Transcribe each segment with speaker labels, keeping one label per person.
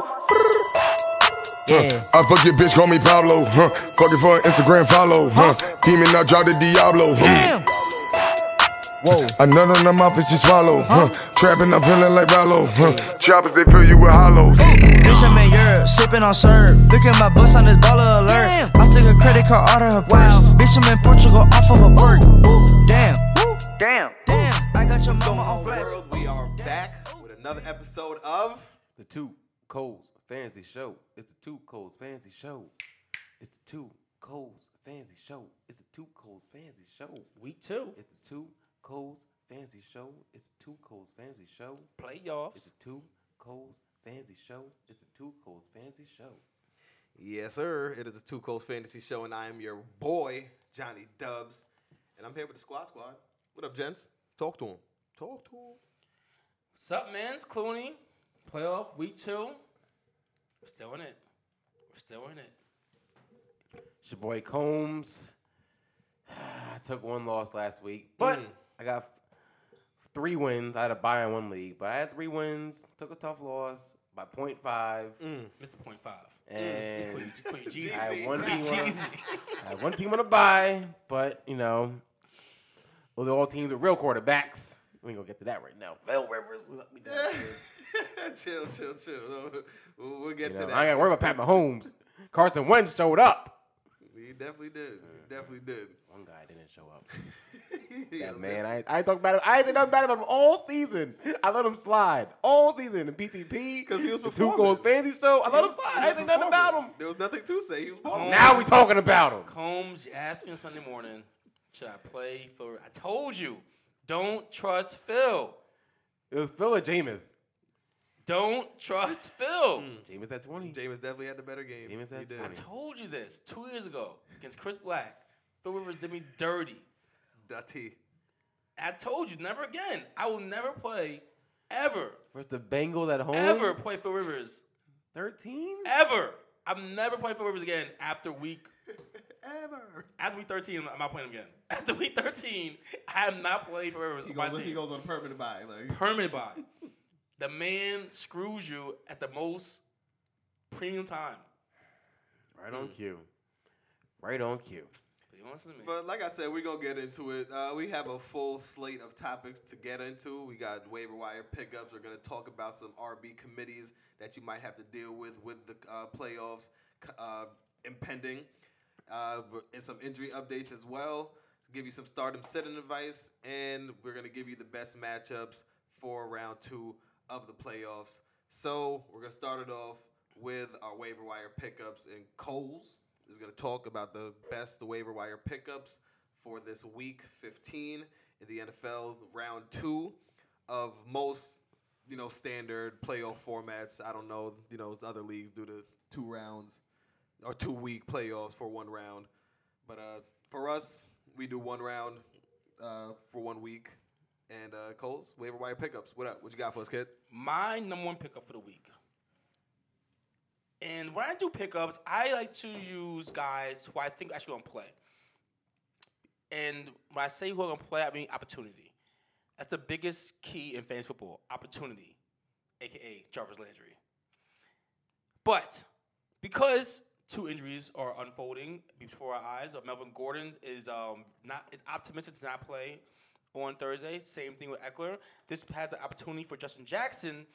Speaker 1: Oh,
Speaker 2: Yeah.
Speaker 3: I fuck your bitch, call me Pablo. Huh. Fuck it for an Instagram follow. Huh. Demon, I drop the Diablo. Huh.
Speaker 2: Damn. Whoa.
Speaker 3: Another in her mouth and she swallow. Huh. Trapping, I'm feeling like Rallo. Huh. Choppers, they fill you with hollows.
Speaker 2: Bitch, I'm in Europe, sipping on syrup. Look at my bus on this baller alert. I took a credit card out of her purse. Bitch, I'm in Portugal off of a bird. Damn.
Speaker 1: damn.
Speaker 2: Damn. I got your mama on
Speaker 4: What's going on,
Speaker 2: flex.
Speaker 4: world? We are back with another episode of
Speaker 5: The Two Coles Fancy Show. It's the Two Coles Fancy Show. It's the Two Coles Fancy Show. It's the Two Coles Fancy Show.
Speaker 4: Week Two.
Speaker 5: It's the Two Coles Fancy Show. It's the Two Coles Fancy Show. It's the Two Coles Fancy Show. It's the Two Coles Fancy Show.
Speaker 4: Yes, sir. It is the Two Coast Fantasy Show, and I am your boy Johnny Dubs, and I'm here with the Squad Squad. What up, gents? Talk to him. Talk to him.
Speaker 5: What's up, man? It's Clooney. Playoff week two. We're still in it. We're still in it. It's your boy Combs. I took one loss last week, but
Speaker 4: Mm.
Speaker 5: I got f- three wins. I had a buy in one league, but I had three wins. Took a tough loss by 0.5.
Speaker 6: It's a point five.
Speaker 5: And
Speaker 6: Queen Jeezy.
Speaker 5: I had
Speaker 4: Jeezy.
Speaker 5: one team on,
Speaker 6: Jeezy.
Speaker 5: I had one team on a buy, but you know, those are all teams with real quarterbacks. We ain't gonna get to that right now. Phil Rivers, let me down.
Speaker 4: chill, chill, chill. We'll, we'll get
Speaker 5: You know,
Speaker 4: to that.
Speaker 5: I ain't gotta worry about Pat Mahomes. Carson Wentz showed up.
Speaker 4: He definitely did. He definitely did.
Speaker 5: One guy didn't show up.
Speaker 4: Yeah,
Speaker 5: Uh, That man, I I ain't talk about him. I ain't said nothing bad about him all season. I let him slide all season in PTP
Speaker 4: 'Cause he was
Speaker 5: the two
Speaker 4: performing.
Speaker 5: goals fantasy show. I let him
Speaker 4: was-
Speaker 5: slide.
Speaker 4: he
Speaker 5: I ain't
Speaker 4: was
Speaker 5: said nothing about him.
Speaker 4: There was nothing to say. He was balling.
Speaker 5: Now we talking about him.
Speaker 6: Combs, you asked me on Sunday morning, should I play for? I told you, don't trust Phil.
Speaker 5: It was Phil or Jameis.
Speaker 6: Don't trust
Speaker 4: Hmm.
Speaker 6: Phil.
Speaker 5: Jameis at twenty.
Speaker 4: James definitely had the better game.
Speaker 5: Jameis
Speaker 4: he
Speaker 5: had
Speaker 4: did.
Speaker 5: 20.
Speaker 6: I told you this two years ago against Chris Black. Phil Rivers did me dirty.
Speaker 4: Dutty.
Speaker 6: I told you, never again. I will never play, ever,
Speaker 5: Versus the Bengals at home.
Speaker 6: ever play Phil Rivers.
Speaker 5: thirteen.
Speaker 6: Ever. I'm never playing Phil Rivers again after week
Speaker 4: Ever.
Speaker 6: After week 13, I'm not playing him again. After week 13, I am not playing for Rivers.
Speaker 4: He
Speaker 6: my
Speaker 4: goes,
Speaker 6: team.
Speaker 4: he goes on a permanent buy. Like,
Speaker 6: Permanent buy. the man screws you at the most premium time.
Speaker 5: Right on cue. Right on cue.
Speaker 6: But you listen to me.
Speaker 4: But like I said, we're gonna get into it. Uh, we have a full slate of topics to get into. We got waiver wire pickups. We're gonna talk about some RB committees that you might have to deal with with the uh, playoffs c- uh, impending, uh, and some injury updates as well. Give you some stardom setting advice, and we're gonna give you the best matchups for round two of the playoffs. So we're gonna start it off with our waiver wire pickups, and Coles is gonna talk about the best waiver wire pickups for this week 15 in the NFL round two of most you know standard playoff formats. I don't know, you know, other leagues do the two rounds or two week playoffs for one round, but uh, for us we do one round uh, for one week. And uh, Coles waiver wire pickups. What up? What you got for us, kid?
Speaker 6: my number one pickup for the week. And when I do pickups, I like to use guys who I think actually gonna play. And when I say who are gonna play, I mean opportunity. That's the biggest key in fantasy football: opportunity, aka Jarvis Landry. But because two injuries are unfolding before our eyes, uh, Melvin Gordon is um, not is optimistic to not play on Thursday. Same thing with Eckler. This has an opportunity for Justin Jackson,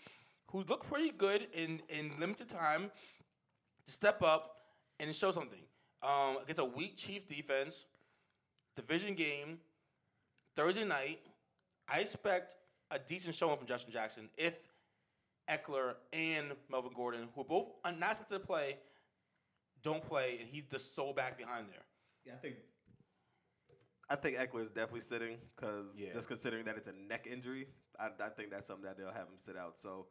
Speaker 6: who looked pretty good in in limited time, to step up and show something um, against a weak Chief defense. Division game, Thursday night. I expect a decent showing from Justin Jackson if Eckler and Melvin Gordon, who are both are not expected to play, don't play, and he's the sole back behind there.
Speaker 4: Yeah, I think. I think Eckler is definitely sitting because
Speaker 5: Yeah.
Speaker 4: just considering that it's a neck injury, I, I think that's something that they'll have him sit out. So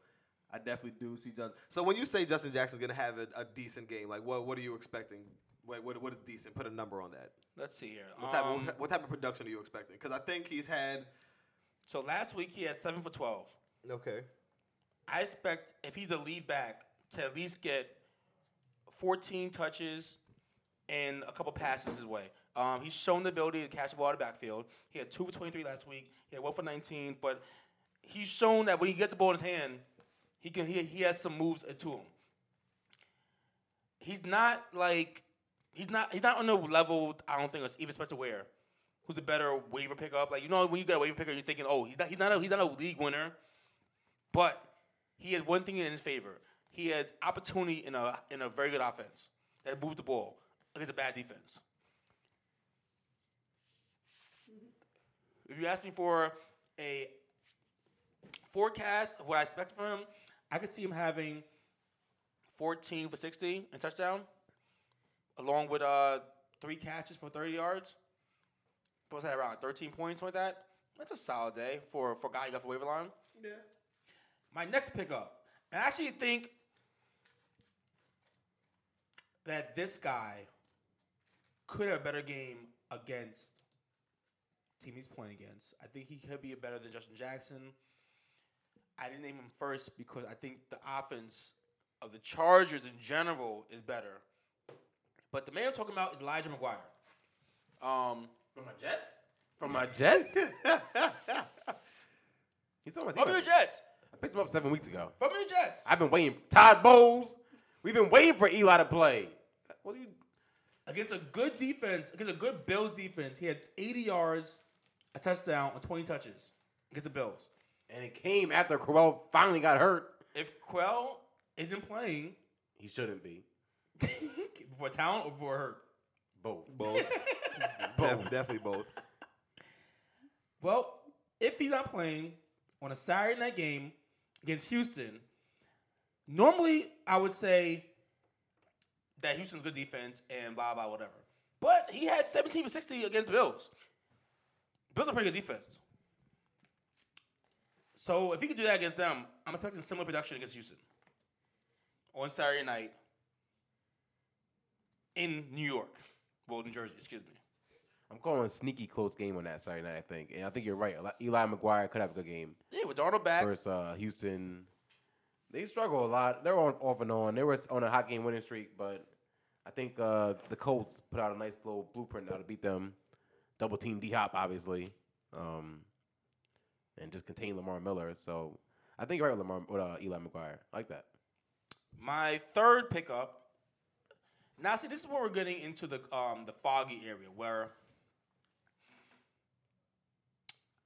Speaker 4: I definitely do see Justin. So when you say Justin Jackson's gonna have a, a decent game, like what what are you expecting? What what, what is decent? Put a number on that.
Speaker 6: Let's see here.
Speaker 4: What type
Speaker 6: Um,
Speaker 4: of what type of production are you expecting? Because I think he's had.
Speaker 6: so last week he had seven for twelve.
Speaker 4: Okay.
Speaker 6: I expect if he's the lead back to at least get 14 touches and a couple passes his way. Um, he's shown the ability to catch the ball out of the backfield. He had two for 23 last week. He had one for 19, but he's shown that when he gets the ball in his hand, He can he, he has some moves to him. He's not like he's not he's not on the level I don't think of even Spencer Ware, who's a better waiver pickup. Like you know when you get a waiver pickup, you're thinking, oh, he's not he's not a, he's not a league winner, but he has one thing in his favor. He has opportunity in a in a very good offense that moves the ball against a bad defense. If you ask me for a forecast of what I expect from him, I could see him having 14 for 60 and touchdown, along with uh, three catches for 30 yards. What's that around 13 points like that? That's a solid day for for a guy you got for waiver line.
Speaker 5: Yeah.
Speaker 6: My next pickup, I actually think that this guy could have a better game against team he's playing against. I think he could be better than Justin Jackson. I didn't name him first because I think the offense of the Chargers in general is better. But the man I'm talking about is Elijah McGuire. Um, from my Jets?
Speaker 5: From my Jets? He's on my team.
Speaker 6: From your Jets.
Speaker 5: I picked him up seven weeks ago.
Speaker 6: From your Jets.
Speaker 5: I've been waiting. Todd Bowles. We've been waiting for Eli to play. What do you?
Speaker 6: Against a good defense, against a good Bills defense, he had 80 yards, a touchdown, and 20 touches against the Bills.
Speaker 5: And it came after Crowell finally got hurt.
Speaker 6: If Quell isn't playing
Speaker 5: He shouldn't be.
Speaker 6: for talent or for hurt,
Speaker 5: Both.
Speaker 4: Both.
Speaker 5: Both.
Speaker 4: Def- definitely both.
Speaker 6: Well, if he's not playing on a Saturday night game against Houston, normally I would say that Houston's good defense and blah blah whatever. But he had 17 for 60 against the Bills. Bills are pretty good defense. So if he could do that against them, I'm expecting similar production against Houston on Saturday night in New York, well, New Jersey, excuse me.
Speaker 5: I'm calling a sneaky close game on that Saturday night. I think, and I think you're right. Eli- Eli McGuire could have a good game
Speaker 6: Yeah, with Darnold back,
Speaker 5: versus uh, Houston. They struggle a lot. They're on off and on. They were on a hot game winning streak, but I think uh, the Colts put out a nice little blueprint how to beat them. Double team D Hop, obviously, um, and just contain Lamar Miller. So I think you're right with Lamar with uh, Eli McGuire. I like that.
Speaker 6: My third pickup. Now, see, this is where we're getting into the um, the foggy area where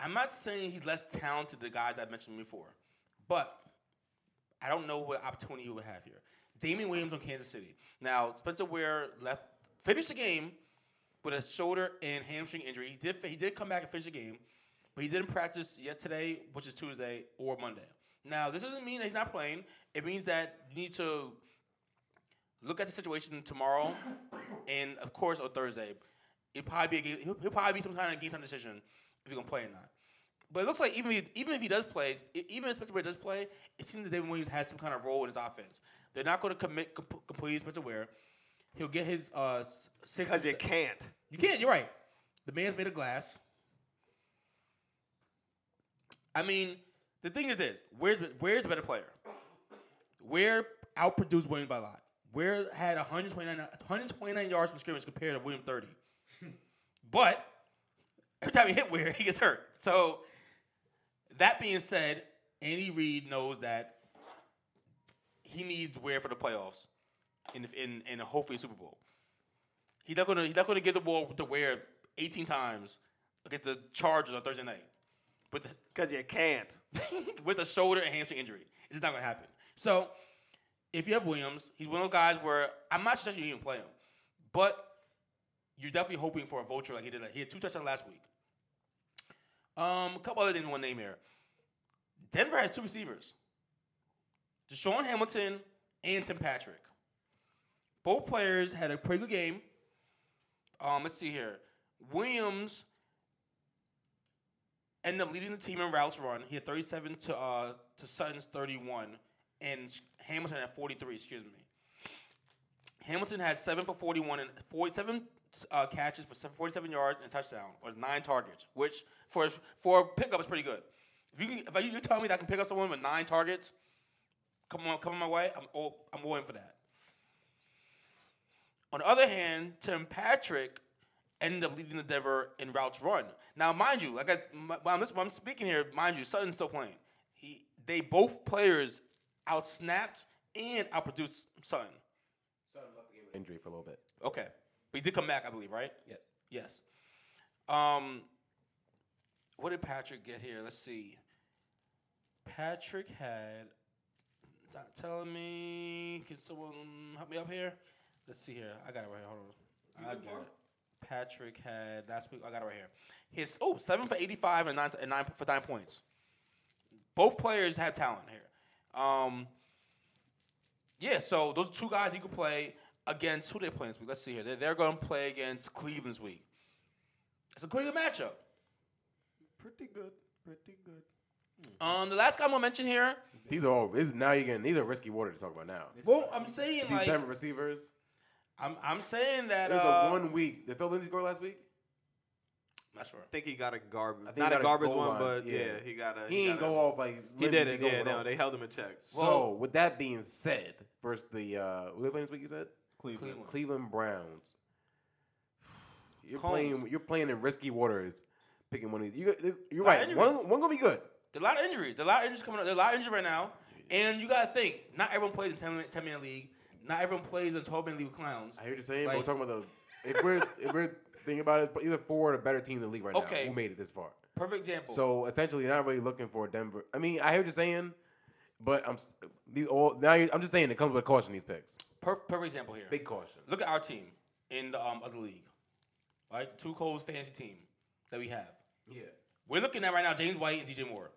Speaker 6: I'm not saying he's less talented than the guys I mentioned before, but I don't know what opportunity he would have here. Damian Williams on Kansas City. Now, Spencer Ware left, finished the game with a shoulder and hamstring injury. He did he did come back and finish the game, but he didn't practice yet today, which is Tuesday or Monday. Now, this doesn't mean that he's not playing. It means that you need to look at the situation tomorrow, and of course on Thursday, it probably be a game, he'll, he'll probably be some kind of game time decision if he's gonna play or not. But it looks like even if, even if he does play, e- even if Spencer Ware does play, it seems that David Williams has some kind of role in his offense. They're not going to commit comp- completely Spencer Ware. He'll get his uh s- six. to
Speaker 4: Because you
Speaker 6: se-
Speaker 4: can't.
Speaker 6: you can't. You're right. The man's made of glass. I mean, the thing is this: where's where's the better player? Where outproduced Williams by a lot. Where had 129, 129 yards from scrimmage compared to William 30. but every time he hit Ware, he gets hurt. So that being said, Andy Reid knows that he needs Ware for the playoffs, and if, and, and hopefully a Super Bowl. He's not gonna he's not gonna give the ball to Ware 18 times against the Chargers on Thursday night with
Speaker 4: Because you can't.
Speaker 6: with a shoulder and hamstring injury. It's just not gonna happen. So if you have Williams, he's one of those guys where I'm not suggesting you even play him, but you're definitely hoping for a vulture like he did. Like he had two touchdowns last week. Um, a couple other things I want to name here. Denver has two receivers, Deshaun Hamilton and Tim Patrick. Both players had a pretty good game. Um, let's see here. Williams ended up leading the team in routes run. He had 37 to uh, to Sutton's 31, and Hamilton had 43. Excuse me. Hamilton had seven for 41 and 47 uh, catches for 47 yards and a touchdown, or nine targets, which for for a pickup is pretty good. If you can, if you tell me that I can pick up someone with nine targets, come on, come on my way. I'm all, I'm all in for that. On the other hand, Tim Patrick ended up leading the Denver in routes run. Now, mind you, like I, s- m- while I'm, while I'm speaking here, mind you, Sutton's still playing. He, they both players out snapped, and out produced Sutton.
Speaker 5: Injury for a little bit.
Speaker 6: Okay, but he did come back, I believe, right?
Speaker 5: Yes.
Speaker 6: Yes. Um, what did Patrick get here? Let's see. Patrick had. Not telling me. Can someone help me up here? Let's see here. I got it right here. Hold on. I got it. Patrick had last week. I got it right here. His oh seven for eighty five and nine and nine for nine points. Both players have talent here. Um, yeah, so those two guys you could play against. Who they playing this week? Let's see here. They're, they're going to play against Cleveland this week. It's a pretty good matchup.
Speaker 4: Pretty good. Pretty good.
Speaker 6: Um, the last guy I'm gonna mention here.
Speaker 5: These are all. This, now you're getting. These are risky water to talk about now.
Speaker 6: Well, I'm saying
Speaker 5: These
Speaker 6: like
Speaker 5: Denver receivers.
Speaker 6: I'm I'm saying that.
Speaker 5: It was
Speaker 6: Uh,
Speaker 5: a one week. Did Phil Lindsay score last week?
Speaker 6: not sure.
Speaker 4: I think he got a garbage.
Speaker 5: think he
Speaker 4: Not
Speaker 5: got
Speaker 4: a
Speaker 5: a
Speaker 4: garbage
Speaker 5: goal
Speaker 4: one,
Speaker 5: line,
Speaker 4: but yeah.
Speaker 5: yeah.
Speaker 4: he got a.
Speaker 5: He didn't
Speaker 4: got
Speaker 5: go
Speaker 4: a-
Speaker 5: off like
Speaker 4: He
Speaker 5: Lindsey
Speaker 4: didn't.
Speaker 5: be
Speaker 4: Yeah,
Speaker 5: going
Speaker 4: no,
Speaker 5: off.
Speaker 4: they held him in check.
Speaker 5: so with that being said, versus the uh, who they playing this week? You said
Speaker 4: Cleveland.
Speaker 5: Cleveland Browns. You're
Speaker 6: Combs.
Speaker 5: playing. You're playing in risky waters. Picking one of these. You, you're
Speaker 6: Nah,
Speaker 5: right.
Speaker 6: injuries.
Speaker 5: One, one gonna be good.
Speaker 6: There are a lot of injuries. There are a lot of injuries coming up. There are a lot of injuries right now. And you gotta think, not everyone plays in 10 minute, 10 minute league. Not everyone plays in 12 minute league with clowns.
Speaker 5: I hear you saying, but
Speaker 6: Like-
Speaker 5: we're talking about the if we're if we're thinking about it, either four or the better teams in the league right
Speaker 6: Okay.
Speaker 5: now. Who made it this far?
Speaker 6: Perfect example.
Speaker 5: So essentially, you're not really looking for Denver. I mean, I hear what you're saying, but I'm s- these all now. You're, I'm just saying it comes with caution. These picks,
Speaker 6: per- perfect example here.
Speaker 5: big caution.
Speaker 6: Look at our team in the um, other league, right? Two Cole's fantasy team that we have.
Speaker 5: Yeah,
Speaker 6: We're looking at right now James White and DJ Moore.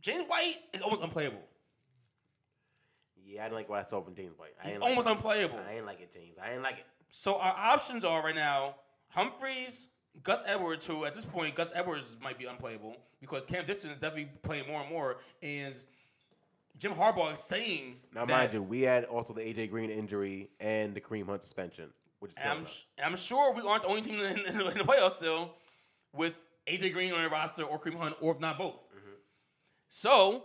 Speaker 6: James White is almost unplayable.
Speaker 5: yeah. I didn't like what I saw from James White. I
Speaker 6: He's
Speaker 5: didn't like
Speaker 6: almost
Speaker 5: it.
Speaker 6: unplayable.
Speaker 5: I didn't like it, James. I didn't like it.
Speaker 6: So our options are right now Humphreys, Gus Edwards, who at this point Gus Edwards might be unplayable because Cam Dixon is definitely playing more and more, and Jim Harbaugh is saying
Speaker 5: Now,
Speaker 6: that,
Speaker 5: mind you, we had also the AJ Green injury and the Kareem Hunt suspension, which is
Speaker 6: and I'm
Speaker 5: killing us.
Speaker 6: sh- and I'm sure we aren't the only team in, in the playoffs still with AJ Green on the roster or Kareem Hunt or if not both.
Speaker 5: Mm-hmm.
Speaker 6: So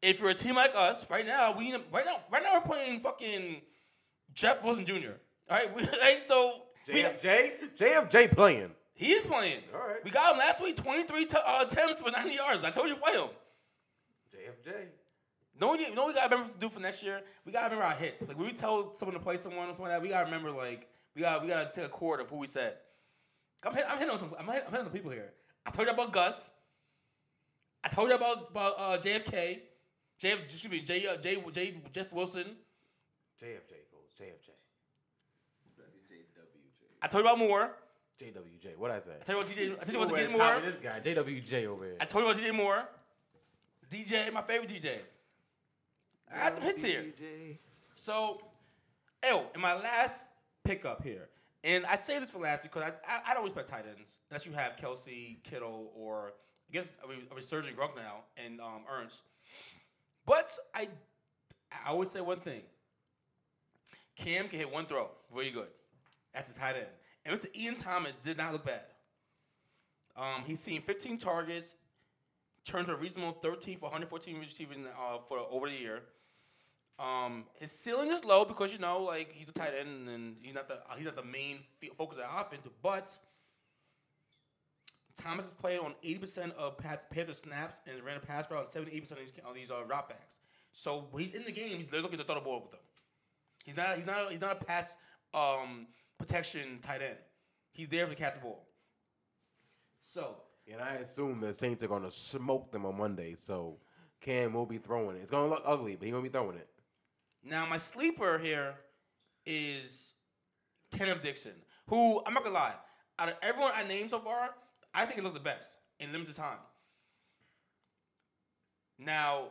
Speaker 6: if you're a team like us right now, we need to- right now right now we're playing fucking Jeff Wilson Jr. All right, we, like, so we-
Speaker 5: JFJ, JFJ playing.
Speaker 6: He is playing.
Speaker 5: All right.
Speaker 6: We got him last week, 23 t- uh, attempts for 90 yards. I told you to play him.
Speaker 5: JFJ.
Speaker 6: No, we, no, we gotta remember to do for next year. We gotta remember our hits. Like when we tell someone to play someone or something like that, we gotta remember like we gotta we gotta take a chord of who we said. I'm hit, I'm hitting on some I'm hitting, I'm hitting on some people here. I told you about Gus. I told you about, about uh, JFK. JF, excuse me, J, uh, J, J, Jeff Wilson.
Speaker 5: JFJ goes. JFJ.
Speaker 6: I told you about Moore.
Speaker 5: JWJ. What I say?
Speaker 6: I told you about DJ. I told you about
Speaker 5: Where's
Speaker 6: DJ Moore.
Speaker 5: Tommy? This guy, JWJ over here.
Speaker 6: I told you about DJ Moore. DJ, my favorite DJ. I had some hits here. So, oh, and my last pickup here, and I say this for last because I, I, I don't respect tight ends unless you have Kelsey, Kittle, or I guess a, re- a resurgent Gronk now and um, Ernst. But I, I always say one thing. Cam can hit one throw really good. That's his tight end. And Mr. Ian Thomas did not look bad. Um, he's seen 15 targets, turned to a reasonable 13 for 114 receivers in the, uh, for over the year. Um, his ceiling is low because you know, like he's a tight end and he's not the uh, he's not the main f- focus of the offense. But Thomas is playing on 80% of pa- Panther snaps and ran a pass route 78% of these of these uh, drop backs. So when he's in the game, they're looking to throw the ball with him. He's not he's not a, he's not a pass um, protection tight end. He's there to catch the ball. So
Speaker 5: And I assume the Saints are going to smoke them on Monday, so Cam will be throwing it. It's going to look ugly, but he's going to be throwing it.
Speaker 6: Now my sleeper here is Kenneth Dixon, who I'm not gonna lie, out of everyone I named so far, I think he looked the best in limited time. Now,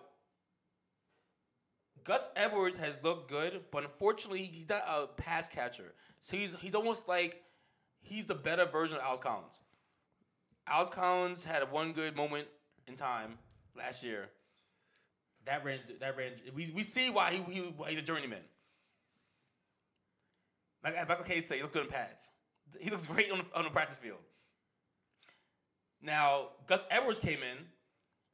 Speaker 6: Gus Edwards has looked good, but unfortunately, he's not a pass catcher. So he's he's almost like he's the better version of Alex Collins. Alex Collins had one good moment in time last year. That ran. That ran. We, we see why he, he why he's a journeyman. Like as Michael K said, he looks good in pads. He looks great on the, on the practice field. Now Gus Edwards came in.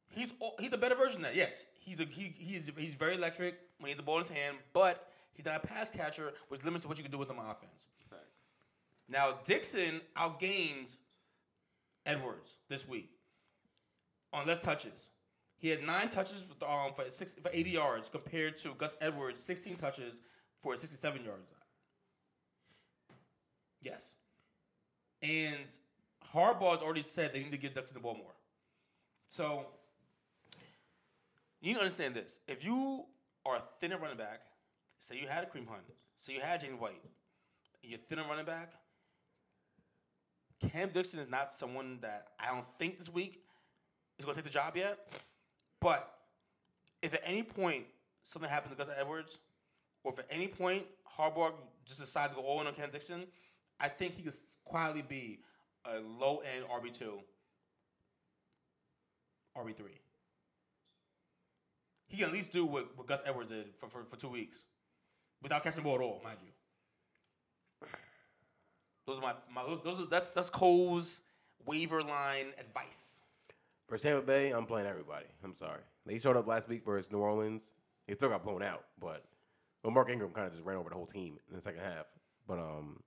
Speaker 6: He's al- he's a better version of that. Yes, he's a, he he's he's very electric when he has the ball in his hand, but he's not a pass catcher, which limits to what you can do with him on offense.
Speaker 4: Facts.
Speaker 6: Now Dixon outgained Edwards this week on less touches. He had nine touches for, um, for, six, for 80 yards compared to Gus Edwards, 16 touches for 67 yards. Yes. And Harbaugh's already said they need to give Dixon the ball more. So you need to understand this. If you are a thinner running back, say you had a cream hunt, say you had James White, and you're thinner running back, Cam Dixon is not someone that I don't think this week is gonna take the job yet. But if at any point something happens to Gus Edwards, or if at any point Harbaugh just decides to go all in on Cam Dixon, I think he could s- quietly be a low end RB two, RB three. He can at least do what, what Gus Edwards did for, for, for two weeks, without catching the ball at all, mind you. Those are my, my those, those are, that's that's Cole's waiver line advice.
Speaker 5: For Tampa Bay, I'm playing everybody. I'm sorry. They showed up last week versus New Orleans. They still got blown out, but well, Mark Ingram kind of just ran over the whole team in the second half. But um,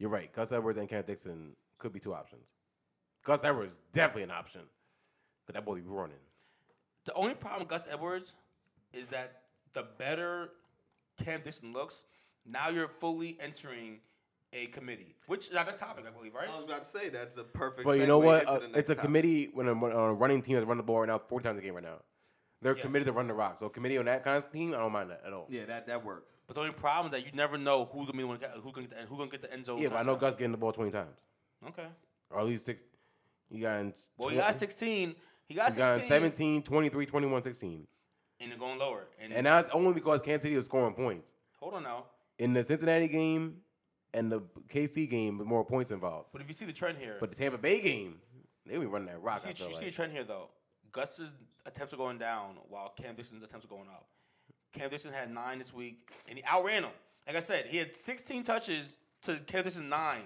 Speaker 5: you're right. Gus Edwards and Cam Dixon could be two options. Gus Edwards is definitely an option, but that boy be running.
Speaker 6: The only problem with Gus Edwards is that the better Cam Dixon looks, now you're fully entering a committee, which is our next topic, I believe, right?
Speaker 4: I
Speaker 5: Um,
Speaker 4: was about to say that's the perfect.
Speaker 5: But you
Speaker 4: segue
Speaker 5: know what?
Speaker 4: into
Speaker 5: Uh,
Speaker 4: the next
Speaker 5: it's a
Speaker 4: topic.
Speaker 5: committee when a, when a running team that's running the ball right now four times a game right now. They're
Speaker 6: Yes.
Speaker 5: committed to run the rock. So a committee on that kind of team, I don't mind that at all. Yeah,
Speaker 4: Yeah, that that works.
Speaker 6: But the only problem is that you never know who's gonna be the one who's gonna get the, who's gonna get the end zone.
Speaker 5: but I know
Speaker 6: touchdown.
Speaker 5: Gus getting the ball twenty times,
Speaker 6: Okay.
Speaker 5: or at least six. You got in
Speaker 6: Well, he
Speaker 5: 20
Speaker 6: got 16. He got
Speaker 5: He's gone
Speaker 6: 16.
Speaker 5: 17, 23, 21, 16.
Speaker 6: And they're going lower. And,
Speaker 5: And that's only because Kansas City was scoring points.
Speaker 6: hold on now.
Speaker 5: In the Cincinnati game and the KC game, with more points involved.
Speaker 6: But if you see the trend here,
Speaker 5: But the Tampa Bay game, they be running that rock.
Speaker 6: you
Speaker 5: I
Speaker 6: see,
Speaker 5: feel
Speaker 6: you see a
Speaker 5: like.
Speaker 6: trend here though. Gus's attempts are going down while Cam Dixon's attempts are going up. Cam Dixon had nine this week, and he outran him. Like I said, he had 16 touches to Cam Dixon's nine.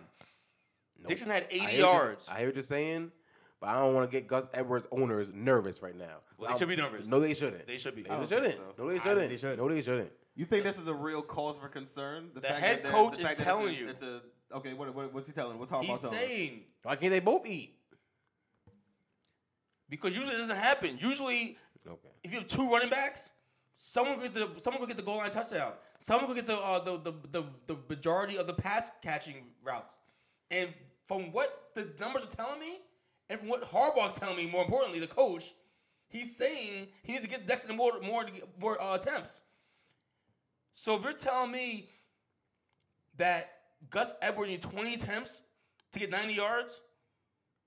Speaker 6: Dixon had
Speaker 5: I
Speaker 6: 80
Speaker 5: hear what you're-
Speaker 6: yards.
Speaker 5: I hear what you're saying, but I don't want to get Gus Edwards owners nervous right now.
Speaker 6: Well, they should be nervous.
Speaker 5: No, they shouldn't.
Speaker 6: They should be.
Speaker 5: No,
Speaker 4: don't
Speaker 5: they
Speaker 4: think
Speaker 5: shouldn't.
Speaker 4: so.
Speaker 5: No, they
Speaker 4: I
Speaker 5: shouldn't.
Speaker 4: think they should.
Speaker 5: No, they shouldn't.
Speaker 4: You think this is a real cause for concern?
Speaker 6: The
Speaker 4: fact
Speaker 6: head
Speaker 4: that they're-
Speaker 6: coach is
Speaker 4: fact that
Speaker 6: telling
Speaker 4: it's a,
Speaker 6: you.
Speaker 4: It's a okay. What, what what's he telling? What's Harbaugh
Speaker 6: He's
Speaker 4: telling?
Speaker 6: saying
Speaker 5: Why can't they both eat?
Speaker 6: because usually it doesn't happen. Usually,
Speaker 5: Okay.
Speaker 6: if you have two running backs, someone will get the someone will get the goal line touchdown. Someone will get the, uh, the, the the the majority of the pass catching routes. And from what the numbers are telling me, and from what Harbaugh's telling me, more importantly, the coach, he's saying he needs to get Dexter more more to get more uh, attempts. So if you're telling me that Gus Edwards needs 20 attempts to get 90 yards,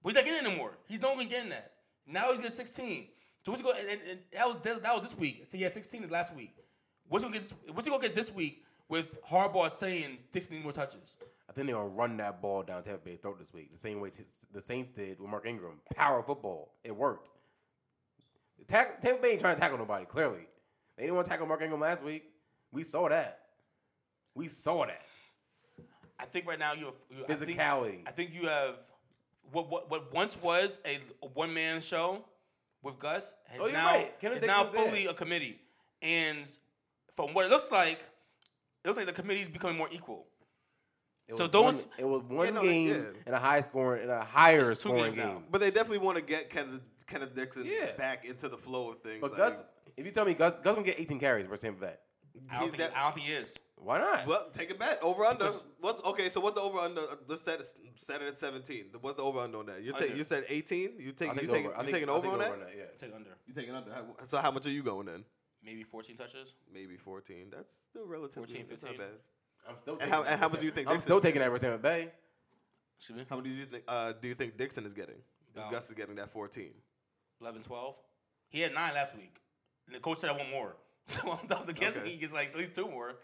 Speaker 6: but he's not getting anymore. He's not even getting that. Now he's getting 16. So what's he going? And, and, and that was this, that was this week. So he had 16 last week. What's he gonna get? This, what's he gonna get this week with Harbaugh saying Dixon needs more touches?
Speaker 5: I think they're gonna run that ball down Tampa Bay's throat this week, the same way t- the Saints did with Mark Ingram. Power football, it worked. Tack- Tampa Bay ain't trying to tackle nobody. Clearly, they didn't want to tackle Mark Ingram last week. We saw that. We saw that
Speaker 6: I think right now you have you- I think-
Speaker 5: physicality.
Speaker 6: I think you have what what, what once was a one man show with Gus has
Speaker 5: Oh, you're
Speaker 6: now
Speaker 5: right. Kenneth
Speaker 6: is now
Speaker 5: Dixon's
Speaker 6: fully
Speaker 5: there.
Speaker 6: a committee, and from what it looks like, it looks like the committee is becoming more equal.
Speaker 5: It
Speaker 6: so
Speaker 5: was
Speaker 6: don't-
Speaker 5: one- It was one
Speaker 4: no,
Speaker 5: game
Speaker 4: yeah.
Speaker 5: and a high scoring and a higher
Speaker 6: It's two
Speaker 5: scoring
Speaker 6: games now.
Speaker 5: game.
Speaker 4: But they definitely want to get Kenneth, Kenneth Dixon
Speaker 5: Yeah.
Speaker 4: back into the flow of things.
Speaker 5: But
Speaker 4: like,
Speaker 5: Gus, if you tell me Gus, Gus gonna get 18 carries versus Tampa Bay.
Speaker 6: I don't,
Speaker 4: He's
Speaker 6: think,
Speaker 4: that-
Speaker 6: I don't think he is.
Speaker 5: Why not?
Speaker 4: Well, take a bet. Over under.
Speaker 6: Because-
Speaker 4: What's okay? So what's the over under? Let's set it, set it at seventeen. What's the over under on that? You take
Speaker 6: Under.
Speaker 4: you said eighteen. You take
Speaker 5: I'll
Speaker 4: you take
Speaker 5: take over.
Speaker 4: you
Speaker 5: I'll take-
Speaker 4: taking
Speaker 5: I'll
Speaker 4: over
Speaker 5: take
Speaker 4: on that.
Speaker 5: Yeah.
Speaker 6: Take under
Speaker 4: You taking under. How- So how much are you going in?
Speaker 6: maybe 14 touches.
Speaker 4: Maybe fourteen. That's still relatively.
Speaker 6: 14,
Speaker 4: that's not
Speaker 6: 15.
Speaker 4: bad.
Speaker 5: I'm still.
Speaker 4: And how-
Speaker 5: taking
Speaker 4: and how
Speaker 5: that
Speaker 4: much do you think
Speaker 5: I'm
Speaker 4: Dixon-
Speaker 5: still taking that versus Tampa Bay.
Speaker 6: Excuse me.
Speaker 4: How many do you think? Uh, do you think Dixon is getting? If
Speaker 6: No.
Speaker 4: Gus is getting that fourteen.
Speaker 6: 11, 12. He had nine last week. And the coach said I want more. So I'm, I'm guessing
Speaker 4: Okay.
Speaker 6: he gets like at least two more.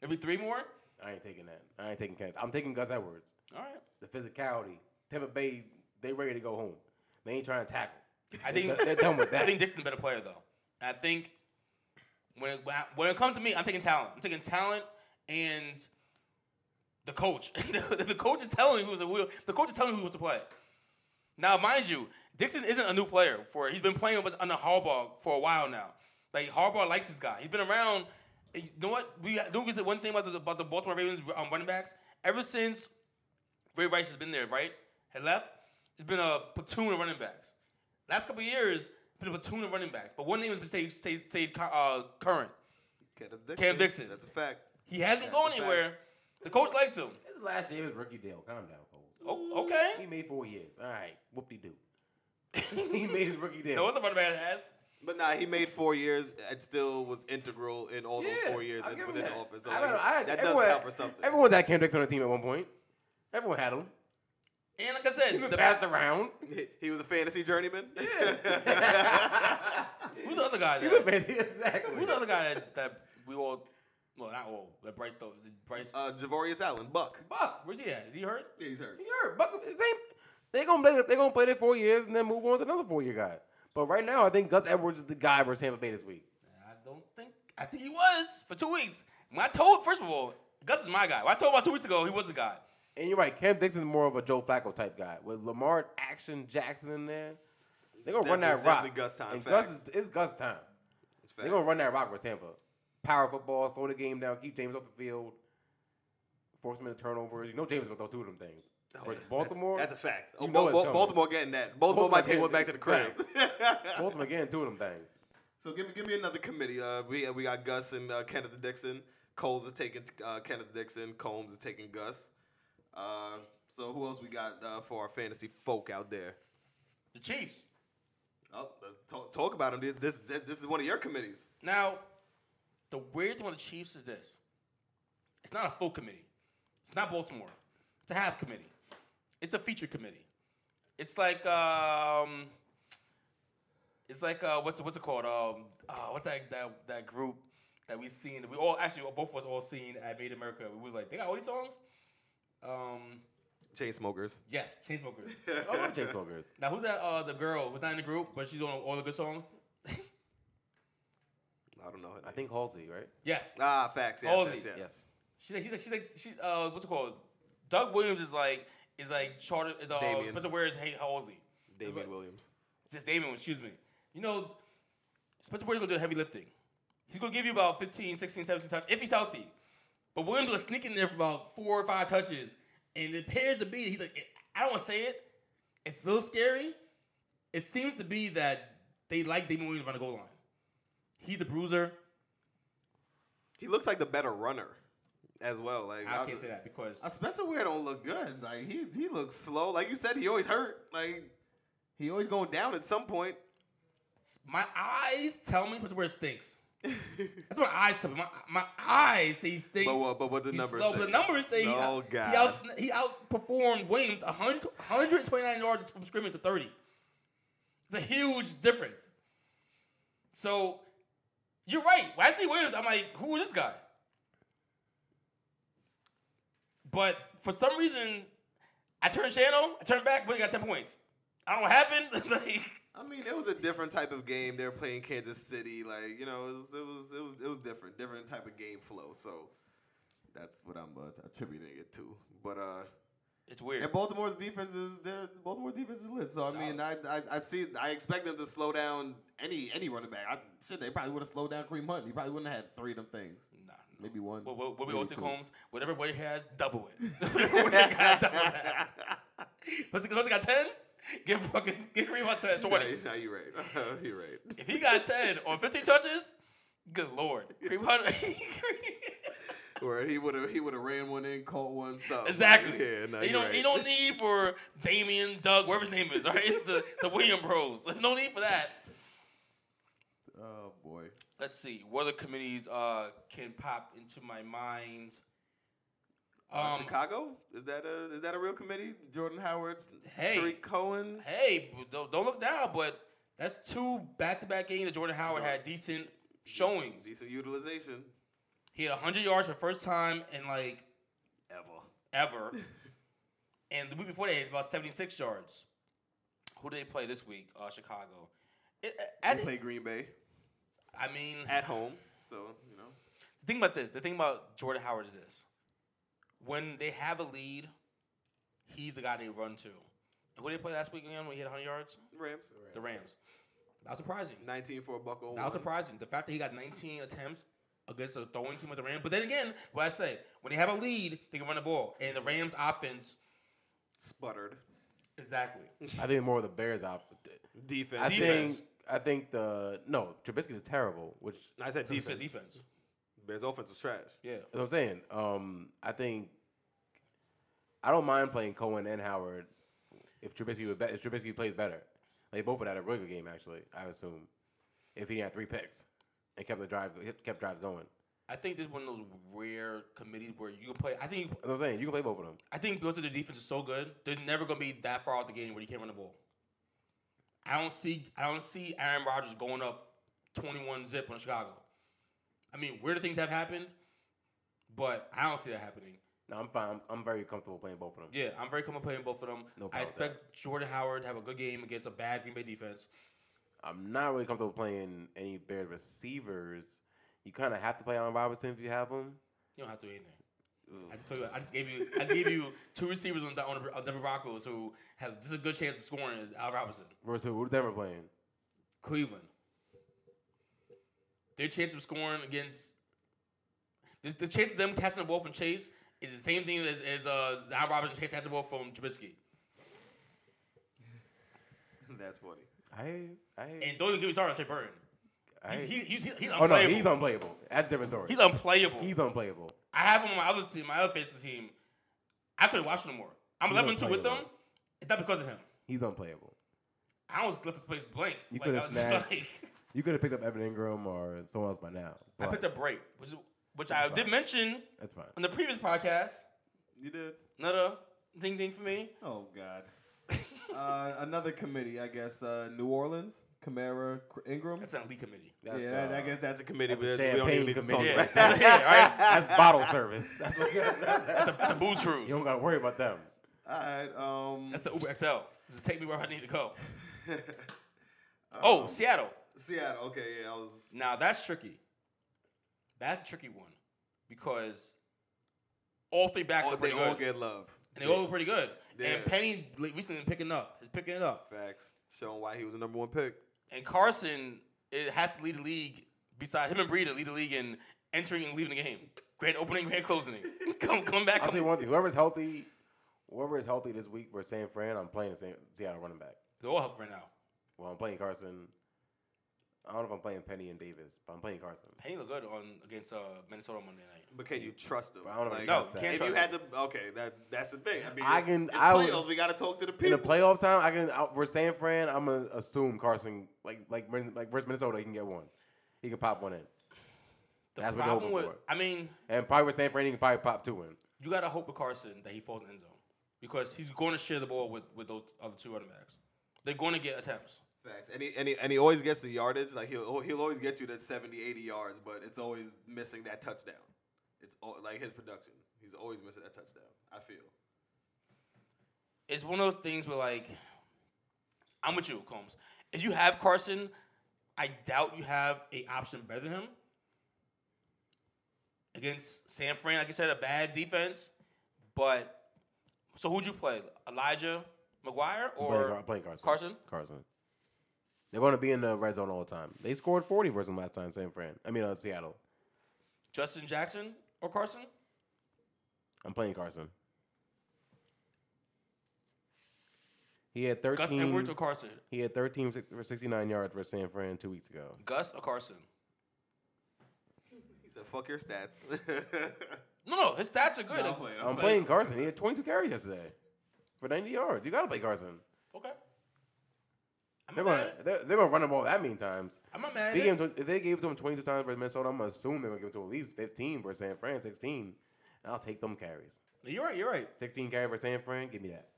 Speaker 6: Maybe three more?
Speaker 5: I ain't taking that. I ain't taking Kenneth. I'm taking Gus Edwards.
Speaker 6: All right.
Speaker 5: The physicality. Tampa Bay, they ready to go home. They ain't trying to tackle.
Speaker 6: I think
Speaker 5: They're done with that.
Speaker 6: I think Dixon's a better player though. And I think when it, when, I- when it comes to me, I'm taking talent. I'm taking talent and the coach. the coach is telling who's who, the coach is telling who wants to play. Now, mind you, Dixon isn't a new player. For he's been playing with under Harbaugh for a while now. Like Harbaugh likes this guy. He's been around. and You know what? We don't we said one thing about the about the Baltimore Ravens um, running backs. Ever since Ray Rice has been there, right? Had left. It's been a platoon of running backs. Last couple of years, been a platoon of running backs, but one name has been stayed, stayed, stayed cu- uh, current.
Speaker 4: Cam Dixon.
Speaker 6: Cam Dixon.
Speaker 4: That's a fact.
Speaker 6: He hasn't
Speaker 4: That's
Speaker 6: gone
Speaker 4: a fact.
Speaker 6: anywhere. The coach likes him.
Speaker 5: This is last year of his rookie deal. Calm down, Cole.
Speaker 6: O- okay.
Speaker 5: He made four years. All right, whoop de doo. he made his rookie deal.
Speaker 6: No other running back has.
Speaker 4: But nah, he made four years and still was integral in all those
Speaker 5: Yeah,
Speaker 4: four years
Speaker 5: I'll
Speaker 4: and
Speaker 5: give him
Speaker 4: within the
Speaker 5: that.
Speaker 4: offense. So
Speaker 5: I
Speaker 4: like,
Speaker 5: don't know, I-
Speaker 4: that
Speaker 5: everyone,
Speaker 4: does count for something.
Speaker 5: Everyone's had Cam Dixon on the team at one point. Everyone had him.
Speaker 6: And like I
Speaker 5: He
Speaker 6: said,
Speaker 5: been
Speaker 6: the,
Speaker 5: passed around.
Speaker 4: he was a fantasy journeyman.
Speaker 6: who's the other guy?
Speaker 5: He's
Speaker 6: that-
Speaker 5: a man. Exactly.
Speaker 6: Who's the other guy that, that we all, well, not all, but Bryce, though, Bryce,
Speaker 4: uh, Javorius Allen, Buck.
Speaker 5: Buck.
Speaker 6: where's he at? Is he hurt?
Speaker 4: Yeah, he's hurt.
Speaker 5: He hurt. Buck. Same. They gonna play. They gonna play their four years and then move on to another four year guy. But right now, I think Gus Edwards is the guy versus Tampa Bay this week.
Speaker 6: I don't think, I think he was for two weeks. When I told, first of all, Gus is my guy. When I told him about two weeks ago, he was the guy.
Speaker 5: And you're right. Cam Dixon's more of a Joe Flacco type guy with Lamar Action Jackson in there. They gonna run that
Speaker 4: Definitely-
Speaker 5: rock.
Speaker 4: definitely Gus time,
Speaker 5: And Gus is,
Speaker 4: facts.
Speaker 5: it's Gus time.
Speaker 4: It's
Speaker 5: They gonna
Speaker 4: facts.
Speaker 5: run that rock with Tampa. Power football, slow the game down, keep James off the field, force him into turnovers. You know James is gonna throw two of them things. But Baltimore,
Speaker 4: Oh, That's a fact. Oh,
Speaker 5: You know
Speaker 4: Bal-
Speaker 5: it's
Speaker 4: Bal-
Speaker 5: coming.
Speaker 4: Baltimore getting that. Baltimore,
Speaker 5: Baltimore
Speaker 4: might take
Speaker 5: getting
Speaker 4: one back to
Speaker 5: it.
Speaker 4: the crib.
Speaker 5: Baltimore again, two of them things.
Speaker 4: so give me give me another committee. Uh, we we got Gus and uh, Kenneth Dixon. Coles is taking uh, Kenneth Dixon. Combs is taking Gus. Uh, so who else we got uh, for our fantasy folk out there?
Speaker 6: The Chiefs.
Speaker 4: Oh, let's talk, talk about him. This, this this is one of your committees.
Speaker 6: Now, the weird thing about the Chiefs is this: it's not a full committee. It's not Baltimore. It's a half committee. It's a feature committee. It's like um, it's like uh, what's what's it called? Um, uh, what's that that that group that we seen? We all actually both of us all seen at Made in America. We was like, they got all these songs. Um,
Speaker 4: Chain smokers.
Speaker 6: yes, Chainsmokers.
Speaker 5: I love James Bogers.
Speaker 6: now who's that? Uh, the girl who's not in the group, but she's on all the good songs.
Speaker 4: I don't know. her
Speaker 5: I
Speaker 4: name.
Speaker 5: think Halsey, right?
Speaker 6: yes.
Speaker 4: Ah, facts. Yes,
Speaker 6: Halsey.
Speaker 4: yes, yes.
Speaker 5: Yes.
Speaker 6: She's like, she's like, she's like, she, uh, what's it called? Doug Williams is like, is like charter, is, uh,
Speaker 4: Damian.
Speaker 6: Spencer Ware's Hey Halsey.
Speaker 4: Damien
Speaker 6: like-
Speaker 4: Williams.
Speaker 6: It's just Damien, excuse me. You know, Spencer Ware's gonna do the heavy lifting. He's gonna give you about 15, 16, 17 touches if he's healthy. But Williams gonna sneak in there for about four or five touches, and it appears to be he's like, I don't want to say it. It's a little scary. It seems to be that they like Damien Williams on the goal line. He's the bruiser.
Speaker 4: He looks like the better runner as well. Like
Speaker 6: I can't say that because
Speaker 4: Uh, Spencer Ware don't look good. Like he he looks slow. Like you said, he always hurt. Like he always going down at some point.
Speaker 6: My eyes tell me where it stinks. That's what my eyes tell me. My, my eyes say he stinks.
Speaker 4: But what- but what the
Speaker 6: He's
Speaker 4: numbers
Speaker 6: slow,
Speaker 4: say.
Speaker 6: but the numbers say he,
Speaker 4: Oh,
Speaker 6: out,
Speaker 4: God.
Speaker 6: he, out, he outperformed Williams 100, 129 yards from scrimmage to 30. It's a huge difference. So you're right. When I see Williams, I'm like, who is this guy? But for some reason, I turn channel, I turn back, but he got 10 points. I don't know what happened. like,
Speaker 4: I mean, it was a different type of game. They were playing Kansas City. Like you know, it was it was it was it was different, different type of game flow. So that's what I'm uh, attributing it to. But uh,
Speaker 6: it's weird.
Speaker 4: and Baltimore's defense is their Baltimore's defense is lit. So I mean, I, I I see. I expect them to slow down any any running back. I, shit, they probably would have slowed down Kareem Hunt. He probably wouldn't have had three of them things.
Speaker 6: Nah, no.
Speaker 4: Maybe one.
Speaker 6: What, what, what we
Speaker 4: maybe
Speaker 6: always say,
Speaker 4: two.
Speaker 6: Combs, whatever Wade has, double it. Whatever Wade got, double that. Plus, he got 10, give fucking, give Kareem Hunt 10, 20.
Speaker 4: No, you're right. you're right.
Speaker 6: If he got 10 on 15 touches, good lord. Kareem Hunt.
Speaker 4: Where he would have he would have ran one in, caught one, something.
Speaker 6: exactly.
Speaker 4: Yeah, no,
Speaker 6: they
Speaker 4: you're
Speaker 6: don't,
Speaker 4: right.
Speaker 6: they don't need for Damien, Doug, whatever his name is, all right? The, the William Bros. No need for that.
Speaker 4: Oh boy.
Speaker 6: Let's see. What other committees uh, can pop into my mind?
Speaker 4: Uh,
Speaker 6: Um,
Speaker 4: Chicago is that a is that a real committee? Jordan Howard,
Speaker 6: Hey.
Speaker 4: Tariq Cohen.
Speaker 6: hey, but don't, don't look down, but that's two back-to-back games that Jordan Howard had decent showings.
Speaker 4: decent utilization.
Speaker 6: He had 100 yards for the first time in like
Speaker 4: Ever.
Speaker 6: ever, and the week before that, he was about 76 yards. Who did they play this week? Uh, Chicago. It, I,
Speaker 4: They play Green Bay
Speaker 6: I mean,
Speaker 4: at home, so you know.
Speaker 6: the thing about this, the thing about Jordan Howard is this: when they have a lead, he's the guy they run to. And who did they play last week again when he had 100 yards?
Speaker 4: Rams.
Speaker 6: The Rams. That was surprising.
Speaker 4: Nineteen for a buckle.
Speaker 6: That was surprising. The fact that he got 19 attempts against a throwing team with the Rams. But then again, what I say, when they have a lead, they can run the ball. And the Rams offense,
Speaker 4: sputtered.
Speaker 6: exactly.
Speaker 5: I think more of the Bears out.
Speaker 4: Defense.
Speaker 5: I
Speaker 6: Defense.
Speaker 5: think I think the no Trubisky is terrible, which
Speaker 4: I said
Speaker 6: He said
Speaker 4: defense.
Speaker 6: defense.
Speaker 4: Bears offense was trash.
Speaker 6: Yeah.
Speaker 5: that's what I'm saying. Um, I think I don't mind playing Cohen and Howard if Trubisky would be, if Trubisky plays better. They both would have had a really good game actually. I assume if he had three picks and kept the drive kept drives going.
Speaker 6: I think this is one of those rare committees where you can play. I think
Speaker 5: That's what I'm saying. You can play both of them.
Speaker 6: I think because of the defense is so good, they're never gonna be that far out the game where you can't run the ball. I don't see I don't see Aaron Rodgers going up twenty one zip on Chicago. I mean, weird things have happened, but I don't see that happening.
Speaker 5: No, I'm fine. I'm, I'm very comfortable playing both of them.
Speaker 6: Yeah, I'm very comfortable playing both of them.
Speaker 5: No problem
Speaker 6: I
Speaker 5: with that.
Speaker 6: expect Jordan Howard to have a good game against a bad Green Bay defense.
Speaker 5: I'm not really comfortable playing any Bears receivers. You kind of have to play Allen Robinson if you have him.
Speaker 6: You don't have to do anything. I just, told you, I just gave you I just gave you two receivers on the on the on Denver Broncos who have just a good chance of scoring is Al Robinson.
Speaker 5: Versus who Denver playing?
Speaker 6: Cleveland. Their chance of scoring against the, the chance of them catching the ball from Chase is the same thing as, as uh Allen Robinson Chase catching the ball from Trubisky.
Speaker 4: That's funny.
Speaker 5: I I
Speaker 6: And don't even get me started on Trey Burton.
Speaker 5: I.
Speaker 6: He, he, he's, he's
Speaker 5: oh no,
Speaker 6: unplayable.
Speaker 5: he's unplayable. That's a different story.
Speaker 6: He's unplayable.
Speaker 5: He's unplayable.
Speaker 6: I have him on my other team, my other faces team. I couldn't watch him more. I'm
Speaker 5: He's
Speaker 6: 11 2 with them.
Speaker 5: unplayable.
Speaker 6: It's not because of him.
Speaker 5: He's unplayable.
Speaker 6: I almost left this place blank.
Speaker 5: You
Speaker 6: like,
Speaker 5: coulda
Speaker 6: I was
Speaker 5: snatched-
Speaker 6: just like,
Speaker 5: You could have picked up Evan Ingram or someone else by now.
Speaker 6: I
Speaker 5: but
Speaker 6: picked up Bray, which, is- which I did
Speaker 5: fine.
Speaker 6: mention
Speaker 5: That's fine.
Speaker 6: on the previous podcast.
Speaker 4: You did.
Speaker 6: Another ding ding for me.
Speaker 4: Oh God. uh, another committee, I guess. Uh, New Orleans, Kamara, Cr- Ingram.
Speaker 6: That's an elite committee.
Speaker 5: That's,
Speaker 4: yeah, that, I
Speaker 5: uh,
Speaker 4: guess that's a committee.
Speaker 5: that's a
Speaker 4: but we don't even
Speaker 5: champagne
Speaker 4: need to talk
Speaker 5: committee.
Speaker 4: about
Speaker 6: Yeah,
Speaker 4: it.
Speaker 6: that's, yeah, right?
Speaker 5: That's bottle service. That's what.
Speaker 6: That's a, that's a booze cruise.
Speaker 5: you don't gotta worry about them.
Speaker 4: All right. Um,
Speaker 6: That's the Uber XL. Just take me where I need to go. oh, Seattle.
Speaker 4: Seattle. Okay, yeah, I was.
Speaker 6: Now that's tricky. That's a tricky one because all three backs
Speaker 4: All,
Speaker 6: are
Speaker 4: they
Speaker 6: pretty
Speaker 4: all
Speaker 6: good,
Speaker 4: get love.
Speaker 6: and they all look pretty good.
Speaker 4: Yeah.
Speaker 6: And Penny like, recently been picking up. He's picking it up.
Speaker 4: facts showing why he was the number one pick.
Speaker 6: And Carson it has to lead the league. Besides him and Breida lead the league in entering and leaving the game. Grand opening, grand closing. come, come back.
Speaker 5: I'll
Speaker 6: Come.
Speaker 5: say one thing. Whoever's healthy, whoever is healthy this week for San Fran, I'm playing the San, Seattle running back.
Speaker 6: They're all healthy right now.
Speaker 5: Well, I'm playing Carson. I don't know if I'm playing Penny and Davis, but I'm playing Carson.
Speaker 6: Penny looked good on against uh, Minnesota on Monday night.
Speaker 4: But can you trust him?
Speaker 5: I don't know if
Speaker 4: Like,
Speaker 5: I trust
Speaker 6: no,
Speaker 5: that.
Speaker 6: can't
Speaker 4: if you had to, okay, that that's the thing. I mean,
Speaker 5: I can-
Speaker 4: It's
Speaker 5: I would-
Speaker 4: playoffs. we got to talk to the
Speaker 5: In
Speaker 4: people.
Speaker 5: the playoff time, I can out for San Fran. I'm gonna assume Carson, like like Min- like versus Minnesota, he can get one. He can pop one in,
Speaker 6: The
Speaker 5: That's what they're
Speaker 6: problem
Speaker 5: hoping
Speaker 6: with,
Speaker 5: for.
Speaker 6: I mean,
Speaker 5: and probably with San Fran, he can probably pop two in.
Speaker 6: you gotta hope with Carson that he falls in the end zone because he's going to share the ball with, with those other two running backs. They're going to get attempts.
Speaker 4: Facts. And he, and, he, and he always gets the yardage. Like he'll he'll always get you that 70, 80 yards, but it's always missing that touchdown. It's all, like his production. He's always missing that touchdown. I feel.
Speaker 6: It's one of those things where like, I'm with you, Combs. If you have Carson, I doubt you have a option better than him against San Fran. Like you said, a bad defense, but so who'd you play? Elijah
Speaker 5: I'm playing,
Speaker 6: McGuire
Speaker 5: Car-
Speaker 6: or
Speaker 5: I'm playing Carson.
Speaker 6: Carson?
Speaker 5: Carson. They're going to be in the red zone all the time. They scored 40 versus them last time, San Fran. I mean, uh, Seattle.
Speaker 6: Justin Jackson or Carson?
Speaker 5: I'm playing Carson. He had 13.
Speaker 6: Gus Edwards or Carson?
Speaker 5: He had 13 six- for 69 yards versus San Fran two weeks ago.
Speaker 6: Gus or Carson?
Speaker 4: He said, "Fuck your stats."
Speaker 6: No, no, his stats are good.
Speaker 4: I'm
Speaker 6: Like,
Speaker 4: playing.
Speaker 5: I'm playing Carson. He had 22 carries yesterday for 90 yards. You got to play Carson.
Speaker 6: Okay. I'm
Speaker 5: They're
Speaker 6: not
Speaker 5: going
Speaker 6: mad.
Speaker 5: to they're, they're gonna run the ball that many times.
Speaker 6: I'm not mad.
Speaker 5: They
Speaker 6: at
Speaker 5: gave
Speaker 6: it.
Speaker 5: him, tw- if they gave it to him 22 times versus Minnesota, I'm going to assume they're going to give it to him at least 15 versus San Fran, 16. And I'll take them carries.
Speaker 6: You're right. You're right.
Speaker 5: 16 carry for San Fran, give me that.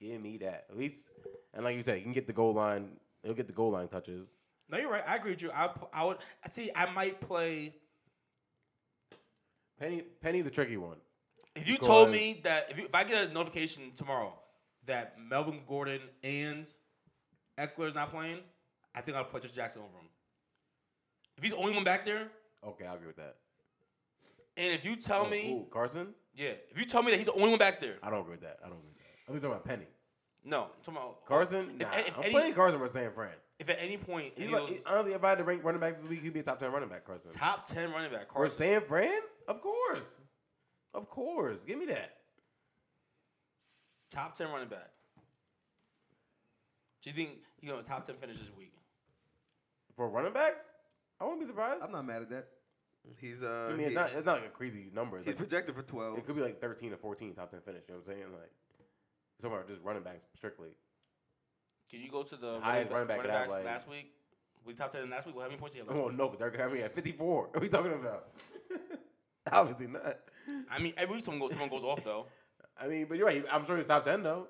Speaker 5: Give me that. At least, and like you said, he can get the goal line. He'll get the goal line touches.
Speaker 6: No, you're right. I agree with you. I, p- I would I see. I might play.
Speaker 5: Penny, Penny, the tricky one.
Speaker 6: If you
Speaker 5: Go
Speaker 6: told
Speaker 5: ahead.
Speaker 6: me that if, you, if I get a notification tomorrow that Melvin Gordon and Eckler's not playing, I think I'll play Justin Jackson over him. If he's the only one back there,
Speaker 5: Okay, I agree with that.
Speaker 6: and if you tell me,
Speaker 5: Ooh, Carson.
Speaker 6: yeah, if you tell me that he's the only one back there,
Speaker 5: I don't agree with that. I don't agree with that. I'm just talking about Penny.
Speaker 6: no, I'm talking about
Speaker 5: Carson.
Speaker 6: If,
Speaker 5: Nah,
Speaker 6: if,
Speaker 5: I'm
Speaker 6: any,
Speaker 5: playing Carson for San Fran.
Speaker 6: if at any point,
Speaker 5: He's
Speaker 6: any
Speaker 5: like-
Speaker 6: of those
Speaker 5: he- uh, honestly, if I had to rank running backs this week, he'd be a top ten running back. Carson.
Speaker 6: top ten running back,
Speaker 5: Or
Speaker 6: Carson.
Speaker 5: San Fran? Of course, of course. Give me that.
Speaker 6: Top ten running back. Do you think he's gonna top ten finish this week?
Speaker 5: for running backs. I wouldn't be surprised.
Speaker 4: I'm not mad at that. He's uh,
Speaker 5: I mean, it's
Speaker 4: he-
Speaker 5: not it's not like a crazy number. It's
Speaker 4: he's
Speaker 5: like,
Speaker 4: projected for 12.
Speaker 5: it could be like 13 or 14 top 10 finish. You know what I'm saying? Like, we're talking about just running backs strictly.
Speaker 6: Can you go to the
Speaker 5: highest running back could have,
Speaker 6: backs
Speaker 5: like-
Speaker 6: last week? We top ten last week. Well, how many points did he have? last
Speaker 5: Oh
Speaker 6: week?
Speaker 5: no, Derek Henry at 54. What are we talking about? Obviously not.
Speaker 6: I mean, every week someone goes, someone goes off though.
Speaker 5: I mean, but you're right. I'm sure he's top 10 though.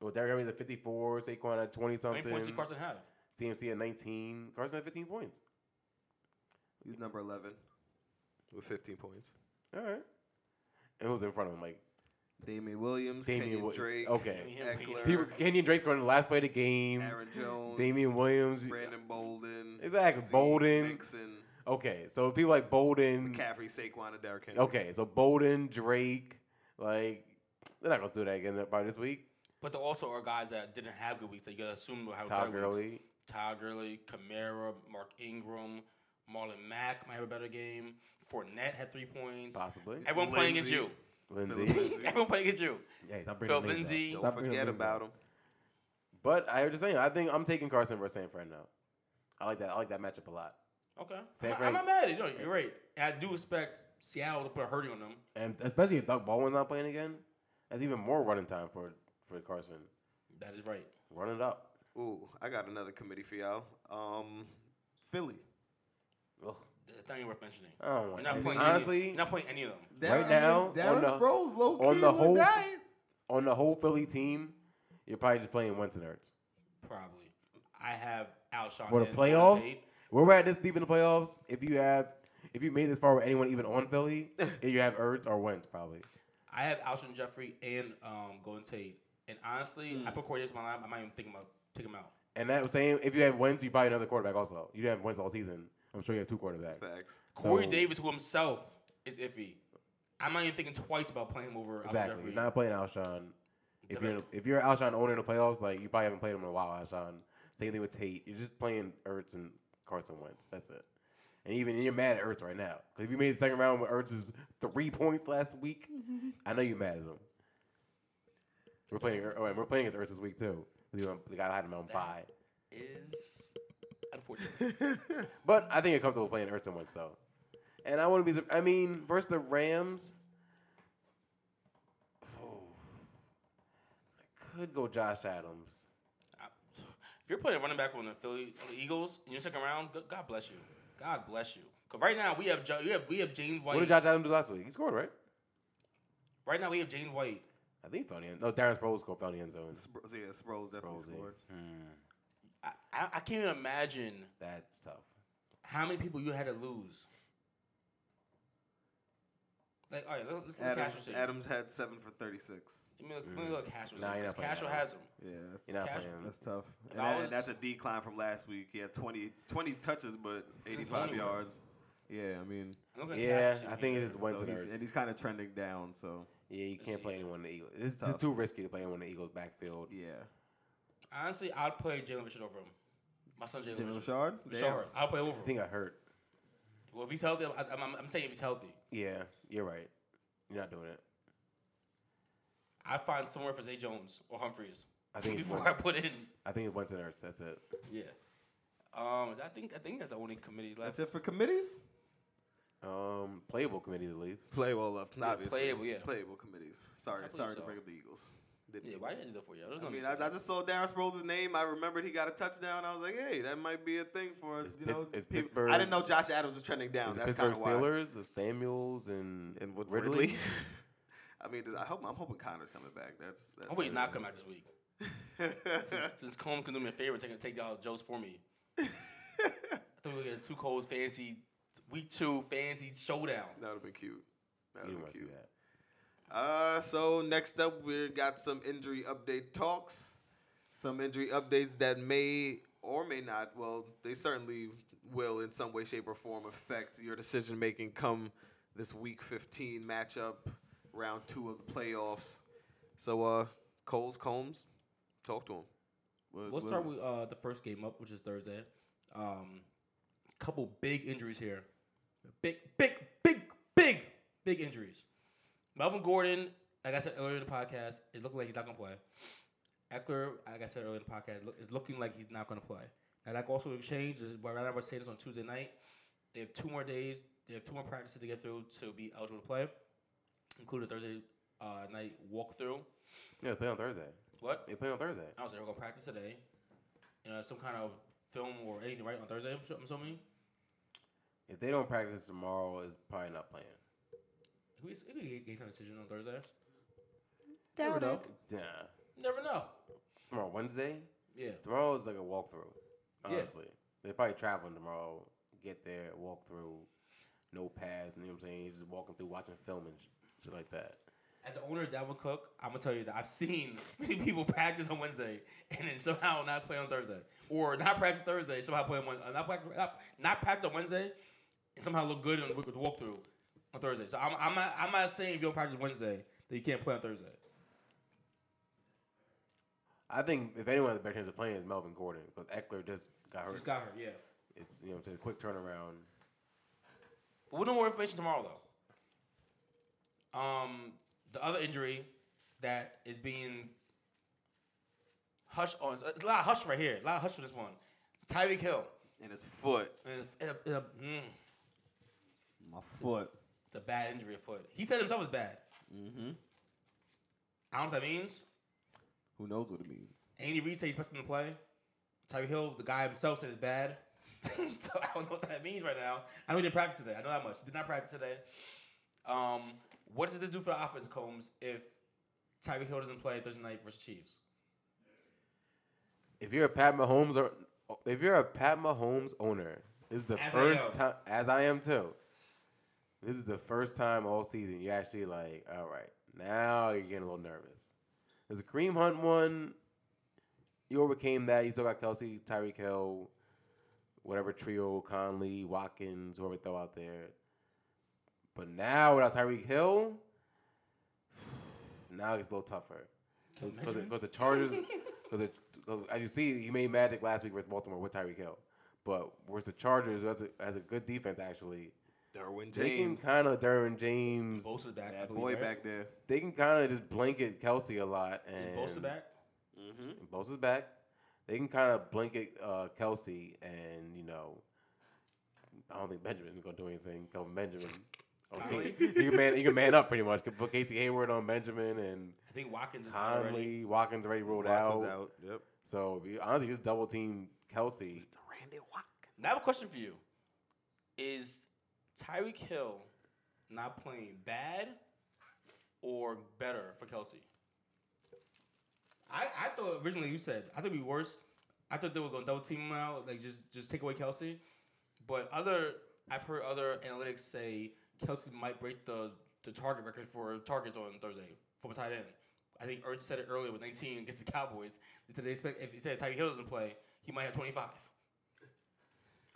Speaker 5: Well, Derrick Henry's at 54, Saquon at 20
Speaker 6: How many points did
Speaker 5: something,
Speaker 6: Carson have?
Speaker 5: CMC at 19, Carson at 15 points.
Speaker 4: He's number 11 with 15 points.
Speaker 5: All right. And who's in front of him? Like
Speaker 4: Damian Williams,
Speaker 5: Damian
Speaker 4: Kenyon
Speaker 5: Wi-
Speaker 4: Drake,
Speaker 5: okay.
Speaker 4: Eckler,
Speaker 5: people, Kenyon Drake's going to the last play of the game.
Speaker 4: Aaron Jones,
Speaker 5: Damian Williams.
Speaker 4: Brandon Bolden,
Speaker 5: Exactly,
Speaker 4: Zeke,
Speaker 5: Bolden.
Speaker 4: Mixon,
Speaker 5: Okay, so people like Bolden.
Speaker 4: McCaffrey, Saquon, and Derrick Henry.
Speaker 5: Okay, so Bolden, Drake, like they're not gonna do that again by this week.
Speaker 6: But there also are guys that didn't have good weeks. That you gotta assume will have
Speaker 5: Todd
Speaker 6: better weeks.
Speaker 5: Gurley.
Speaker 6: Todd Gurley, Kamara, Mark Ingram, Marlon Mack might have a better game. Fournette had three points.
Speaker 5: Possibly.
Speaker 6: Everyone playing against you.
Speaker 4: Lindsey.
Speaker 5: Lindsey.
Speaker 6: Everyone playing against you.
Speaker 5: yeah, stop
Speaker 6: Phil
Speaker 5: bringing names up.
Speaker 6: Lindsey.
Speaker 4: Don't
Speaker 5: Stop bringing
Speaker 4: forget
Speaker 5: names
Speaker 4: about
Speaker 5: up.
Speaker 4: him.
Speaker 5: But I was just saying, I think I'm taking Carson versus San Fran now. I like that. I like that matchup a lot.
Speaker 6: Okay.
Speaker 5: San
Speaker 6: I'm, not-
Speaker 5: Fran-
Speaker 6: I'm not mad at it. No, you're right. And I do expect Seattle to put a hurting on them.
Speaker 5: And especially if Doug Baldwin's not playing again, that's even more running time for for Carson.
Speaker 6: That is right.
Speaker 5: Run it up.
Speaker 4: Ooh, I got another committee for y'all. Um, Philly.
Speaker 5: Ugh.
Speaker 6: That's not even worth mentioning.
Speaker 5: I don't
Speaker 6: You're
Speaker 5: want
Speaker 6: not
Speaker 5: it.
Speaker 6: playing
Speaker 5: Honestly,
Speaker 6: any, you're not playing any of them.
Speaker 5: Right now, on
Speaker 4: Darren
Speaker 5: the-
Speaker 4: Sproles low key
Speaker 5: on the whole-
Speaker 4: died.
Speaker 5: on the whole Philly team, you're probably just playing Wentz and Hurts.
Speaker 6: Probably. I have Alshon
Speaker 5: for the
Speaker 6: and
Speaker 5: playoffs.
Speaker 6: Tate.
Speaker 5: Where we're at this deep in the playoffs, if you have if you made this far with anyone even on Philly, if you have Ertz or Wentz probably.
Speaker 6: I have Alshon Jeffrey and um, Golden Tate. And honestly, I put Corey Davis in my lineup. I might even think about taking him out.
Speaker 5: And that was saying if you have Wentz, you probably another quarterback also. You didn't have Wentz all season. I'm sure you have two quarterbacks.
Speaker 4: Facts.
Speaker 6: Corey
Speaker 5: So-
Speaker 6: Davis, who himself is iffy. I'm not even thinking twice about playing him over Alshon
Speaker 5: Exactly.
Speaker 6: Jeffrey.
Speaker 5: You're not playing Alshon. If
Speaker 6: Then
Speaker 5: you're if you're Alshon owner in the playoffs, like you probably haven't played him in a while, Alshon. Same thing with Tate. You're just playing Ertz and Carson Wentz. That's it. And even and you're mad at Ertz right now. Because if you made the second round with Ertz's three points last week, I know you're mad at him. We're playing. Oh, and we're playing against Ertz this week too. The guy- the guy had him on bye.
Speaker 6: is unfortunate.
Speaker 5: But I think you're comfortable playing Ertz and Wentz though. And I wouldn't be. sur- I mean, versus the Rams, I could go Josh Adams.
Speaker 6: I- if you're playing running back on the Philly on the Eagles in your second round, go- God bless you. God bless you. Because right now we have, Jo- we have we have James
Speaker 5: What did
Speaker 6: White.
Speaker 5: Josh Adams do last week? He scored, right?
Speaker 6: right now we have James White.
Speaker 5: I think he found the end. No, Darren Sproles scored found the end zone.
Speaker 4: Spro- yeah, Sproles definitely
Speaker 5: Sproles, yeah.
Speaker 4: scored.
Speaker 6: I, I, I can't even imagine
Speaker 5: That's tough.
Speaker 6: how many people you had to lose. Like, all right, let- let's look at Cashel.
Speaker 4: Adams,
Speaker 6: shit.
Speaker 4: Adams had seven for 36.
Speaker 6: Let me look, let me look at Cashel.
Speaker 5: Mm. Nah, you're not playing
Speaker 6: Cashel
Speaker 5: Adams.
Speaker 6: has him.
Speaker 4: Yeah,
Speaker 5: You're not
Speaker 4: that's,
Speaker 6: Cash-
Speaker 5: playing.
Speaker 4: that's tough. And,
Speaker 6: I
Speaker 4: that-
Speaker 6: was-
Speaker 4: that's a decline from last week. He had 20, 20 touches, but 85
Speaker 6: anywhere.
Speaker 4: yards. Yeah, I mean,
Speaker 6: I'm looking at
Speaker 5: Yeah,
Speaker 6: Cashel
Speaker 5: I
Speaker 6: shit
Speaker 5: think
Speaker 6: here.
Speaker 5: it's just Wentz
Speaker 4: so
Speaker 5: and
Speaker 4: he's, and he's
Speaker 5: Ertz.
Speaker 4: kind of trending down. So
Speaker 5: Yeah, you can't play anyone in the Eagles. It's
Speaker 4: tough.
Speaker 5: just too risky to play anyone in the Eagles backfield.
Speaker 4: yeah,
Speaker 6: Honestly, I'd play Jalen Richard over him. My son Jalen
Speaker 4: Jalen
Speaker 6: Richard.
Speaker 4: Richard.
Speaker 6: Richard. I'll play over
Speaker 5: I
Speaker 6: him.
Speaker 5: think I hurt.
Speaker 6: Well, if he's healthy, I'm, I'm, I'm- I'm saying if he's healthy.
Speaker 5: Yeah, you're right. You're not doing it.
Speaker 6: I'd find somewhere for Zay Jones or Humphreys
Speaker 5: I think it's
Speaker 6: before
Speaker 5: one,
Speaker 6: I put in.
Speaker 5: I think it's Wentz and Ertz. That's it.
Speaker 6: Yeah. Um, I think I think that's the only committee
Speaker 4: That's
Speaker 6: left.
Speaker 4: it for committees.
Speaker 5: Um, playable committees at least.
Speaker 4: Playable left, obviously.
Speaker 6: playable, yeah.
Speaker 4: Playable committees. Sorry,
Speaker 6: believe
Speaker 4: sorry
Speaker 6: so.
Speaker 4: to bring up the Eagles. Didn't
Speaker 6: yeah,
Speaker 4: mean
Speaker 6: why
Speaker 4: to.
Speaker 6: did I do that for you? There's no
Speaker 4: I mean,
Speaker 6: need
Speaker 4: I,
Speaker 6: for
Speaker 4: I
Speaker 6: that.
Speaker 4: just saw Darren Sproles' name. I remembered he got a touchdown. I was like, hey, that might be a thing for us.
Speaker 5: It's
Speaker 4: you
Speaker 5: Pitts-
Speaker 4: know,
Speaker 5: it's
Speaker 4: people-
Speaker 5: Pittsburgh-
Speaker 4: I didn't know Josh Adams was trending down.
Speaker 5: Is it
Speaker 4: That's
Speaker 5: Pittsburgh
Speaker 4: kind of why.
Speaker 5: Steelers, the Samuels, and
Speaker 4: And with Ridley.
Speaker 5: Ridley.
Speaker 4: I mean, does- I hope I'm hoping Connor's coming back. That's, that's
Speaker 6: I hope he's not coming out this week. Since,
Speaker 4: back.
Speaker 6: since Cone can do me a favor and take, take out Joe's for me. I think we're going to get two Cole's fancy, week two fancy showdown.
Speaker 4: that would have been cute. That
Speaker 5: You
Speaker 4: would have
Speaker 5: don't want to
Speaker 4: been cute.
Speaker 5: see that.
Speaker 4: Uh, so next up, we got some injury update talks, some injury updates that may or may not. Well, they certainly will, in some way, shape, or form, affect your decision making come this Week 15 matchup, round two of the playoffs. So, uh, Coles Combs, talk to him. What-
Speaker 6: Let's
Speaker 4: what-
Speaker 6: start with uh, the first game up, which is Thursday. Um, couple big injuries here. Big, big, big, big, big injuries. Melvin Gordon, like I said earlier in the podcast, is looking like he's not going to play. Eckler, like I said earlier in the podcast, look, is looking like he's not going to play. And like also exchange is but I was saying this on Tuesday night. They have two more days. They have two more practices to get through to be eligible to play, including a Thursday uh, night walkthrough.
Speaker 5: Yeah, they play on Thursday.
Speaker 6: What?
Speaker 5: They play on Thursday.
Speaker 6: I was like, we're gonna practice today. You know, some kind of film or anything, right? On Thursday, I'm, su- I'm assuming.
Speaker 5: If they don't practice tomorrow, it's probably not playing.
Speaker 6: Can we, can we get, get a decision on Thursday?
Speaker 1: Doubt
Speaker 6: know.
Speaker 1: it.
Speaker 5: Yeah.
Speaker 6: Never know.
Speaker 5: Tomorrow Wednesday.
Speaker 6: Yeah.
Speaker 5: Tomorrow is like a walkthrough.
Speaker 6: Yeah.
Speaker 5: Honestly, they're probably traveling tomorrow. Get there, walk through, no pads. You know what I'm saying? You're just walking through, watching film and sh- shit like that.
Speaker 6: As the owner of Davin Cook, I'm gonna tell you that I've seen many people practice on Wednesday and then somehow not play on Thursday, or not practice Thursday, somehow play on Wednesday, not, prac- not, not practice on Wednesday, and somehow look good on the walkthrough on Thursday. So I'm, I'm not I'm not saying if you don't practice Wednesday that you can't play on Thursday.
Speaker 5: I think if anyone has a better chance of playing is Melvin Gordon because Eckler just got hurt.
Speaker 6: Just got hurt, yeah.
Speaker 5: it's you know what I'm saying quick turnaround.
Speaker 6: But we'll know more information tomorrow though. Um, the other injury that is being hush on, it's a lot of hush right here, a lot of hush for this one. Tyreek Hill.
Speaker 4: And his foot.
Speaker 6: And it's- and a- and a- mm,
Speaker 4: My foot.
Speaker 6: It's a bad injury of foot. He said himself it's bad.
Speaker 4: Mm-hmm.
Speaker 6: I don't know what that means.
Speaker 4: Who knows what it means?
Speaker 6: Andy Reid said he expects him to play. Tyreek Hill, the guy himself, said it's bad. so I don't know what that means right now. I know he didn't practice today. I know that much. Did not practice today. Um, what does this do for the offense, Combs, if Tyreek Hill doesn't play Thursday night versus Chiefs?
Speaker 5: If you're a Pat Mahomes or if you're a Pat Mahomes owner, this is the
Speaker 6: As I
Speaker 5: first
Speaker 6: am.
Speaker 5: time as I am too. This is the first time all season you actually like, all right, now you're getting a little nervous. There's a Kareem Hunt one. You overcame that. You still got Kelsey, Tyreek Hill, whatever trio, Conley, Watkins, whoever throw out there. But now without Tyreek Hill, now it's a little tougher. Because the, 'cause the Chargers, because as you see, he made magic last week versus Baltimore with Tyreek Hill. But versus the Chargers, who has a, has a good defense actually.
Speaker 4: Derwin
Speaker 5: They can
Speaker 4: James.
Speaker 5: kind of Derwin James.
Speaker 6: Bosa's back, I
Speaker 4: That
Speaker 6: believe,
Speaker 4: boy
Speaker 6: right?
Speaker 4: back there.
Speaker 5: They can kind of just blanket Kelsey a lot.
Speaker 6: Is
Speaker 5: And
Speaker 6: Bosa back?
Speaker 4: Mm-hmm.
Speaker 5: and Bosa's back. They can kind of blanket uh, Kelsey and you know, I don't think Benjamin's gonna do anything. Kelvin Benjamin, I don't think-
Speaker 6: Conley?
Speaker 5: he can man, he can man up pretty much. Could Put Casey Hayward on Benjamin and
Speaker 6: I think Watkins is out already.
Speaker 5: Conley, Watkins already ruled out.
Speaker 4: Watson's out. Yep.
Speaker 5: So if you, honestly, just double team Kelsey.
Speaker 6: Now I have a question for you. Is Tyreek Hill not playing bad or better for Kelsey? I, I thought originally you said I thought it'd be worse. I thought they were gonna double team him out, like just just take away Kelsey. But other I've heard other analytics say Kelsey might break the the target record for targets on Thursday from a tight end. I think Urge said it earlier with 19 against the Cowboys. They said they expect if he said Tyreek Hill doesn't play, he might have 25.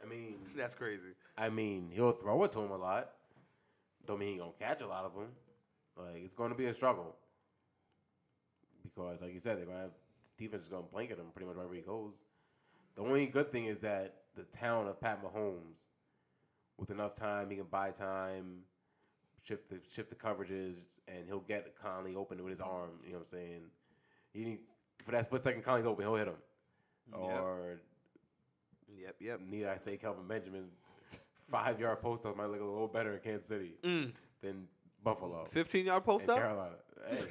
Speaker 5: I mean,
Speaker 4: That's crazy.
Speaker 5: I mean, he'll throw it to him a lot. Don't mean he gonna catch a lot of them. Like it's gonna be a struggle because, like you said, they're gonna have the defense is gonna blanket him pretty much wherever he goes. The only good thing is that the talent of Pat Mahomes, with enough time, he can buy time, shift the shift the coverages, and he'll get Conley open with his arm. You know what I'm saying? He need, for that split second Conley's open, he'll hit him. Or
Speaker 4: Yep, yep.
Speaker 5: need I say Kelvin Benjamin five yard post up might look a little better in Kansas City than Buffalo.
Speaker 4: 15 yard post
Speaker 5: and
Speaker 4: up?
Speaker 5: Carolina.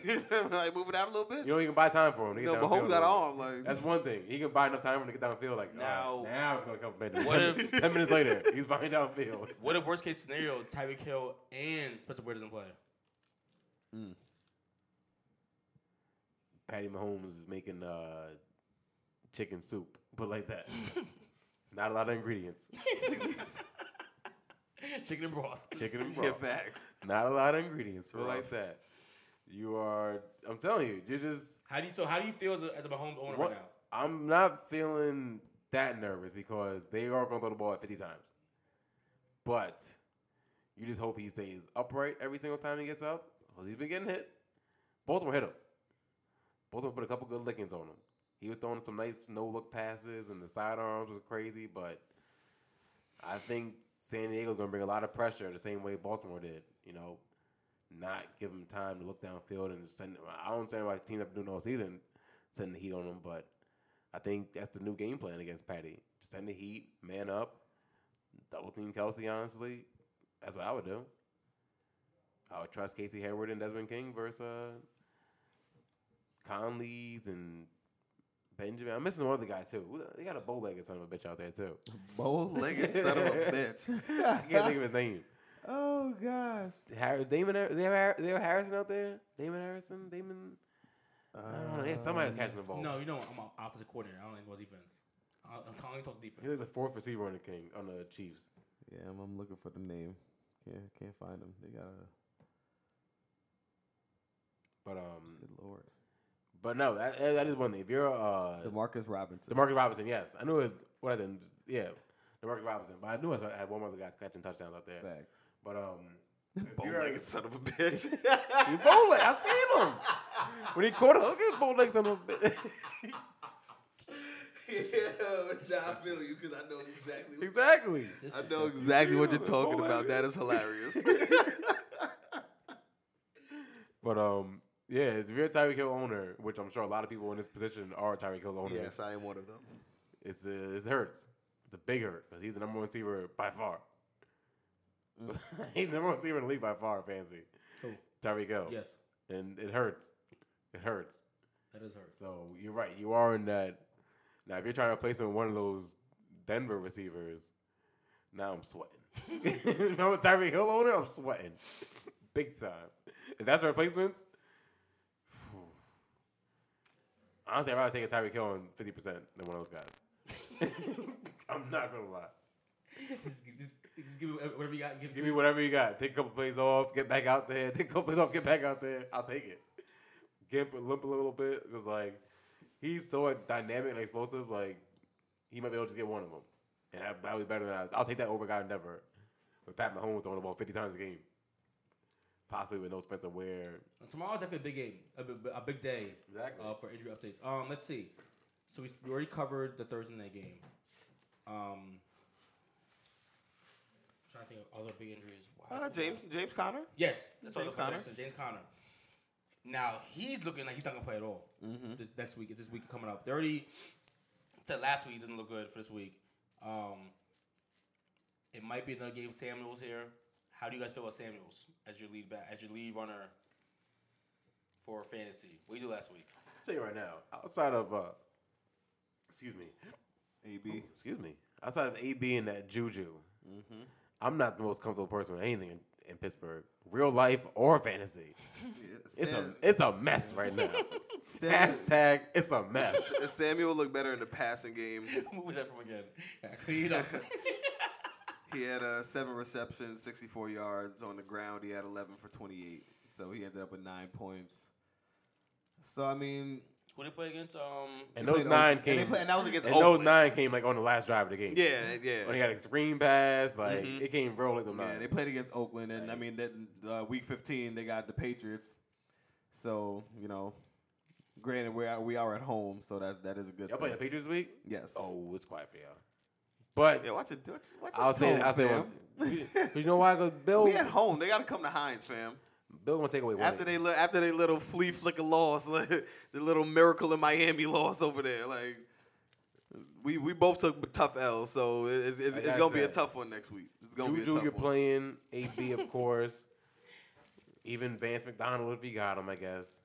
Speaker 5: Hey,
Speaker 4: like, move it out a little bit?
Speaker 5: you don't even buy time for him. to
Speaker 4: You
Speaker 5: get
Speaker 4: know,
Speaker 5: downfield
Speaker 4: Mahomes got
Speaker 5: a
Speaker 4: an arm.
Speaker 5: little.
Speaker 4: Like,
Speaker 5: That's one thing. He can buy enough time for him to get downfield. Like now,
Speaker 6: Now-
Speaker 5: now we're gonna Kelvin Benjamin.
Speaker 6: What
Speaker 5: ten,
Speaker 6: if-
Speaker 5: min- ten minutes later, he's buying downfield.
Speaker 6: What if worst case scenario, Tyreek Hill and Spencer Ware doesn't play?
Speaker 5: Patty Mahomes is making uh, chicken soup, but like that. Not a lot of ingredients.
Speaker 6: Chicken and broth.
Speaker 5: Chicken and
Speaker 4: yeah,
Speaker 5: broth.
Speaker 4: facts.
Speaker 5: Not a lot of ingredients, but
Speaker 4: Rough.
Speaker 5: like that. You are. I'm telling you, you're just.
Speaker 6: How do you so how do you feel as a, as a Mahomes owner
Speaker 5: What-
Speaker 6: right now?
Speaker 5: I'm not feeling that nervous because they are going to throw the ball at 50 times. But you just hope he stays upright every single time he gets up because he's been getting hit. Baltimore hit him. Baltimore put a couple good lickings on him. He was throwing some nice no look passes and the sidearms was crazy, but I think San Diego's going to bring a lot of pressure the same way Baltimore did. You know, not give him time to look downfield and send. I don't understand why teams have been doing all season sending the heat on him, but I think that's the new game plan against Patty. Send the heat, man up, double team Kelsey. Honestly, that's what I would do. I would trust Casey Hayward and Desmond King versus uh, Conley's and Benjamin. I'm missing one other guy too. Who's that- They got a bow legged son of a bitch out there too.
Speaker 4: Bow-legged son of a bitch.
Speaker 5: I can't think of his name.
Speaker 1: Oh gosh.
Speaker 5: Harris, Damon, Har- they have, Har- they have Harrison out there. Damon Harrison, Damon. I don't know. Yeah, Somebody's catching the ball.
Speaker 6: No, you know what? I'm an offensive coordinator. I don't think about defense. I, I only talk
Speaker 5: he was
Speaker 6: defense.
Speaker 5: the fourth receiver on the King on the Chiefs.
Speaker 1: Yeah, I'm, I'm looking for the name. Can't can't find them. They got a
Speaker 5: But um,
Speaker 1: good lord.
Speaker 5: but no, that, that that is one thing. If you're uh,
Speaker 4: Demarcus Robinson.
Speaker 5: Demarcus Robinson, yes, I knew it was what I did. Yeah, Demarcus Robinson. But I knew I had one other guy catching touchdowns out there.
Speaker 1: Facts.
Speaker 5: But um,
Speaker 4: Bow-legged son of a bitch.
Speaker 5: He bowling. I seen him. When he caught it, look at his bow legs on him.
Speaker 4: yeah, nah, I feel you because I know exactly. What
Speaker 5: exactly.
Speaker 4: I know exactly what you're talking about. That is hilarious.
Speaker 5: But um, yeah, if you're a Tyreek Hill owner, which I'm sure a lot of people in this position are Tyreek Hill owners,
Speaker 4: yes, I am one of them.
Speaker 5: it's uh, it hurts. It's a big hurt because he's the number one receiver by far. he's the number one receiver in the league by far, fancy.
Speaker 6: Who?
Speaker 5: Tyreek Hill.
Speaker 6: Yes,
Speaker 5: And it hurts. It hurts.
Speaker 6: that is hurt.
Speaker 5: So you're right. You are in that. Now, if you're trying to replace him with one of those Denver receivers, now I'm sweating. if I'm a Tyreek Hill owner, I'm sweating. Big time. If that's replacements, phew. honestly, I'd rather take a Tyreek Hill on 50% than one of those guys. I'm not going to lie.
Speaker 6: just, just, just give me whatever you got. Give it
Speaker 5: Give
Speaker 6: to
Speaker 5: me whatever you got. Take a couple plays off, get back out there. Take a couple plays off, get back out there. I'll take it. Gimp limp a little bit because like he's so dynamic and explosive. Like he might be able to just get one of them, and that that would be better than I, I'll take that over guy Never with Pat Mahomes throwing the ball fifty times a game, possibly with no Spencer Ware.
Speaker 6: Tomorrow's definitely a big game, a, bi- a big day
Speaker 5: Exactly.
Speaker 6: uh, for injury updates. Um, let's see. So we, s- we already covered the Thursday night game. Um, I'm trying to think of other big injuries. Wow.
Speaker 4: Uh, James James Conner.
Speaker 6: Yes, that's James
Speaker 4: James
Speaker 6: Conner.
Speaker 4: Conner.
Speaker 6: James Conner. Now he's looking like he's not gonna play at all this next week. This week coming up, they already said last week he doesn't look good for this week. Um, it might be another game. Samuels here. How do you guys feel about Samuels as your lead back, as your lead runner for fantasy? What you do last week?
Speaker 5: I'll tell you right now, outside of uh, excuse me,
Speaker 4: AB.
Speaker 5: excuse me, outside of AB and that Juju,
Speaker 4: Mm-hmm.
Speaker 5: I'm not the most comfortable person with anything in, in Pittsburgh, real life or fantasy. It's a it's a mess right now. Hashtag it's a mess.
Speaker 4: Samuel looked better in the passing game.
Speaker 6: What was that from again? Yeah, clean it up.
Speaker 4: He had uh, seven receptions, 64 yards on the ground. He had 11 for 28, so he ended up with nine points. So I mean,
Speaker 6: Who they play against? Um,
Speaker 5: And
Speaker 4: They
Speaker 5: those
Speaker 4: played Oak-
Speaker 5: nine
Speaker 4: and they
Speaker 5: came.
Speaker 4: play- and that was against
Speaker 5: and those
Speaker 4: Oakland.
Speaker 5: nine came like on the last drive of the game.
Speaker 4: yeah,
Speaker 5: When he
Speaker 4: yeah,
Speaker 5: got a screen pass, like it came real like them
Speaker 4: yeah.
Speaker 5: nine.
Speaker 4: They played against Oakland, and I mean, that uh, week 15 they got the Patriots. So you know, granted we are we are at home, so that that is a good.
Speaker 5: Y'all play the
Speaker 4: thing.
Speaker 5: Patriots this week?
Speaker 4: Yes.
Speaker 5: Oh, it's quiet for y'all. But
Speaker 4: yeah. Watch it. Watch, watch
Speaker 5: I'll
Speaker 4: your
Speaker 5: say
Speaker 4: tone,
Speaker 5: I'll say
Speaker 4: fam.
Speaker 5: one. You you know why? Because Bill
Speaker 4: We at home. They got to come to Heinz, fam.
Speaker 5: Bill gonna take away one.
Speaker 4: After they li- after they little flea flicker loss, the little miracle in Miami loss over there, like we we both took tough L's, so it's, it's,
Speaker 5: Like
Speaker 4: it's
Speaker 5: I
Speaker 4: gonna be a
Speaker 5: said,
Speaker 4: tough one next week. It's gonna be a
Speaker 5: Juju,
Speaker 4: tough
Speaker 5: you're
Speaker 4: one.
Speaker 5: playing. AB, of course. Even Vance McDonald, if he got him, I guess.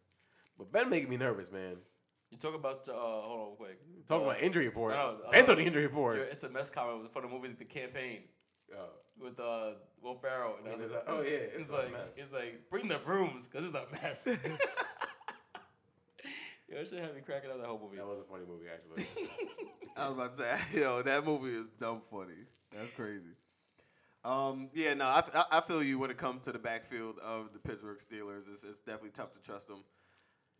Speaker 5: But Ben making me nervous, man.
Speaker 6: you talk about the, uh, hold on real quick.
Speaker 5: Talking
Speaker 6: Uh,
Speaker 5: about injury report.
Speaker 6: no, no,
Speaker 5: Ben's
Speaker 6: uh,
Speaker 5: on the injury
Speaker 6: your
Speaker 5: report.
Speaker 6: It's a mess comment from the movie The Campaign.
Speaker 5: Oh.
Speaker 6: with uh, Will Ferrell. And
Speaker 5: And
Speaker 6: I was
Speaker 5: it's like, oh, yeah, it's
Speaker 6: it's
Speaker 5: a
Speaker 6: like
Speaker 5: mess.
Speaker 6: it's like bring the brooms because it's a mess. Yo, it should have me cracking up that whole movie.
Speaker 5: That was a funny movie, actually.
Speaker 4: I was about to say, yo, that movie is dumb funny. That's crazy. Um, yeah, no, I, f- I- I feel you when it comes to the backfield of the Pittsburgh Steelers. It's, it's definitely tough to trust them.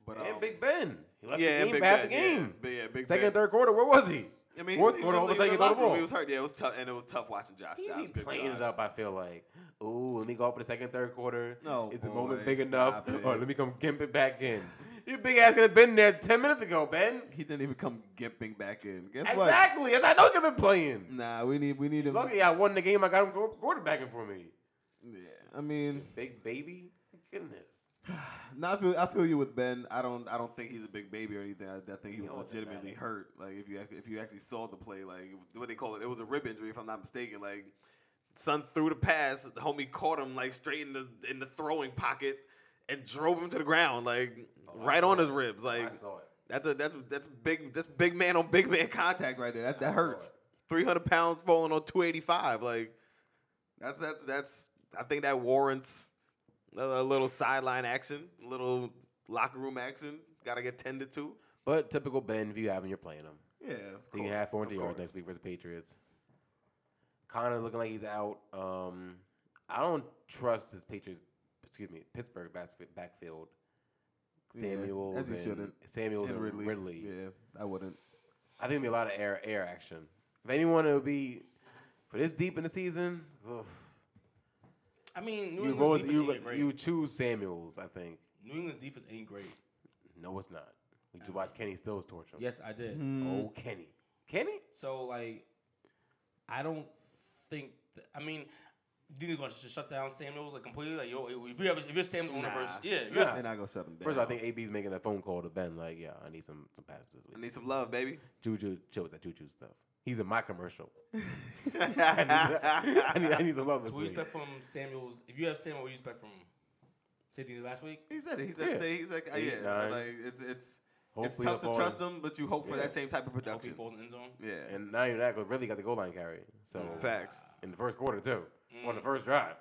Speaker 4: But um,
Speaker 5: and Big Ben. He left
Speaker 4: yeah,
Speaker 5: the
Speaker 4: and
Speaker 5: game
Speaker 4: Big
Speaker 5: for half the
Speaker 4: Ben, yeah.
Speaker 5: game.
Speaker 4: But yeah, Big
Speaker 5: Second
Speaker 4: Ben.
Speaker 5: and third quarter, where was he?
Speaker 4: I mean,
Speaker 5: Fourth
Speaker 4: he
Speaker 5: quarter, all
Speaker 4: was,
Speaker 5: the
Speaker 4: he was
Speaker 5: time he
Speaker 4: in
Speaker 5: throw the
Speaker 4: locker room,
Speaker 5: ball.
Speaker 4: He was hurt. Yeah, it was tough, and it was tough watching Josh. Dobbs.
Speaker 5: He be
Speaker 4: Good
Speaker 5: playing
Speaker 4: God.
Speaker 5: it up, I feel like. Ooh, let me go up for the second, third quarter.
Speaker 4: No,
Speaker 5: Is the moment
Speaker 4: boy,
Speaker 5: big enough?
Speaker 4: stop it.
Speaker 5: Or let me come gimp it back in. Your big ass could have been there 10 minutes ago, Ben.
Speaker 4: He didn't even come gimping back in. Guess what?
Speaker 5: Exactly. As I know you've been playing.
Speaker 4: Nah, we need we need him.
Speaker 5: Lucky I won the game. I got him quarterbacking for me.
Speaker 4: Yeah, I mean,
Speaker 5: Big baby. Goodness.
Speaker 4: No, I feel I feel you with Ben. I don't I don't think he's a big baby or anything. I, I think he was legitimately hurt. Like if you act- if you actually saw the play, like what they call it, it was a rib injury if I'm not mistaken. Like son threw the pass, the homie caught him like straight in the in the throwing pocket and drove him to the ground like
Speaker 5: Oh,
Speaker 4: right on his ribs. Like
Speaker 5: saw it.
Speaker 4: that's a that's that's big that's big man on big man contact right there. That that hurts. Three hundred pounds falling on two eighty five. Like that's that's that's I think that warrants a, a little sideline action, a little locker room action. Got to get tended to.
Speaker 5: But typical Ben, if you have him, you're playing him.
Speaker 4: Yeah, of
Speaker 5: He
Speaker 4: course.
Speaker 5: can have 400
Speaker 4: of
Speaker 5: yards
Speaker 4: course.
Speaker 5: next week versus the Patriots. Connor looking like he's out. Um, I don't trust this Patriots, excuse me, Pittsburgh bas- backfield.
Speaker 4: Yeah,
Speaker 5: Samuels
Speaker 4: as you
Speaker 5: and
Speaker 4: shouldn't.
Speaker 5: Samuels and
Speaker 4: And
Speaker 5: Ridley.
Speaker 4: Yeah, I wouldn't.
Speaker 5: I think it'll be a lot of air air action. If anyone, it would be for this deep in the season. oof.
Speaker 6: I mean, New
Speaker 5: you
Speaker 6: England's
Speaker 5: roll-
Speaker 6: defense
Speaker 5: you,
Speaker 6: ain't great.
Speaker 5: you choose Samuels, I think.
Speaker 6: New England's defense ain't great.
Speaker 5: No, it's not. We
Speaker 4: Uh-huh.
Speaker 5: just watch Kenny Stills torture him.
Speaker 6: Yes, I did.
Speaker 5: Oh, Kenny. Kenny?
Speaker 6: So like, I don't think. Th- I mean, do you think going to shut down Samuels like completely? Like, yo, if you have if you're Samuels owner
Speaker 4: Nah.
Speaker 6: versus yeah, if
Speaker 5: Nah.
Speaker 6: you're-
Speaker 4: They're not gonna shut him down.
Speaker 5: First of all, I think AB's making a phone call to Ben, like, yeah, I need some, some passes this
Speaker 4: I
Speaker 5: week.
Speaker 4: need some love, baby.
Speaker 5: Juju, chill with that Juju stuff. He's in my commercial. I, need, I, need, I need some love this
Speaker 6: so what you
Speaker 5: week.
Speaker 6: expect from Samuels? If you have Samuel, what you expect from? Say the last week.
Speaker 4: He said it. He said,
Speaker 5: Yeah.
Speaker 4: say, he's like, uh,
Speaker 5: Eight,
Speaker 4: yeah,
Speaker 5: nine.
Speaker 4: like it's it's it's
Speaker 5: Hopefully
Speaker 4: tough to
Speaker 5: they'll fall
Speaker 4: trust him, but you hope for
Speaker 5: Yeah.
Speaker 4: that same type of
Speaker 6: Hopefully
Speaker 4: production.
Speaker 6: he falls in the end zone.
Speaker 4: Yeah,
Speaker 5: And not even that, because really got the goal line carry. So
Speaker 4: Mm. facts. Mm.
Speaker 5: in the first quarter too, on the first drive.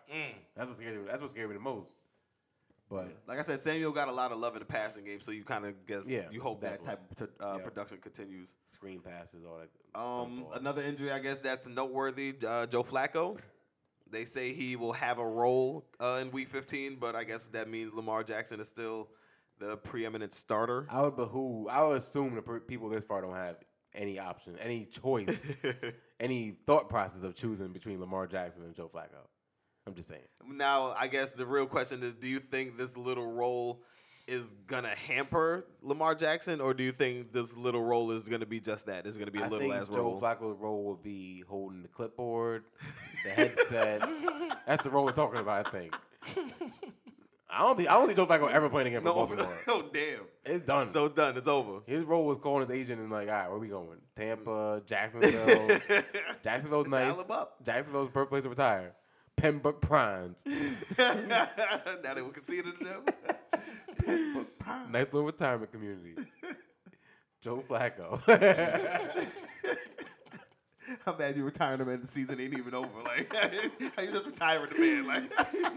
Speaker 5: That's what scared me. That's what scared me the most. But
Speaker 4: Like I said, Samuel got a lot of love in the passing game, so you kind of guess,
Speaker 5: Yeah,
Speaker 4: you hope that type
Speaker 5: definitely.
Speaker 4: of t- uh,
Speaker 5: Yeah.
Speaker 4: production continues.
Speaker 5: screen passes, all that.
Speaker 4: Um,
Speaker 5: dump ball.
Speaker 4: another injury, I guess that's noteworthy. Uh, Joe Flacco. They say he will have a role uh, in Week 15, but I guess that means Lamar Jackson is still the preeminent starter.
Speaker 5: I would behoove. I would assume the per- people this far don't have any option, any choice, any thought process of choosing between Lamar Jackson and Joe Flacco. I'm just saying.
Speaker 4: Now, I guess the real question is: Do you think this little role is gonna hamper Lamar Jackson, or do you think this little role is gonna be just that? It's gonna be a
Speaker 5: I
Speaker 4: little
Speaker 5: think
Speaker 4: ass
Speaker 5: Joe
Speaker 4: role.
Speaker 5: Flacco's role would be holding the clipboard, the headset. That's the role we're talking about. I think. I don't think I don't think Joe Flacco ever playing again for
Speaker 4: no,
Speaker 5: Baltimore.
Speaker 4: oh damn!
Speaker 5: It's done.
Speaker 4: So it's done. It's over.
Speaker 5: His role was calling his agent and like, all right, where we going? Tampa, Jacksonville. Jacksonville's nice.
Speaker 4: Dial 'em up.
Speaker 5: Jacksonville's the perfect place to retire. Pembroke Pines.
Speaker 4: now they will concede to them.
Speaker 5: nice little retirement community. Joe Flacco.
Speaker 4: How bad you retiring him and the season ain't even over. Like how you just retiring the man? Like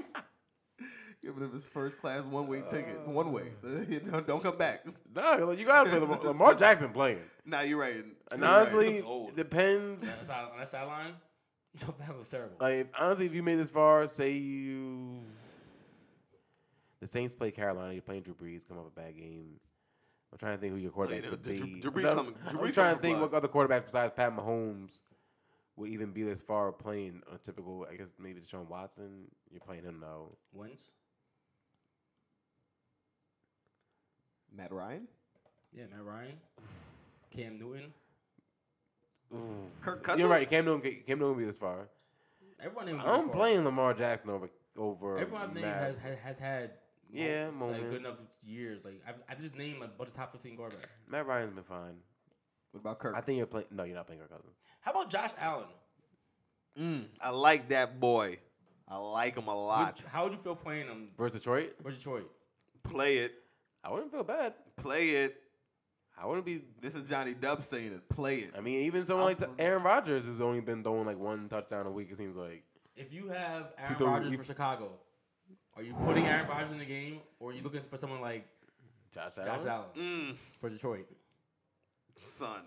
Speaker 4: giving him his first class one way ticket, one way. don't, don't come back.
Speaker 5: no, like, you gotta play Lamar, Lamar Jackson playing.
Speaker 4: Nah, you're right.
Speaker 5: And
Speaker 4: You're right.
Speaker 5: honestly,
Speaker 6: Looks old.
Speaker 5: it depends.
Speaker 6: That's how- On that sideline, Joe Flacco was terrible.
Speaker 5: Like if, honestly, if you made this far, say you the Saints play Carolina, you're playing Drew Brees, come up a bad game. I'm trying to think who your quarterback
Speaker 4: you know,
Speaker 5: would
Speaker 4: Drew-
Speaker 5: be.
Speaker 4: Drew Brees
Speaker 5: I'm-
Speaker 4: coming- Drew
Speaker 5: I'm
Speaker 4: Brees coming
Speaker 5: trying
Speaker 4: for
Speaker 5: to think
Speaker 4: blood.
Speaker 5: what other quarterbacks besides Pat Mahomes would even be this far playing a typical. I guess maybe Deshaun Watson. You're playing him though.
Speaker 6: Wins.
Speaker 4: Matt Ryan,
Speaker 6: Yeah, Matt Ryan, Cam Newton.
Speaker 4: Kirk Cousins.
Speaker 5: You're right. Cam Newton. Cam Newton would be this far.
Speaker 6: Everyone in
Speaker 5: I'm playing Lamar Jackson over over.
Speaker 6: Everyone I've named
Speaker 5: Matt.
Speaker 6: has, has has had
Speaker 5: Yeah,
Speaker 6: moments, like, good
Speaker 5: moments.
Speaker 6: enough years. Like I've, I just named a bunch of top fifteen quarterbacks.
Speaker 5: Matt Ryan's been fine.
Speaker 4: What about Kirk?
Speaker 5: I think you're playing. No, you're not playing Kirk Cousins.
Speaker 6: How about Josh Allen?
Speaker 4: I like that boy. I like him a
Speaker 6: Would,
Speaker 4: lot.
Speaker 6: how would you feel playing him
Speaker 5: Versus Detroit,
Speaker 6: versus Detroit?
Speaker 4: Play it.
Speaker 5: I wouldn't feel bad.
Speaker 4: Play it.
Speaker 5: I wouldn't be
Speaker 4: This is Johnny Dub saying it. Play it.
Speaker 5: I mean, even someone
Speaker 4: I'm
Speaker 5: like t-
Speaker 4: feeling the
Speaker 5: Aaron Rodgers has only been throwing like one touchdown a week. It seems like
Speaker 6: If you have Aaron
Speaker 5: though,
Speaker 6: Rodgers
Speaker 5: you-
Speaker 6: for Chicago, are you putting Aaron Rodgers in the game, or are you looking for someone like
Speaker 5: Josh Allen.
Speaker 6: Josh Allen
Speaker 4: Mm.
Speaker 6: for Detroit?
Speaker 4: son.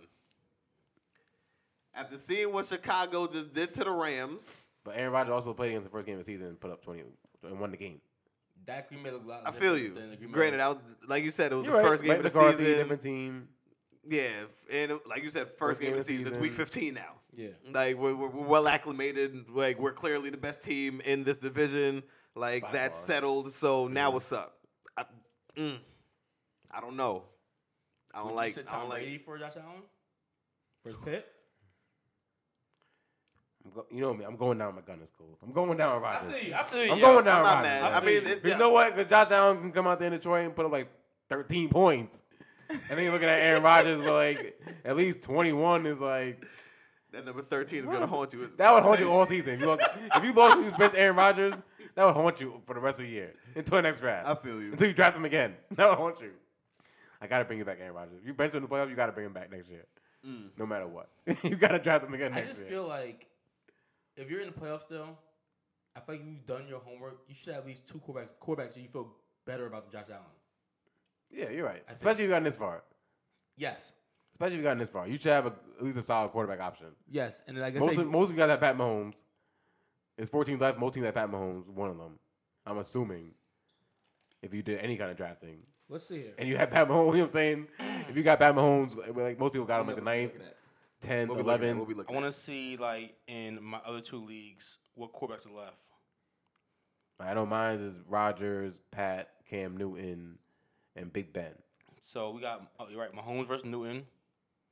Speaker 4: After seeing what Chicago just did to the Rams,
Speaker 5: But Aaron Rodgers also played against the first game of the season and put up twenty and won the game.
Speaker 6: That Green Bay looked a lot.
Speaker 4: I feel
Speaker 6: different
Speaker 4: you.
Speaker 6: than the Green Bay.
Speaker 4: Granted, I was, like you said, it was
Speaker 5: You're
Speaker 4: the
Speaker 5: right.
Speaker 4: first game
Speaker 5: Mike
Speaker 4: of the
Speaker 5: McCarthy,
Speaker 4: season.
Speaker 5: different team.
Speaker 4: Yeah, f- and it- like you said, first, game, of the season. It's week 15 now.
Speaker 6: Yeah.
Speaker 4: Like we're, we're, we're well acclimated. Like we're clearly the best team in this division. Like that's
Speaker 5: far.
Speaker 4: settled. So now what's up? I, mm, I don't know. I don't
Speaker 6: Would you
Speaker 4: like.
Speaker 6: sit
Speaker 4: I
Speaker 6: Tom
Speaker 4: don't like.
Speaker 6: Brady for Josh Allen versus Pitt.
Speaker 5: I'm go, you know me. I'm going down with my Gunners, Coles. I'm going down with
Speaker 6: I
Speaker 5: Rodgers.
Speaker 6: feel you. I feel you.
Speaker 5: I'm
Speaker 6: yo.
Speaker 5: going down
Speaker 4: I'm not
Speaker 5: Rodgers.
Speaker 4: mad. I
Speaker 5: feel
Speaker 4: mean, it-
Speaker 5: you know what? Because Josh Allen can come out there in Detroit and put up like 13 points. And then you're looking at Aaron Rodgers, but like at least 21 is like
Speaker 4: That number thirteen is gonna haunt you. It's-
Speaker 5: that would haunt you all season. If you lost, if you lost to this bench Aaron Rodgers, that would haunt you for the rest of the year until the next draft.
Speaker 4: I feel you.
Speaker 5: Until you draft him again, that would haunt you. I gotta bring you back, Aaron Rodgers. If you bench him in the playoff, you gotta bring him back next year,
Speaker 4: Mm.
Speaker 5: no matter what. you gotta draft him again
Speaker 6: I
Speaker 5: next
Speaker 6: just
Speaker 5: year.
Speaker 6: feel like if you're in the playoffs still, I feel like you've done your homework. You should have at least two quarterbacks, quarterbacks that you feel better about than Josh Allen.
Speaker 5: yeah, you're right.
Speaker 6: think-
Speaker 5: Especially if you gotten this far.
Speaker 6: Yes,
Speaker 5: Especially if you gotten this far, you should have a, at least a solid quarterback option.
Speaker 6: yes, and like I
Speaker 5: Most
Speaker 6: say,
Speaker 5: of, most of you guys have Pat Mahomes. It's four teams left. Most teams have Pat Mahomes. One of them, I'm assuming. If you did any kind of drafting,
Speaker 6: let's see here.
Speaker 5: and you had Pat Mahomes, you know what I'm saying? If you got Pat Mahomes, like- like most people got him like the ninth, tenth,
Speaker 4: We'll be looking at-
Speaker 5: eleventh.
Speaker 4: We'll be
Speaker 6: I
Speaker 4: looking.
Speaker 6: want to see like in my other two leagues what quarterbacks are left.
Speaker 5: I know mine is Rogers, Pat, Cam Newton, and Big Ben.
Speaker 6: So we got oh you're right, Mahomes versus Newton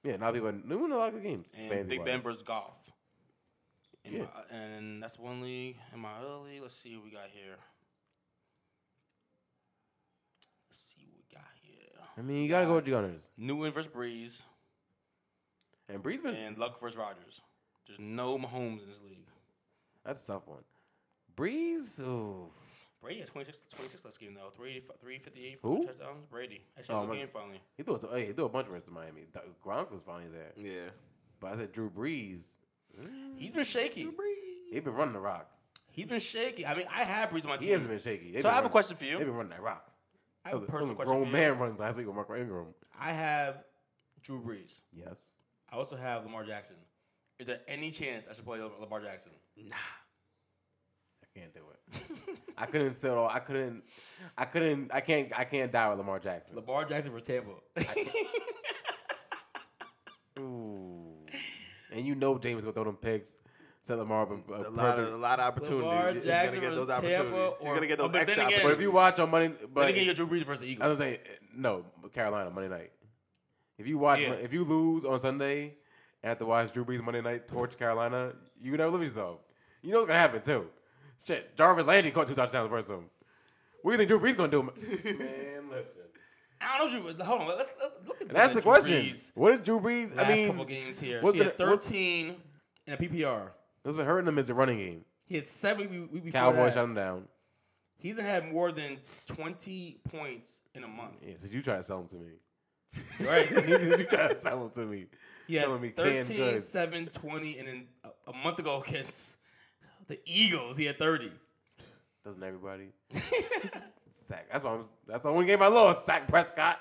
Speaker 5: Yeah, now people Newton a lot of good games.
Speaker 6: and
Speaker 5: fantasy
Speaker 6: Big
Speaker 5: wise.
Speaker 6: Ben versus Golf. In
Speaker 5: Yeah.
Speaker 6: my, and that's one league. In my other league, let's see what we got here. Let's see what we got here.
Speaker 5: I mean, you gotta go with the Gunners.
Speaker 6: Newton versus Breeze
Speaker 5: And Breeze been
Speaker 6: and Luck versus Rogers. There's no Mahomes in this league.
Speaker 5: that's a tough one. Breeze, ooh.
Speaker 6: Brady had 26, 26 last game though. 385 358
Speaker 5: Who?
Speaker 6: for touchdowns. Brady. Actually,
Speaker 5: Oh,
Speaker 6: oh,
Speaker 5: my-
Speaker 6: game finally.
Speaker 5: he threw a, hey, he threw a bunch versus Miami. Gronk was finally there,
Speaker 4: Yeah.
Speaker 5: but I said Drew Brees.
Speaker 6: He's been shaky.
Speaker 5: They've been running the rock.
Speaker 6: He's been shaky. I mean, I have Breeze on my team.
Speaker 5: He hasn't been shaky. They've
Speaker 6: So
Speaker 5: been
Speaker 6: I have a
Speaker 5: running-
Speaker 6: question for you.
Speaker 5: They've been running that rock.
Speaker 6: I have a
Speaker 5: Some
Speaker 6: personal question.
Speaker 5: grown
Speaker 6: for you.
Speaker 5: man runs last week with Mark Ingram.
Speaker 6: I have Drew Brees.
Speaker 5: Yes.
Speaker 6: I also have Lamar Jackson. Is there any chance I should play Lam- Lamar Jackson?
Speaker 5: I can't do it. I couldn't settle. I couldn't. I couldn't. I can't. I can't die with Lamar Jackson.
Speaker 6: Lamar Jackson for Tampa.
Speaker 5: Ooh. And you know James gonna throw them picks. Set Lamar up a,
Speaker 4: A lot of
Speaker 5: a
Speaker 4: a
Speaker 5: perfect-
Speaker 4: lot of opportunities.
Speaker 6: Lamar
Speaker 4: He's
Speaker 6: Jackson
Speaker 4: gonna get those
Speaker 6: versus
Speaker 4: opportunities.
Speaker 6: Tampa
Speaker 4: He's
Speaker 6: or-
Speaker 4: gonna get those
Speaker 6: but then
Speaker 4: extra
Speaker 6: again-
Speaker 4: opportunities.
Speaker 5: but if you watch on Monday,
Speaker 6: Then
Speaker 5: but
Speaker 6: again, you got Drew Brees versus the
Speaker 5: I
Speaker 6: Eagles.
Speaker 5: was saying no Carolina Monday night. If you watch,
Speaker 6: Yeah.
Speaker 5: if you lose on Sunday, and have to watch Drew Brees Monday night torch Carolina, you never live yourself. You know what's gonna happen too. Shit, Jarvis Landry caught two touchdowns versus him. What do you think Drew Brees gonna do? Man, listen.
Speaker 6: I don't know Drew. Brees. Hold on. Let's, let's look at
Speaker 5: And that's
Speaker 6: Drew
Speaker 5: the question.
Speaker 6: Brees'
Speaker 5: What is Drew Brees?
Speaker 6: last
Speaker 5: I mean,
Speaker 6: couple games here.
Speaker 5: what's
Speaker 6: he had
Speaker 5: the- what's-
Speaker 6: 13 in a PPR.
Speaker 5: what's been hurting him is the running game.
Speaker 6: He had seven we, we before
Speaker 5: Cowboys
Speaker 6: that.
Speaker 5: shut him down.
Speaker 6: He hasn't had more than 20 points in a month.
Speaker 5: Yeah, since you try to sell him to me,
Speaker 6: Right?
Speaker 5: you try to sell him to me.
Speaker 6: He had
Speaker 5: Telling me canned
Speaker 6: 13,
Speaker 5: goods.
Speaker 6: 7, 20, and then a, a month ago against the Eagles, he had 30.
Speaker 5: Doesn't everybody? sack. That's why I'm. That's the only game I lost. Sack Prescott,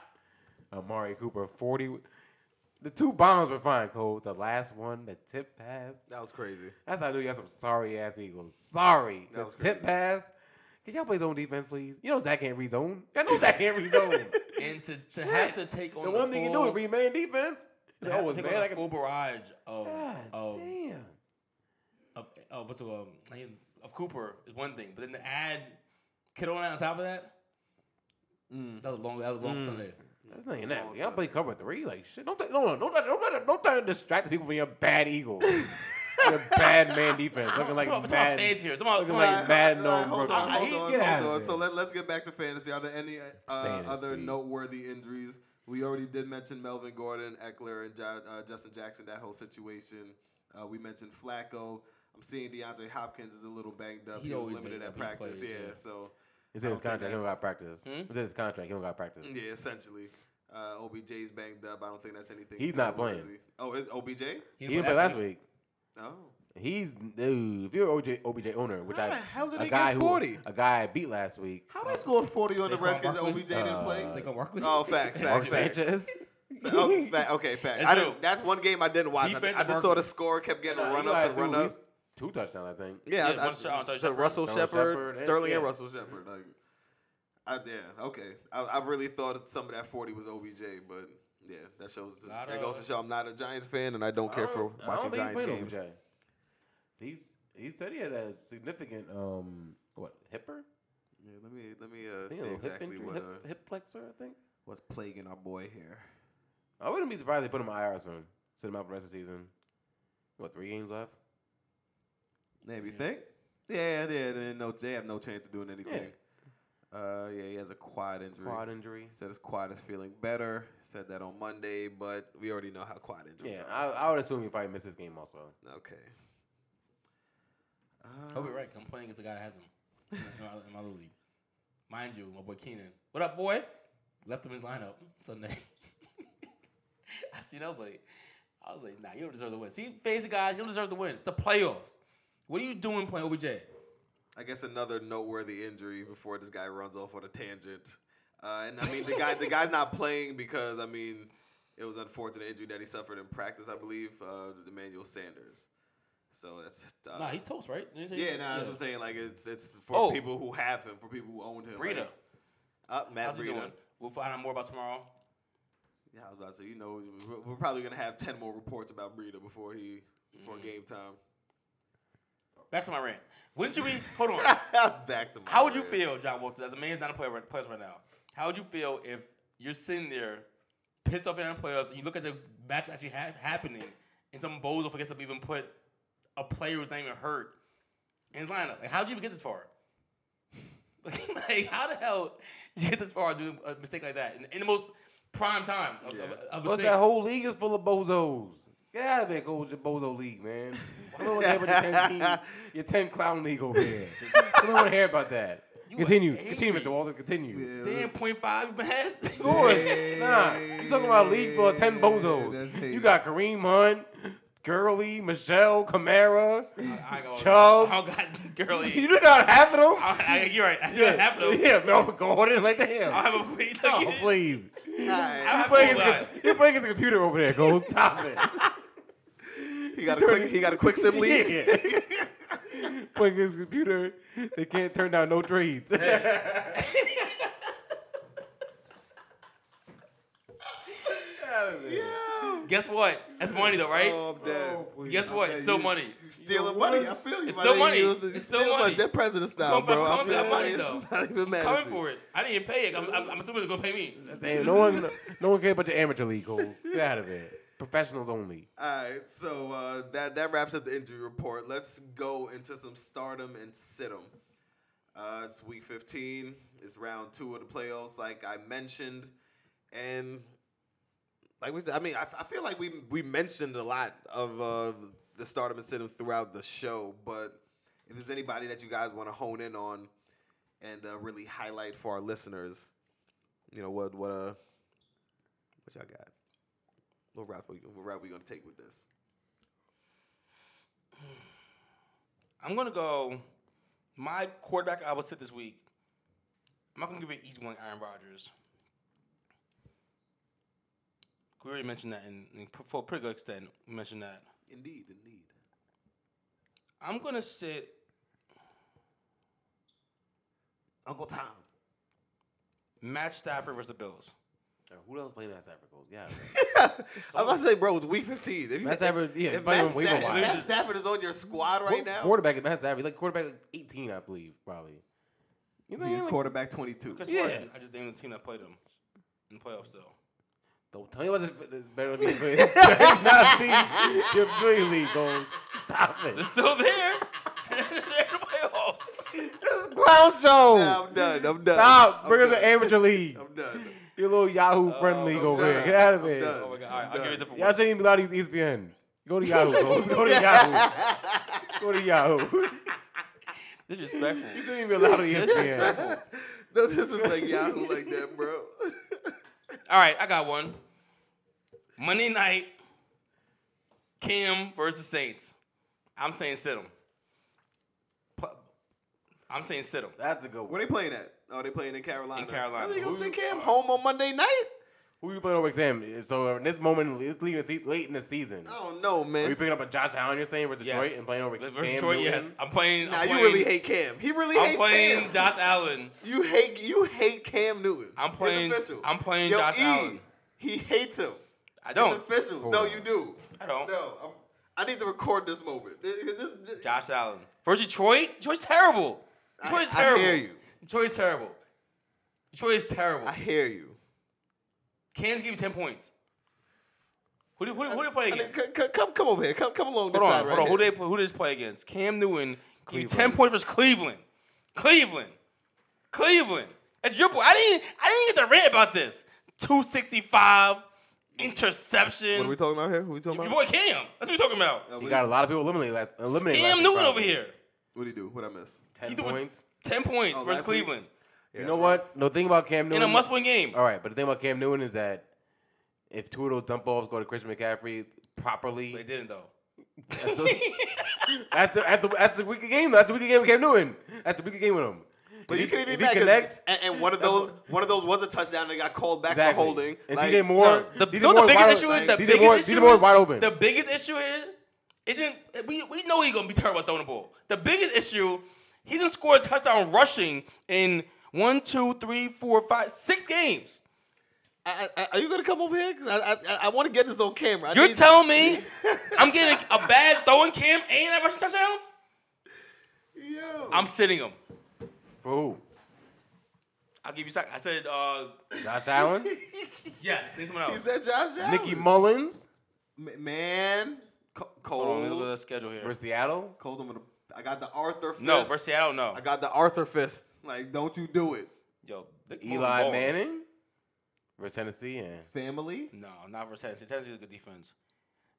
Speaker 5: Amari Cooper, forty. The two bombs were fine, Cole. The last one, the tip pass.
Speaker 4: that was crazy.
Speaker 5: That's how I knew you had some sorry ass Eagles. Sorry, the
Speaker 4: was
Speaker 5: tip
Speaker 4: crazy.
Speaker 5: pass. Can y'all play zone defense, please? You know Zach can't read zone. I know Zach can't read zone.
Speaker 6: And to, to have to take on
Speaker 5: the one thing you do
Speaker 6: full-
Speaker 5: is read man defense.
Speaker 6: to have
Speaker 5: That was
Speaker 6: to
Speaker 5: man.
Speaker 6: take on
Speaker 5: I
Speaker 6: the Oh.
Speaker 5: can,
Speaker 6: full barrage of
Speaker 5: God
Speaker 6: of,
Speaker 5: damn.
Speaker 6: of of what's it called, like, of Cooper is one thing, but then to add Kittle on top of that,
Speaker 5: Mm.
Speaker 6: that was long. That was long for Sunday.
Speaker 5: That's not even that. Y'all play cover three, like shit. Don't th- no, no, don't don't let it- don't try to distract the people from your bad Eagles, your bad man defense, looking like
Speaker 6: Come on, come on,
Speaker 5: mad.
Speaker 6: fans here. Come on,
Speaker 5: looking
Speaker 6: come
Speaker 5: like
Speaker 6: on.
Speaker 5: mad
Speaker 4: Uh,
Speaker 5: no
Speaker 4: uh, hold
Speaker 5: Brooklyn.
Speaker 4: on,
Speaker 5: I
Speaker 4: hold
Speaker 5: hate-
Speaker 4: on,
Speaker 5: get out
Speaker 4: hold
Speaker 5: of
Speaker 4: on.
Speaker 5: there.
Speaker 4: So let, let's get back to fantasy. Are there any uh, other
Speaker 5: Fantasy.
Speaker 4: noteworthy injuries? We already did mention Melvin Gordon, Eckler, and jo- uh, Justin Jackson. That whole situation. Uh, we mentioned Flacco. I'm seeing DeAndre Hopkins is a little banged up.
Speaker 6: He
Speaker 4: He, was
Speaker 6: always
Speaker 4: limited
Speaker 6: banged
Speaker 4: at
Speaker 6: up. He
Speaker 4: practice.
Speaker 6: plays,
Speaker 4: yeah,
Speaker 6: yeah.
Speaker 4: so
Speaker 5: It's in his
Speaker 4: I don't
Speaker 5: contract. He
Speaker 4: think
Speaker 5: don't got practice. It's in his contract. He don't got practice.
Speaker 4: yeah, essentially. Uh, OBJ's banged up. I don't think that's anything.
Speaker 5: He's not
Speaker 4: noteworthy.
Speaker 5: playing.
Speaker 4: Oh, is OBJ?
Speaker 5: He didn't play last week.
Speaker 4: Oh,
Speaker 5: He's dude. If you're OJ, OBJ owner, which
Speaker 4: How
Speaker 5: I
Speaker 4: the hell did
Speaker 5: a
Speaker 4: they get
Speaker 5: guy who-
Speaker 4: 40?
Speaker 5: a guy I beat last week,
Speaker 4: how they scored 40 on the
Speaker 6: Saquon
Speaker 4: Redskins? that
Speaker 6: Barkley?
Speaker 4: OBJ didn't play.
Speaker 6: Saquon Barkley.
Speaker 4: Oh, facts,
Speaker 5: Mark
Speaker 4: facts, facts.
Speaker 5: Sanchez.
Speaker 4: Oh, fact, okay, fact. I
Speaker 6: That's
Speaker 4: didn't,
Speaker 6: it.
Speaker 4: that's one game I didn't watch. I,
Speaker 6: Defense
Speaker 4: I
Speaker 6: and
Speaker 4: just saw the
Speaker 6: Barkley.
Speaker 4: score, kept getting a
Speaker 5: Nah,
Speaker 4: run
Speaker 5: he
Speaker 4: up
Speaker 5: gotta
Speaker 4: and
Speaker 5: do
Speaker 4: run
Speaker 5: at
Speaker 4: up.
Speaker 5: least Two touchdowns, I think.
Speaker 4: Yeah,
Speaker 6: Yeah,
Speaker 4: I, I,
Speaker 6: one shot, sorry,
Speaker 4: so
Speaker 6: Shepard.
Speaker 4: Russell
Speaker 5: Sterling
Speaker 4: Shepard,
Speaker 5: Shepard and-
Speaker 4: Sterling and
Speaker 5: yeah.
Speaker 4: Russell Shepard. Like, I, yeah, okay. I, I really thought some of that forty was OBJ, but yeah, that shows.
Speaker 6: Lot
Speaker 4: That goes to
Speaker 6: of-
Speaker 4: show I'm not a Giants fan, and I don't care for
Speaker 5: I don't- I
Speaker 4: watching
Speaker 5: don't think he
Speaker 4: Giants
Speaker 5: played
Speaker 4: games.
Speaker 5: OBJ. He's he said he had a significant um what hipper?
Speaker 4: Yeah, let me let me uh,
Speaker 5: I think
Speaker 4: see
Speaker 5: a
Speaker 4: exactly
Speaker 5: hip, injury,
Speaker 4: what uh,
Speaker 5: hip, hip flexor, I think.
Speaker 4: what's plaguing our boy here.
Speaker 5: I wouldn't be surprised if they put him on IR soon. Sit him out for the rest of the season. What three games left?
Speaker 4: Maybe you think? Yeah, yeah. They, no, they have no chance of doing anything. Uh, yeah, he has a quad injury.
Speaker 5: Quad injury.
Speaker 4: Said his quad is feeling better. Said that on Monday, but we already know how quad injuries
Speaker 5: Yeah, I,
Speaker 4: are.
Speaker 5: I would assume he probably missed this game also.
Speaker 4: okay.
Speaker 6: Hope you're right. 'cause I'm playing against a guy that has him in my, in my other league. Mind you, my boy Keenan. What up, boy? Left him his lineup Sunday. I seen. I was like, I was like, nah, you don't deserve the win. See, face it, guys, you don't deserve the win. It's the playoffs. What are you doing playing OBJ?
Speaker 4: I guess another noteworthy injury before this guy runs off on a tangent. Uh, and I mean, the guy, the guy's not playing because I mean, it was unfortunate injury that he suffered in practice. I believe uh, Emmanuel Sanders. So that's uh,
Speaker 6: Nah, he's toast, right? Didn't he say-
Speaker 4: yeah, no, that's what I'm saying. Like it's it's for
Speaker 5: Oh.
Speaker 4: people who have him, for people who owned him.
Speaker 6: Breida,
Speaker 4: Like, uh, Matt
Speaker 6: how's he
Speaker 4: Breida.
Speaker 6: doing? We'll find out more about tomorrow.
Speaker 4: Yeah, I was about to say. You know, we're- we're probably gonna have ten more reports about Breida before he before
Speaker 6: Mm.
Speaker 4: game time.
Speaker 6: Back to my rant. Wouldn't you be? Hold on.
Speaker 4: Back to my
Speaker 6: How would you
Speaker 4: man.
Speaker 6: feel, John Walters, as a man who's not a player, players right now? How would you feel if you're sitting there, pissed off in the playoffs, and you look at the match actually ha- happening, and some bozo forgets to even put a player who's not even hurt in his lineup? Like, how'd you even get this far? like, how the hell did you get this far doing a mistake like that in, in the most prime time of,
Speaker 4: Yeah.
Speaker 6: of, of
Speaker 5: Plus,
Speaker 6: mistakes?
Speaker 5: that whole league is full of bozos. Get out of there, coach. Your bozo league, man. I don't want to hear about your 10, team, your 10 clown league over here. I don't want to hear about that. continue. Continue,
Speaker 6: angry.
Speaker 5: Mr. Walter. Continue.
Speaker 6: Damn, point five, you mad?
Speaker 5: Of course. Nah. You talking about a league full of 10
Speaker 4: that's
Speaker 5: bozos.
Speaker 4: hate.
Speaker 5: You got Kareem Hunt, Gurley, Michelle, Kamara.
Speaker 6: I ain't gonna-
Speaker 5: Chubb.
Speaker 6: I don't got girly.
Speaker 5: You just got half of them?
Speaker 6: I, I, you're right. I do not have those.
Speaker 5: Yeah, Melvin Gordon. Like the hell.
Speaker 6: I have a free
Speaker 5: Oh, please.
Speaker 4: Nah,
Speaker 6: I
Speaker 5: You're
Speaker 6: have no
Speaker 5: playing,
Speaker 6: lie.
Speaker 5: against, you're playing against a computer over there, Cole. Stop it.
Speaker 4: he got a quick he got a quick sim lead.
Speaker 5: Yeah. playing against a computer, they can't turn down no trades.
Speaker 6: Guess what? That's money though, right?
Speaker 4: Oh, I'm dead.
Speaker 6: Guess what? It's still money.
Speaker 4: stealing money. I feel you.
Speaker 6: It's
Speaker 4: my
Speaker 6: still
Speaker 4: nigga.
Speaker 6: money.
Speaker 4: You- you
Speaker 6: It's still
Speaker 4: stealing
Speaker 6: money.
Speaker 4: That president style,
Speaker 6: Come for-
Speaker 4: bro.
Speaker 6: come for that
Speaker 4: feeling
Speaker 6: money,
Speaker 4: it.
Speaker 6: though.
Speaker 4: Not even mad.
Speaker 6: Coming for it. I didn't even pay it. I'm, I'm, I'm assuming it's gonna pay me.
Speaker 5: Damn, no one, no one cares about the amateur league, Cole. Get out of it. Professionals only.
Speaker 4: All right, so uh, that that wraps up the injury report. Let's go into some stardom and sit 'em. Uh, it's week 15. It's round two of the playoffs, like I mentioned, and like we, I mean, I, I feel like we we mentioned a lot of uh, the stardom and sit 'em throughout the show. But if there's anybody that you guys want to hone in on and uh, really highlight for our listeners, you know what what uh what y'all got? What route we what route we gonna take with this?
Speaker 6: I'm gonna go. My quarterback I will sit this week. I'm not gonna give it easy one, like Aaron Rodgers. We already mentioned that, in, in for a pretty good extent, we mentioned that.
Speaker 4: Indeed, indeed.
Speaker 6: I'm gonna sit
Speaker 4: Uncle Tom.
Speaker 6: Matt Stafford versus the Bills.
Speaker 5: Who else playing Mass Africa? Yeah.
Speaker 4: I was about to say, bro, it's week fifteen. If you,
Speaker 5: Matt Stafford, yeah,
Speaker 4: if
Speaker 5: might
Speaker 4: Matt,
Speaker 5: even waiver
Speaker 4: Stafford,
Speaker 5: wire.
Speaker 4: Matt Stafford is on your squad right now.
Speaker 5: Quarterback at Mass Africa. He's like quarterback like 18, I believe, probably. You know,
Speaker 4: He's
Speaker 5: like,
Speaker 4: quarterback twenty two.
Speaker 6: Chris
Speaker 5: Yeah.
Speaker 6: Carson, I just named the team that played them in the playoffs, though.
Speaker 5: Don't tell me what's better than me. but- better not be your Philly league goals. Stop it.
Speaker 6: They're still there. They're in the playoffs.
Speaker 5: This is clown show.
Speaker 4: Nah, I'm done. I'm done.
Speaker 5: Stop.
Speaker 4: I'm
Speaker 5: Bring us
Speaker 4: done.
Speaker 5: the amateur league.
Speaker 4: I'm done. Uh,
Speaker 5: Your little Yahoo friend league
Speaker 4: I'm
Speaker 5: over
Speaker 4: done.
Speaker 5: here. Get out of
Speaker 4: I'm
Speaker 5: it.
Speaker 4: done.
Speaker 6: Oh my god! All right, I'll give you a different
Speaker 5: Y'all
Speaker 6: one.
Speaker 5: shouldn't even be allowed to use E ESPN. Go to Yahoo. Go, go to Yahoo. Go to Yahoo. You
Speaker 6: Disrespectful.
Speaker 5: shouldn't even be allowed to E ESPN.
Speaker 4: No, this is like Yahoo like that, bro.
Speaker 6: All right, I got one. Monday night, Kim versus Saints. I'm saying sit 'em. Pu- I'm saying sit 'em.
Speaker 5: That's a good one.
Speaker 4: Where they playing at? Oh, they playing in Carolina.
Speaker 6: In Carolina.
Speaker 4: Are they gonna
Speaker 6: Who-
Speaker 4: send Cam home on Monday night?
Speaker 5: Who you playing over exam? So in this moment, it's leading se- late in the season.
Speaker 4: I don't know,
Speaker 5: Are
Speaker 4: man.
Speaker 5: you picking up a Josh Allen? You're saying versus
Speaker 6: Yes.
Speaker 5: Detroit and playing over
Speaker 6: Versus
Speaker 5: Cam
Speaker 6: Detroit,
Speaker 5: Newton?
Speaker 6: yes. I'm playing.
Speaker 4: Nah,
Speaker 6: I'm
Speaker 4: you
Speaker 6: playing,
Speaker 4: really hate Cam. He really
Speaker 6: I'm
Speaker 4: hates
Speaker 6: playing
Speaker 4: Cam.
Speaker 6: Josh Allen.
Speaker 4: You hate you hate Cam Newton.
Speaker 6: I'm playing-
Speaker 4: It's official.
Speaker 6: I'm playing
Speaker 4: Yo,
Speaker 6: Josh
Speaker 4: E,
Speaker 6: Allen.
Speaker 4: He hates him.
Speaker 6: I don't.
Speaker 4: It's official. no,
Speaker 5: on.
Speaker 4: you do.
Speaker 6: I don't.
Speaker 4: No, I'm, I need to record this moment. This- this- this-
Speaker 6: Josh Allen. Versus Detroit? Detroit's terrible. Detroit's
Speaker 4: I- I
Speaker 6: terrible.
Speaker 4: hear you.
Speaker 6: Detroit's terrible. Detroit is terrible.
Speaker 4: I hear you.
Speaker 6: Kansas gave you 10 points. Who do who, do- who do they play
Speaker 4: I mean,
Speaker 6: against?
Speaker 4: c- c- come, come over here. Come, come along this
Speaker 6: Hold
Speaker 4: side
Speaker 6: on,
Speaker 4: right
Speaker 6: hold on. Who
Speaker 4: here.
Speaker 6: they play- who they play against? Cam Newton. Give you ten points versus Cleveland. Cleveland. Cleveland. At your point, I didn't I didn't get to rant about this. Two sixty five interception.
Speaker 4: What are we talking about here? Who we talking
Speaker 6: Your
Speaker 4: about?
Speaker 6: boy Cam. That's what we talking about.
Speaker 4: Uh,
Speaker 5: He
Speaker 4: what-
Speaker 5: got a lot of people eliminated. Like, eliminated last
Speaker 6: Cam Newton
Speaker 5: week,
Speaker 6: over
Speaker 5: probably.
Speaker 6: here.
Speaker 4: What do you do? What I miss?
Speaker 5: Ten
Speaker 6: He doing-
Speaker 5: points.
Speaker 6: Ten points
Speaker 4: Oh,
Speaker 6: versus
Speaker 4: last week?
Speaker 6: Cleveland
Speaker 5: You know what? No, the thing about Cam Newton
Speaker 6: in a must win game.
Speaker 5: All right, but the thing about Cam Newton is that if two of those dump balls go to Christian McCaffrey
Speaker 6: They
Speaker 5: properly,
Speaker 6: didn't though.
Speaker 5: that's, those, that's the that's the that's the weaker game. That's the weaker game with Cam Newton. That's the weaker game with him.
Speaker 4: But
Speaker 5: If
Speaker 4: you
Speaker 5: he-
Speaker 4: couldn't even
Speaker 5: if he
Speaker 4: back 'cause-
Speaker 5: connects
Speaker 4: and, and one of
Speaker 5: That's
Speaker 4: those, one of those was a touchdown that got called back
Speaker 5: exactly.
Speaker 4: for holding.
Speaker 5: And
Speaker 4: Like,
Speaker 5: DJ Moore,
Speaker 6: The,
Speaker 5: DJ
Speaker 6: you know what
Speaker 5: Moore
Speaker 6: the biggest
Speaker 5: wide-
Speaker 6: issue is? The
Speaker 5: DJ
Speaker 6: biggest
Speaker 5: Moore,
Speaker 6: issue
Speaker 5: DJ Moore's
Speaker 6: is-
Speaker 5: wide open.
Speaker 6: The biggest issue is it didn't. We, we know he's gonna be terrible at throwing the ball. The biggest issue, he didn't score a touchdown rushing in one, two, three, four, five, six games.
Speaker 4: I, I, are you gonna come over here? 'Cause I, I, I want to get this on camera. I
Speaker 6: You're
Speaker 4: need-
Speaker 6: telling me I'm getting a bad throwing cam and I rushing touchdowns?
Speaker 4: Yo.
Speaker 6: I'm sitting him.
Speaker 5: For who?
Speaker 6: I'll give you. Sack. I said uh,
Speaker 5: Josh Allen,
Speaker 6: yes. Think someone
Speaker 4: He
Speaker 6: else.
Speaker 4: said Josh Allen.
Speaker 5: Nicky Mullins
Speaker 4: Ma- man, Co-
Speaker 6: Hold on, let me look at the
Speaker 4: Coles.
Speaker 6: schedule here.
Speaker 5: for Seattle.
Speaker 4: Coles, I'm gonna. I got the Arthur fist.
Speaker 6: No, versus Seattle. No.
Speaker 4: I got the Arthur fist. Like, don't you do it,
Speaker 6: Yo, Nick Mullins
Speaker 5: Eli
Speaker 6: balling.
Speaker 5: Manning for Tennessee and
Speaker 4: family.
Speaker 6: No, not versus Tennessee. Tennessee's a good defense.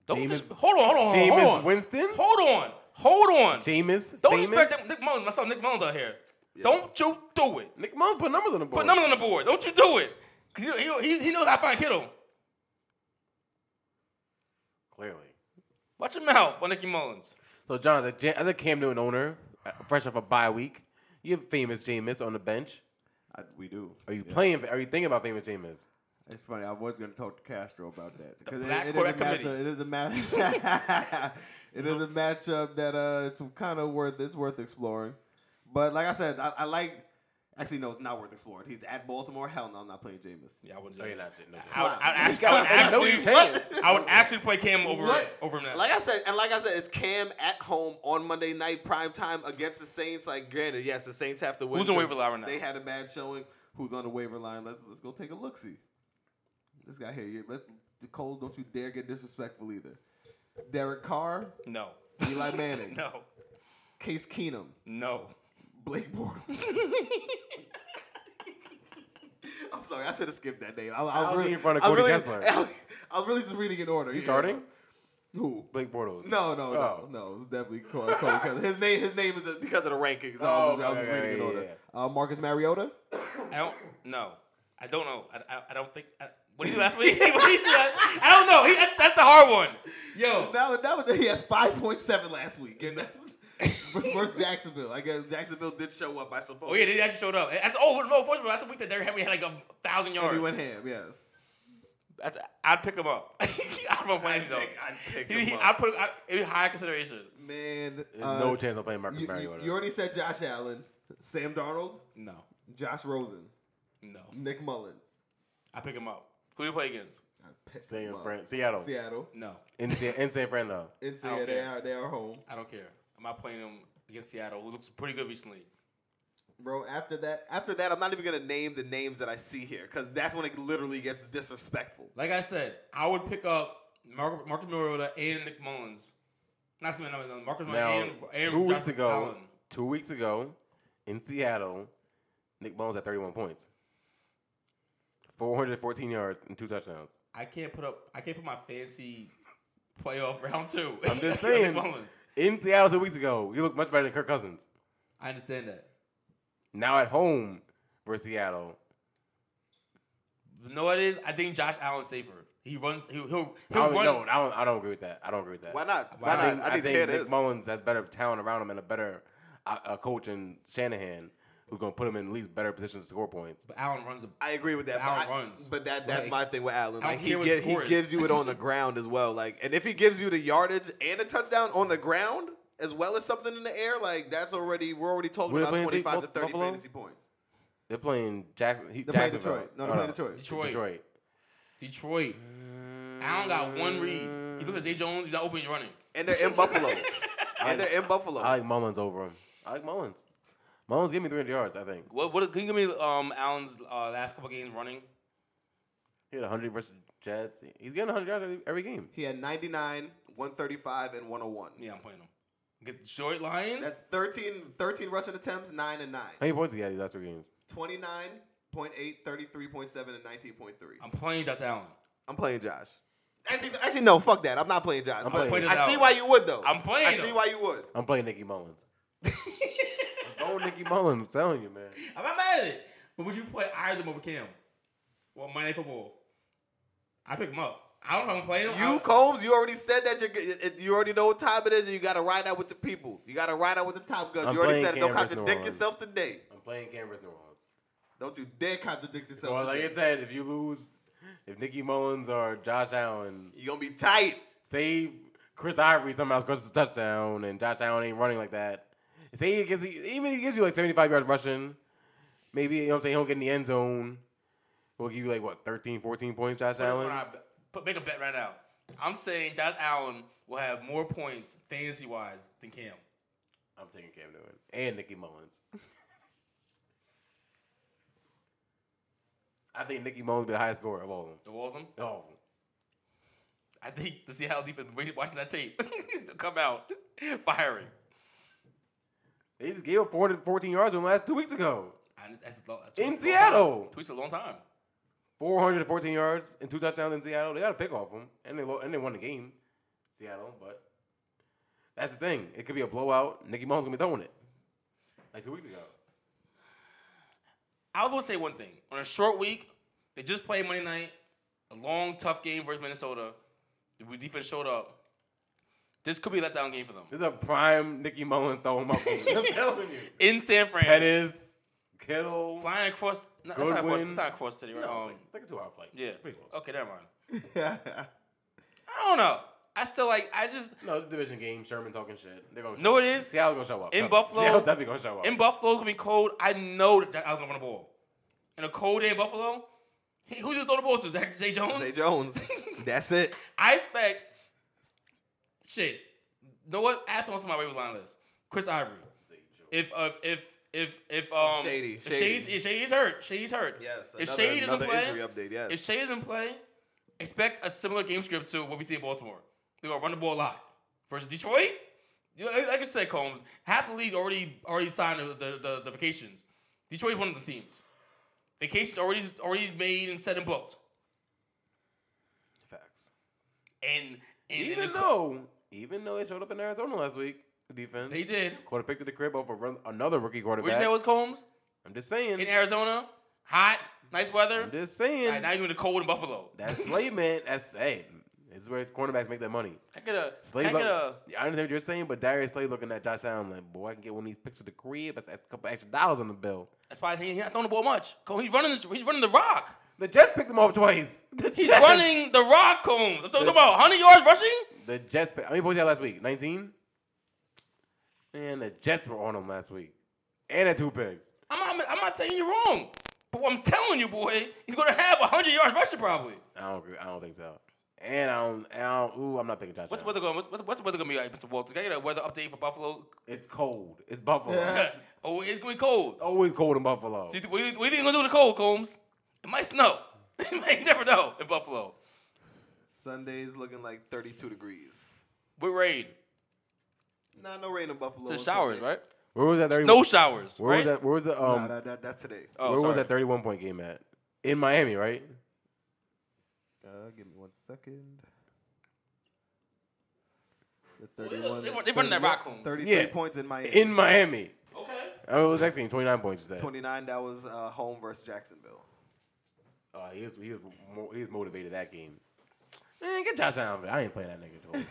Speaker 6: Don't
Speaker 5: Jameis-
Speaker 6: dis- hold on, hold on, hold on. hold
Speaker 5: Jameis
Speaker 6: on.
Speaker 5: Winston.
Speaker 6: Hold on, hold on.
Speaker 5: Jameis.
Speaker 6: Don't
Speaker 5: famous.
Speaker 6: respect that Nick Mullins. I saw Nick Mullins out here. Don't you do it.
Speaker 5: Nick Mullins put numbers on the board.
Speaker 6: Put numbers on the board. Don't you do it. Cause he, he, he knows how to find Kittle.
Speaker 5: clearly.
Speaker 6: Watch your mouth on Nicky Mullins.
Speaker 5: So, John, as a, Ja- as a Cam Newton owner, uh, fresh off a bye week, you have famous Jameis on the bench.
Speaker 1: I, we do.
Speaker 5: Are you
Speaker 1: Yeah.
Speaker 5: playing? Are you thinking about famous Jameis?
Speaker 1: It's funny. I was going to talk to Castro about that because
Speaker 6: black
Speaker 1: it, it, is a
Speaker 6: quarterback
Speaker 1: matchup,
Speaker 6: committee.
Speaker 1: it is a match. it is a matchup that uh, it's kind of worth. It's worth exploring. But like I said, I, I like. Actually, no, it's not worth exploring. He's at Baltimore. Hell no, I'm not playing Jameis.
Speaker 6: Yeah, I wouldn't
Speaker 5: No,
Speaker 6: do
Speaker 5: you're
Speaker 6: that.
Speaker 5: not. No.
Speaker 6: I would, I would actually, I
Speaker 5: got
Speaker 6: would
Speaker 5: no
Speaker 6: actually,
Speaker 5: chance.
Speaker 6: I would actually play Cam over over him now.
Speaker 4: Like I said, and like I said, it's Cam at home on Monday night prime time against the Saints. Like, granted, yes, the Saints have to win.
Speaker 6: Who's on
Speaker 4: 'cause
Speaker 6: waiver line right now?
Speaker 4: They had a bad showing. Who's on the waiver line? Let's let's go take a look. See, this guy here. you- Let's the Coles. Don't you dare get disrespectful either. Derek Carr,
Speaker 6: no,
Speaker 1: Eli Manning,
Speaker 6: no,
Speaker 1: Case Keenum,
Speaker 6: no.
Speaker 1: Blake Bortles.
Speaker 4: I'm sorry, I should have skipped that name. I, I
Speaker 5: I was
Speaker 4: was really
Speaker 5: thinking in front of
Speaker 4: I
Speaker 5: Cody
Speaker 4: really-
Speaker 5: Kessler.
Speaker 4: I, was really just reading in order.
Speaker 5: You
Speaker 4: Yeah.
Speaker 5: starting?
Speaker 4: Who?
Speaker 5: Blake Bortles.
Speaker 4: No, no,
Speaker 5: Oh.
Speaker 4: no, no. It's definitely Cody Cody Kessler. His name, his name is uh, because of the rankings. I
Speaker 5: Oh,
Speaker 4: was, just, I
Speaker 5: okay,
Speaker 4: was just reading in
Speaker 5: yeah,
Speaker 4: order.
Speaker 5: yeah,
Speaker 4: Uh, Marcus Mariota.
Speaker 6: I don't. No, I don't know. I, I, I don't think. I, what did he do last week? what did he do? Last, I don't know. He, that, that's the hard one. Yo,
Speaker 4: That was, that was, he had five point seven last week. And that's versus Jacksonville. I guess Jacksonville did show up. I suppose.
Speaker 6: Oh yeah, they actually showed up. That's, oh no, unfortunately, that's the week that Derrick Henry had like a thousand
Speaker 4: And
Speaker 6: yards.
Speaker 4: he went ham. Yes.
Speaker 6: That's, I'd pick him up. I'd run him though.
Speaker 4: pick- I'd pick
Speaker 6: He-
Speaker 4: him
Speaker 6: he-
Speaker 4: up.
Speaker 6: I'd put him. I- It'd be high consideration.
Speaker 4: Man,
Speaker 5: There's
Speaker 4: uh,
Speaker 5: no chance I'm playing Marcus
Speaker 4: You, you,
Speaker 5: Mariota.
Speaker 4: you already said Josh Allen, Sam Darnold,
Speaker 6: No,
Speaker 4: Josh Rosen,
Speaker 6: no.
Speaker 4: Nick Mullins.
Speaker 6: I pick him up. Who do you play against?
Speaker 4: I picked
Speaker 5: San
Speaker 4: them up.
Speaker 5: Fran, Seattle,
Speaker 4: Seattle.
Speaker 6: No,
Speaker 5: in, Sa- in San Fran though.
Speaker 4: And
Speaker 6: I don't
Speaker 4: Seattle, they
Speaker 6: care.
Speaker 4: are they are home,
Speaker 6: I don't care. I'm not playing him against Seattle. Who looks pretty good recently.
Speaker 4: bro. After that, after that, I'm not even gonna name the names that I see here because that's when it literally gets disrespectful.
Speaker 6: Like I said, I would pick up Mar- Marcus Mariota and Nick Mullins. Not Smith, no, no, Marcus Mariota
Speaker 5: Now,
Speaker 6: and, and
Speaker 5: two
Speaker 6: Josh
Speaker 5: weeks ago,
Speaker 6: Allen.
Speaker 5: two weeks ago, in Seattle, Nick Bones had 31 points, 414 yards, and two touchdowns.
Speaker 6: I can't put up. I can't put my fancy playoff round two.
Speaker 5: I'm just saying,
Speaker 6: Mullins.
Speaker 5: in Seattle two weeks ago, he looked much better than Kirk Cousins.
Speaker 6: I understand that.
Speaker 5: Now at home versus Seattle,
Speaker 6: You know what it is? I think Josh Allen's safer. He runs. He'll he'll,
Speaker 5: I
Speaker 6: he'll
Speaker 5: don't,
Speaker 6: run.
Speaker 5: no, I don't, I don't agree with that. I don't agree with that.
Speaker 4: Why not?
Speaker 6: Why
Speaker 4: Why
Speaker 5: I
Speaker 4: not?
Speaker 5: think,
Speaker 4: I need to
Speaker 5: think
Speaker 4: hear
Speaker 5: Nick
Speaker 4: this.
Speaker 5: Mullins has better talent around him and a better uh, uh, coach in Shanahan, who's going to put him in at least better positions to score points.
Speaker 6: But Allen runs the.
Speaker 4: I agree with that.
Speaker 6: Allen
Speaker 4: but I-
Speaker 6: runs.
Speaker 4: but that that's
Speaker 6: Like,
Speaker 4: my thing with Allen.
Speaker 6: I don't
Speaker 4: Like he,
Speaker 6: care what the
Speaker 4: gi- he
Speaker 6: score is.
Speaker 4: gives you it on the ground as well. Like, and if he gives you the yardage and a touchdown on the ground as well as something in the air, like that's already we're already talking
Speaker 5: Who they
Speaker 4: about
Speaker 5: playing this week?
Speaker 4: 25 to 30
Speaker 5: Buffalo?
Speaker 4: fantasy points.
Speaker 5: They're playing Jackson. He,
Speaker 4: They're playing
Speaker 5: Jacksonville.
Speaker 4: Detroit. No,
Speaker 5: Oh,
Speaker 4: they're playing Detroit.
Speaker 6: Detroit. Detroit.
Speaker 5: Detroit.
Speaker 6: Allen got one read. He looked at Zay Jones. He's not open. He's running.
Speaker 4: And they're in Buffalo. and they're in Buffalo.
Speaker 5: I like Mullins over him. I like Mullins. Mullins gave me 300 yards, I think.
Speaker 6: What? What? Can you give me um Allen's uh, last couple games running?
Speaker 5: He had 100 versus Jets. He's getting 100 yards every, every game.
Speaker 4: He had 99, 135, and 101.
Speaker 6: Yeah, I'm playing them. Get Detroit Lions.
Speaker 4: That's 13, 13 rushing attempts, 9 and 9.
Speaker 5: How many points did he have these last three games?
Speaker 4: 29.8, 33.7, and 19.3.
Speaker 6: I'm playing Josh Allen.
Speaker 4: I'm playing Josh. Actually, actually, no, fuck that. I'm not playing Josh.
Speaker 5: I'm playing
Speaker 4: I
Speaker 6: Josh.
Speaker 4: see why you would, though.
Speaker 6: I'm playing
Speaker 4: I see
Speaker 6: him.
Speaker 4: why you would.
Speaker 5: I'm playing Nicky Mullins. I'm going Nicky Mullins. I'm telling you, man.
Speaker 6: I'm not mad at it. But would you play either of them over Cam? Well, Monday Night Football. I pick him up. I don't know if I'm playing him.
Speaker 4: You,
Speaker 6: I-
Speaker 4: Combs, you already said that you're, g- it- it- you already know what time it is, and you got to ride out with the people. You got to ride out with the top guns.
Speaker 5: I'm
Speaker 4: you already
Speaker 5: playing
Speaker 4: said it. Don't
Speaker 5: Cam versus New
Speaker 4: contradict
Speaker 5: Orleans.
Speaker 4: yourself today.
Speaker 5: I'm playing Canvas New Orleans.
Speaker 4: Don't you dare contradict
Speaker 5: So,
Speaker 4: yourself
Speaker 5: well, like
Speaker 4: today.
Speaker 5: I said, if you lose, if Nicky Mullins or Josh Allen
Speaker 4: You're going to be tight.
Speaker 5: say Chris Ivory somehow scores a touchdown and Josh Allen ain't running like that. Say he gives you, even if he gives you like 75 yards rushing, maybe, you know what I'm saying, he'll get in the end zone. He'll give you like, what, 13, 14 points, Josh
Speaker 6: Put it on
Speaker 5: Allen?
Speaker 6: our bet- Put, make a bet right now. I'm saying Josh Allen will have more points fantasy wise than Cam.
Speaker 5: I'm taking Cam Newton and Nicky Mullins. I think Nicky Mullins be the highest scorer of all of them. Oh,
Speaker 6: The all of them.
Speaker 5: All of them.
Speaker 6: I think the Seattle defense waited- watching that tape to come out firing.
Speaker 5: They just gave up 414 yards to him last two weeks ago.
Speaker 6: And that's, that's, a lo- that's
Speaker 5: In
Speaker 6: a long time.
Speaker 5: Seattle.
Speaker 6: Two weeks is a long time.
Speaker 5: 414 yards and two touchdowns in Seattle. They got a pick off them, and they lo- and they won the game, Seattle. But that's the thing. It could be a blowout. Nicky Mullins gonna be throwing it like two weeks ago.
Speaker 6: I will say one thing. On a short week, they just played Monday night, a long, tough game versus Minnesota. The defense showed up. This could be a letdown game for them.
Speaker 5: This is a prime Nicky Mullins throwing up. game. I'm telling you.
Speaker 6: In San Fran.
Speaker 5: Pettis, Kittle.
Speaker 6: Flying across. No, that's not across,
Speaker 5: Goodwin.
Speaker 6: that's not across city, right?
Speaker 5: No,
Speaker 6: um,
Speaker 5: it's, like, it's like a two-hour flight.
Speaker 6: yeah.
Speaker 5: pretty close.
Speaker 6: Okay, never mind. I don't know. I still like. I just
Speaker 5: No, it's a division game. Sherman talking shit. They're gonna. show
Speaker 6: No, it
Speaker 5: up.
Speaker 6: is.
Speaker 5: Seattle's gonna show up.
Speaker 6: In
Speaker 5: Trust me.
Speaker 6: Buffalo-
Speaker 5: Seattle's definitely gonna show up.
Speaker 6: in Buffalo it's gonna be cold. I know that Dak- I was gonna run the ball. In a cold day in Buffalo, he, who just throw the ball to Zach Jay Jones?
Speaker 4: Zay Jones. That's it.
Speaker 6: I expect shit. You know what? Add someone to my waiver line list. Chris Ivory. If uh, if if if um
Speaker 4: Shady,
Speaker 6: if
Speaker 4: Shady.
Speaker 6: Shady's, if Shady's hurt, Shady's hurt.
Speaker 4: Yes,
Speaker 6: If
Speaker 4: another-
Speaker 6: Shady doesn't
Speaker 4: another
Speaker 6: play,
Speaker 4: injury update, yes.
Speaker 6: If Shady doesn't play, expect a similar game script to what we see in Baltimore. They're gonna run the ball a lot versus Detroit. You know, like I said, Combs, half the league already already signed the the, the, the vacations. Detroit's one of the teams. Vacations already already made and set and booked.
Speaker 5: Facts.
Speaker 6: And and, and
Speaker 5: Even
Speaker 6: the-
Speaker 5: though, even though they showed up in Arizona last week, the defense
Speaker 6: they did.
Speaker 5: quarter pick to the crib over run, another rookie quarterback.
Speaker 6: What you say was Combs
Speaker 5: I'm just saying.
Speaker 6: in Arizona? Hot, nice weather.
Speaker 5: I'm just saying.
Speaker 6: All right, now you're in the cold in Buffalo.
Speaker 5: that slave man, that's hey, this is where cornerbacks make their money.
Speaker 6: I get a
Speaker 5: Slade,
Speaker 6: I get a
Speaker 5: look- Yeah, I understand what you're saying, but Darius Slade looking at Josh Allen like, boy, I can get one of these picks to the crib. That's a couple extra dollars on the bill.
Speaker 6: that's why he's not throwing the ball much. Combs, He's running this, he's running the rock.
Speaker 5: The Jets picked him off twice. The
Speaker 6: He's
Speaker 5: Jets.
Speaker 6: running the rock combs. I'm talking about 100 yards rushing.
Speaker 5: The Jets. Pick, how many points he had last week? 19. Man, the Jets were on him last week, and at two picks.
Speaker 6: I'm not, I'm not saying you're wrong, but what I'm telling you, boy, he's gonna have 100 yards rushing probably.
Speaker 5: I don't. agree- I don't think so. And I don't. And I don't ooh, I'm not picking Josh.
Speaker 6: What's the
Speaker 5: Allen.
Speaker 6: weather going? What's, what's the weather gonna be like, Mr. Walters? Can I get a weather update for Buffalo?
Speaker 5: It's cold. It's Buffalo.
Speaker 6: oh, it's gonna be cold.
Speaker 5: It's always cold in Buffalo.
Speaker 6: So you, what, you, what you think gonna do with the cold, Combs? It might snow. you might never know in Buffalo.
Speaker 4: Sunday's looking like 32 degrees.
Speaker 6: With rain,
Speaker 4: Nah, no rain in Buffalo.
Speaker 6: the
Speaker 4: on
Speaker 6: showers,
Speaker 4: Sunday.
Speaker 6: right?
Speaker 5: Where was that? 30,
Speaker 6: No showers.
Speaker 5: Where
Speaker 6: right?
Speaker 5: was that? Where was the um?
Speaker 4: Nah, that, that, that's today.
Speaker 6: Oh,
Speaker 5: where was
Speaker 6: sorry.
Speaker 5: that 31 point game at? In Miami, right?
Speaker 4: Uh, give me one second. The
Speaker 6: They run- they run that rock home.
Speaker 4: 33
Speaker 5: Yeah.
Speaker 4: points in Miami.
Speaker 5: In Miami.
Speaker 6: Okay.
Speaker 5: Oh, it was next game. 29 points. You said.
Speaker 4: 29, that was uh, home versus Jacksonville.
Speaker 5: Oh, he was he was, mo- he was motivated that game. Man, get Josh Allen. I ain't playing that nigga. Joel.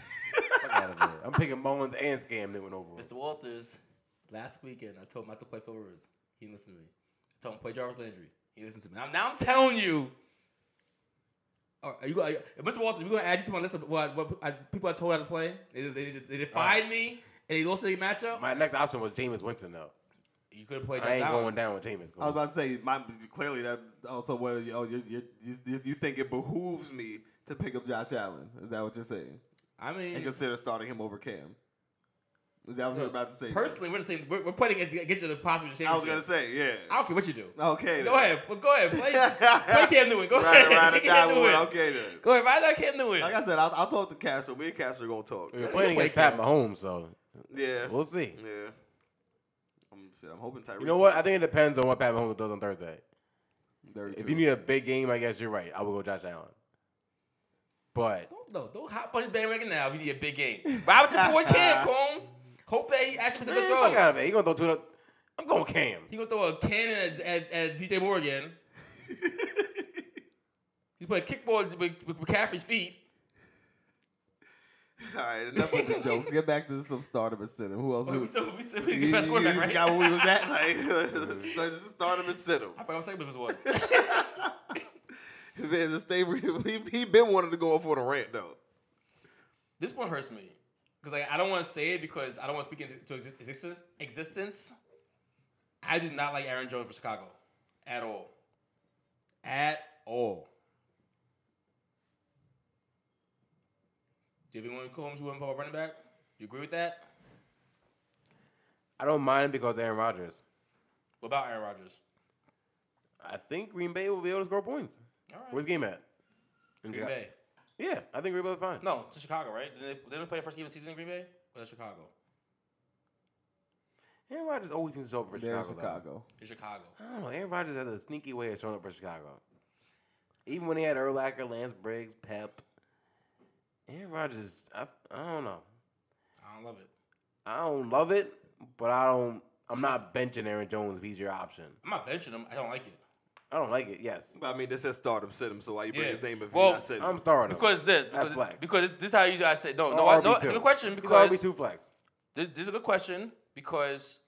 Speaker 5: Fuck outta here. I'm picking Mullins and Scam Newton over. him.
Speaker 6: Mr. Walters, last weekend I told him not to play Phil Rivers. He didn't listen to me. I told him play Jarvis Landry. He listened to me. Now, now I'm telling you. All right, Are you, are you, Mr. Walters, we're gonna add you to my list of what, what I, people I told how to play. They, they, they defied me and they lost the matchup.
Speaker 5: My next option was Jameis Winston though.
Speaker 6: you could have played
Speaker 5: I
Speaker 6: Josh
Speaker 5: ain't
Speaker 6: Allen.
Speaker 5: going down with Jameis.
Speaker 4: I was about to say, my, clearly that also where you, oh, you, you, you, you think it behooves me to pick up Josh Allen. Is that what you're saying?
Speaker 6: I
Speaker 4: And
Speaker 6: mean,
Speaker 4: consider starting him over Cam.
Speaker 1: I was about to say.
Speaker 6: Personally, we're the same. We're, we're putting it to get you to possibly the championship.
Speaker 4: I was gonna say, yeah.
Speaker 6: I don't care what you do.
Speaker 4: Okay.
Speaker 6: Go
Speaker 4: then.
Speaker 6: ahead. Well, go ahead. Play, play Cam Newton. Go
Speaker 4: Ride,
Speaker 6: ahead.
Speaker 4: ride or die
Speaker 6: Play Cam
Speaker 4: with
Speaker 6: Newton.
Speaker 4: it. Okay then.
Speaker 6: Go ahead. Ride out Cam Newton.
Speaker 4: Like I said, I'll, I'll talk to Castro. Me and Castro gonna talk.
Speaker 5: We're playing against Pat Mahomes, so
Speaker 4: Yeah.
Speaker 5: we'll see.
Speaker 4: Yeah. I'm, shit, I'm hoping Tyreek.
Speaker 5: You know what? I think it depends on what Pat Mahomes does on Thursday.
Speaker 4: Dirty
Speaker 5: If
Speaker 4: too.
Speaker 5: you need a big game, I guess you're right. I would go Josh Allen. But
Speaker 6: Don't- No, don't hop on his bandwagon now if you need a big game. Ride with your boy Cam Combs. Hope that he actually puts a
Speaker 5: man,
Speaker 6: good
Speaker 5: fuck
Speaker 6: throw.
Speaker 5: out of it. He gonna throw two. to- I'm going Cam.
Speaker 6: He gonna throw a cannon at, at, at DJ Morgan. He's playing kickball with, with McCaffrey's feet.
Speaker 4: All right. Enough
Speaker 1: Enough
Speaker 4: with
Speaker 1: with
Speaker 4: the
Speaker 1: the jokes. Get back to some stardom and center. Who else?
Speaker 6: Wait,
Speaker 1: Who,
Speaker 6: we still we still
Speaker 1: you,
Speaker 6: we the best
Speaker 1: you-
Speaker 6: quarterback,
Speaker 1: you
Speaker 6: right?
Speaker 1: forgot where we was at. Like,
Speaker 4: like. this is stardom and Siddle.
Speaker 6: I forgot what segment this was.
Speaker 4: There's a Stabry. He, he been wanting to go off on a rant though.
Speaker 6: this one hurts me because like I don't want to say it because I don't want to speak into exis- existence. Existence. I do not like Aaron Jones for Chicago at all. At all. Do you have anyone Combs you want to call a running back? You agree with that?
Speaker 5: I don't mind because Aaron Rodgers.
Speaker 6: What about Aaron Rodgers?
Speaker 5: I think Green Bay will be able to score points.
Speaker 6: All right.
Speaker 5: Where's the game at? In Chica-
Speaker 6: Green Bay?
Speaker 5: Yeah, I think Green Bay will be fine.
Speaker 6: No, to Chicago, right? Did they, did they play the first game of the season in Green Bay? Or that's Chicago?
Speaker 5: Aaron Rodgers always seems to show up for
Speaker 1: There's
Speaker 5: Chicago. though.
Speaker 1: Chicago.
Speaker 6: It's Chicago.
Speaker 5: I don't know. Aaron Rodgers has a sneaky way of showing up for Chicago. Even when he had Erlacher, Lance Briggs, Pep. Aaron Rodgers, I, I don't know.
Speaker 6: I don't love it.
Speaker 5: I don't love it, but I don't. I'm not benching Aaron Jones if he's your option.
Speaker 6: I'm not benching him. I don't like it.
Speaker 5: I don't like it. Yes,
Speaker 4: But I mean, this is stardom Siddle. So why you bring
Speaker 6: Yeah.
Speaker 4: his name if
Speaker 6: Well,
Speaker 4: you're not Siddle?
Speaker 5: I'm starting him.
Speaker 6: Because this, because,
Speaker 5: flex.
Speaker 6: because this is how you guys say no, no,
Speaker 5: Or
Speaker 6: I, no.
Speaker 5: RB2.
Speaker 6: It's a good question
Speaker 5: He's
Speaker 6: because
Speaker 5: RB two flex.
Speaker 6: this, this is a good question because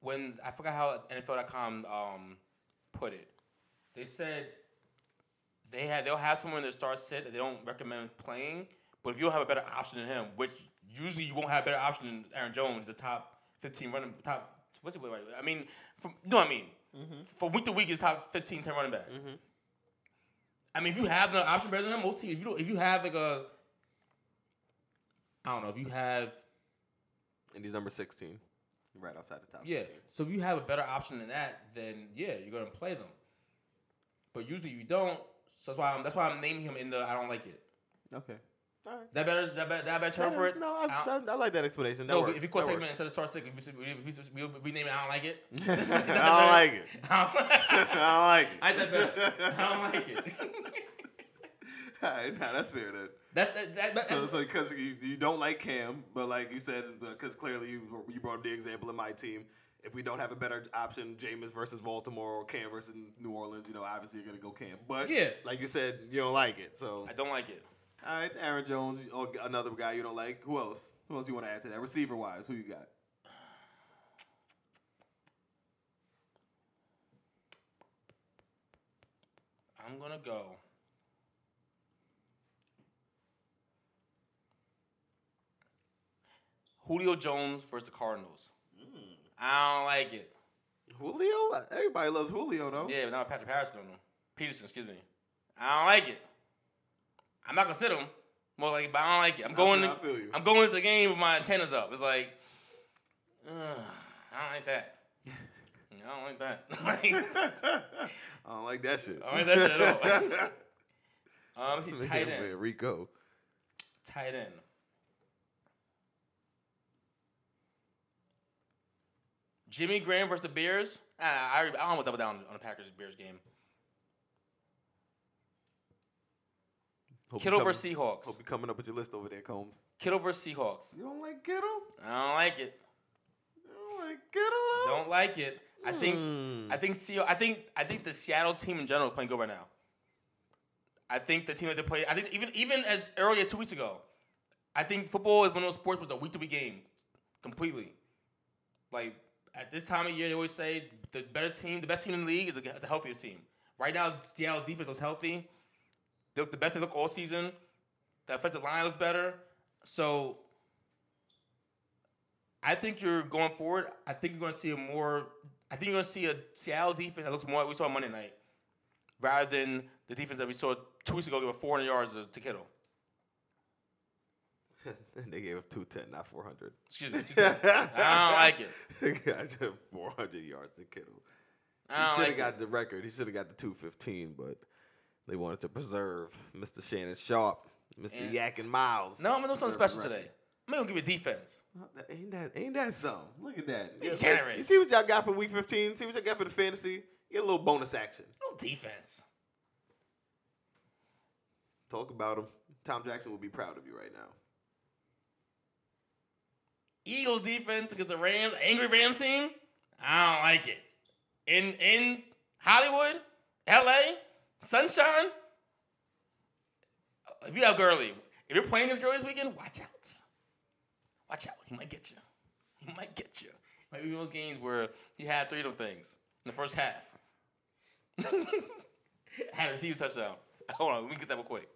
Speaker 6: when I forgot how NFL.com um, put it, they said they had they'll have someone that starts sit that they don't recommend playing, but if you don't have a better option than him, which usually you won't have a better option than Aaron Jones, the top fifteen running top. What's it? wait, wait, I mean, from, you know what I mean. From week to week, is top 15, 10 running back. I mean, if you have the option better than him, most teams. If you don't, if you have like a, I don't know, if you have
Speaker 4: and he's number 16, right outside the top.
Speaker 6: Yeah.
Speaker 4: 15.
Speaker 6: So if you have a better option than that, then yeah, you're gonna play them. But usually you don't. So that's why I'm that's why I'm naming him in the I don't like it.
Speaker 4: Okay.
Speaker 6: That better that better, that better term for it.
Speaker 4: No, I,
Speaker 6: don't-
Speaker 4: I, I like that explanation. That
Speaker 6: no,
Speaker 4: works.
Speaker 6: if you call
Speaker 4: That
Speaker 6: segment
Speaker 4: works.
Speaker 6: instead of star six, if we, if we, if we, if we name it I don't like it.
Speaker 4: I don't like it. I don't
Speaker 6: I
Speaker 4: like
Speaker 6: like
Speaker 4: it.
Speaker 6: that better. I don't like it.
Speaker 4: All right, nah, that's fair then.
Speaker 6: that that that, that
Speaker 4: So, so because you, you don't like Cam, but like you said, because clearly you you brought up the example of my team. If we don't have a better option, Jameis versus Baltimore or Cam versus New Orleans, you know, obviously you're gonna go Cam. But
Speaker 6: Yeah.
Speaker 4: like you said, you don't like it. So
Speaker 6: I don't like it.
Speaker 4: all right, Aaron Jones, or another guy you don't like. Who else? Who else you want to add to that? Receiver wise, who you got?
Speaker 6: I'm gonna go. Julio Jones versus the Cardinals. Mm, I don't like it.
Speaker 4: Julio. Everybody loves Julio though.
Speaker 6: Yeah, but now Patrick Harrison on him. Peterson, excuse me. I don't like it. I'm not gonna sit him. More like, but I don't like it. I'm going.
Speaker 4: I feel you.
Speaker 6: I'm going into the game with my antennas up. It's like, ugh, I don't like that. I don't like that. Like,
Speaker 4: I don't like that shit.
Speaker 6: I don't like that shit at all. um, let's see, tight end.
Speaker 4: Man, Rico.
Speaker 6: tight end. Jimmy Graham versus the Bears. Ah, I, I, I almost double down on the Packers Bears game.
Speaker 4: Hope
Speaker 6: Kittle
Speaker 4: you come-
Speaker 6: versus Seahawks.
Speaker 4: Hope you're coming up with your list over there, Combs.
Speaker 6: Kittle versus Seahawks.
Speaker 4: You don't like Kittle?
Speaker 6: I don't like it.
Speaker 4: You don't like Kittle?
Speaker 6: Don't like it. I think I think Seattle, I think I think the Seattle team in general is playing good right now. I think the team that they play. I think even even as early as two weeks ago, I think football is one of those sports was a week to week game, completely. Like at this time of year, they always say the better team, the best team in the league is the, is the healthiest team. Right now, Seattle defense looks healthy. They look the best they look all season. The offensive line looks better. So I think you're going forward. I think you're going to see a more. I think you're going to see a Seattle defense that looks more like we saw Monday night, rather than the defense that we saw two weeks ago give up 400 yards to, to Kittle.
Speaker 4: they gave us 210, not 400.
Speaker 6: Excuse me. 210. I don't like it.
Speaker 4: I said 400 yards to Kittle. He
Speaker 6: I don't
Speaker 4: should have
Speaker 6: like
Speaker 4: got the record. He should have got the 215, but they wanted to preserve Mr. Shannon Sharp, Mr.
Speaker 6: And-
Speaker 4: Yak and Miles.
Speaker 6: it. No, I'm gonna do something
Speaker 4: Preserve the
Speaker 6: special
Speaker 4: record.
Speaker 6: today. I'm gonna give you defense.
Speaker 4: Ain't that ain't that something? Look at that. Yeah, look,
Speaker 6: Degenerate.
Speaker 4: You see what y'all got for week 15? See what y'all got for the fantasy? Get a little bonus action.
Speaker 6: No defense.
Speaker 4: Talk about him. Tom Jackson would be proud of you right now.
Speaker 6: Eagles defense against the Rams, angry Rams team. I don't like it. In in Hollywood, L.A., sunshine. If you have Gurley, if you're playing this Gurley this weekend, watch out. Watch out. He might get you. He might get you. Might be one of those games where he had three of them things in the first half. had a receiver touchdown. Hold on, let me get that real quick.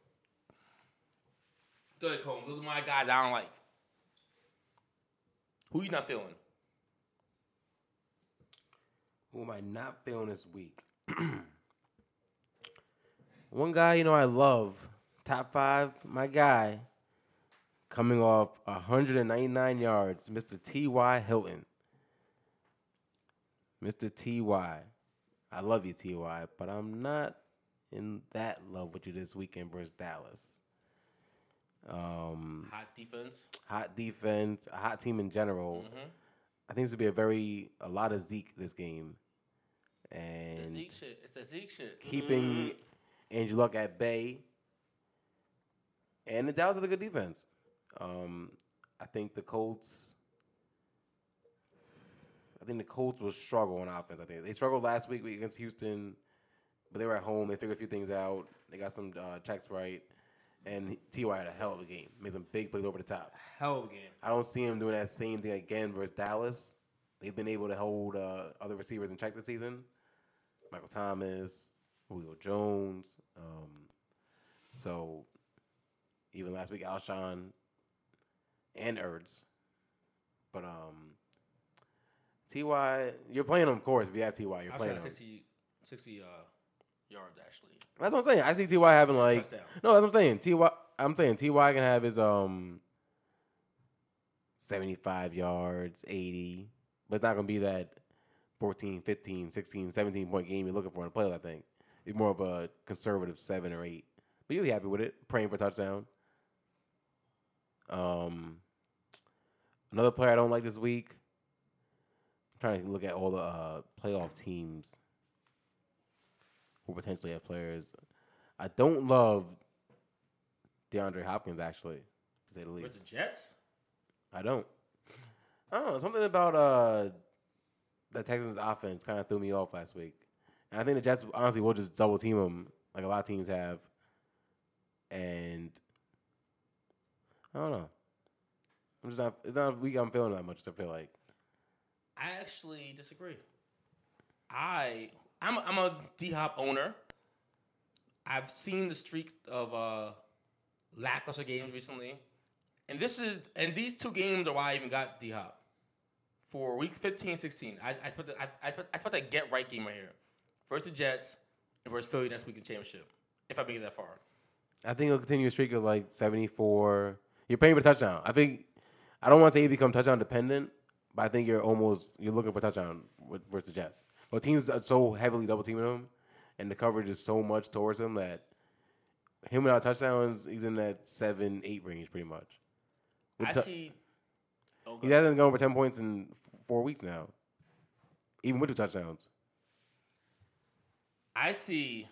Speaker 6: Go ahead, Combs. Those are my guys I don't like. Who you not feeling?
Speaker 5: Who am I not feeling this week? One guy you know I love, top five, my guy, coming off 199 yards, Mr. T.Y. Hilton. Mr. T.Y. I love you, T.Y., but I'm not in that love with you this weekend versus Dallas. Um,
Speaker 6: Hot defense.
Speaker 5: hot defense, a hot team in general. I think this would be a very a lot of Zeke this game,
Speaker 6: The
Speaker 5: and
Speaker 6: Zeke shit. It's the Zeke shit.
Speaker 5: keeping
Speaker 6: Mm-hmm.
Speaker 5: Andrew Luck at bay. And the Dallas has a good defense. Um, I think the Colts. I think the Colts will struggle on offense. I think they struggled last week against Houston, but they were at home. They figured a few things out. They got some uh, checks right, and Ty had a hell of a game. Made some big plays over the top.
Speaker 6: Hell of a game.
Speaker 5: I don't see him doing that same thing again versus Dallas. They've been able to hold uh, other receivers in check this season. Michael Thomas, Julio Jones. Um, so even last week, Alshon and Ertz. But um, Ty, you're playing him, of course. If you have Ty, you're
Speaker 6: I was
Speaker 5: playing him.
Speaker 6: at 60, 60 uh, yards, actually.
Speaker 5: That's what I'm saying. I see Ty having like
Speaker 6: Touchdown.
Speaker 5: no. That's what I'm saying. Ty, I'm saying Ty can have his um seventy five yards, eighty, but it's not gonna be that 14, 15, 16, 17 point game you're looking for in a playoff. I think it's more of a conservative seven or eight. But you'll be happy with it, praying for a touchdown. Um, another player I don't like this week. I'm trying to look at all the uh, playoff teams who potentially have players. I don't love DeAndre Hopkins actually, to say the
Speaker 6: With the
Speaker 5: least.
Speaker 6: Jets?
Speaker 5: I don't. I don't know. Something about uh the Texans offense kind of threw me off last week. And I think the Jets honestly will just double team him like a lot of teams have. And I don't know. I'm just not. It's not a week I'm feeling that much. I feel like
Speaker 6: I actually disagree. I I'm I'm a D Hop owner. I've seen the streak of uh, lackluster games recently, and this is and these two games are why I even got D Hop for week 15, 16. I I spent the, I, I spent I spent that get right game right here, versus the Jets and versus Philly next week in championship. If I make it that far,
Speaker 5: I think he'll continue a streak of like 74. You're paying for touchdown. I think I don't want to say you become touchdown dependent, but I think you're almost you're looking for touchdown with, versus the Jets. But teams are so heavily double teaming him, and the coverage is so much towards him that him without touchdowns, he's in that seven eight range pretty much. With
Speaker 6: I
Speaker 5: tou-
Speaker 6: see. Oh,
Speaker 5: he hasn't gone over ten points in four weeks now, even with the touchdowns.
Speaker 6: I see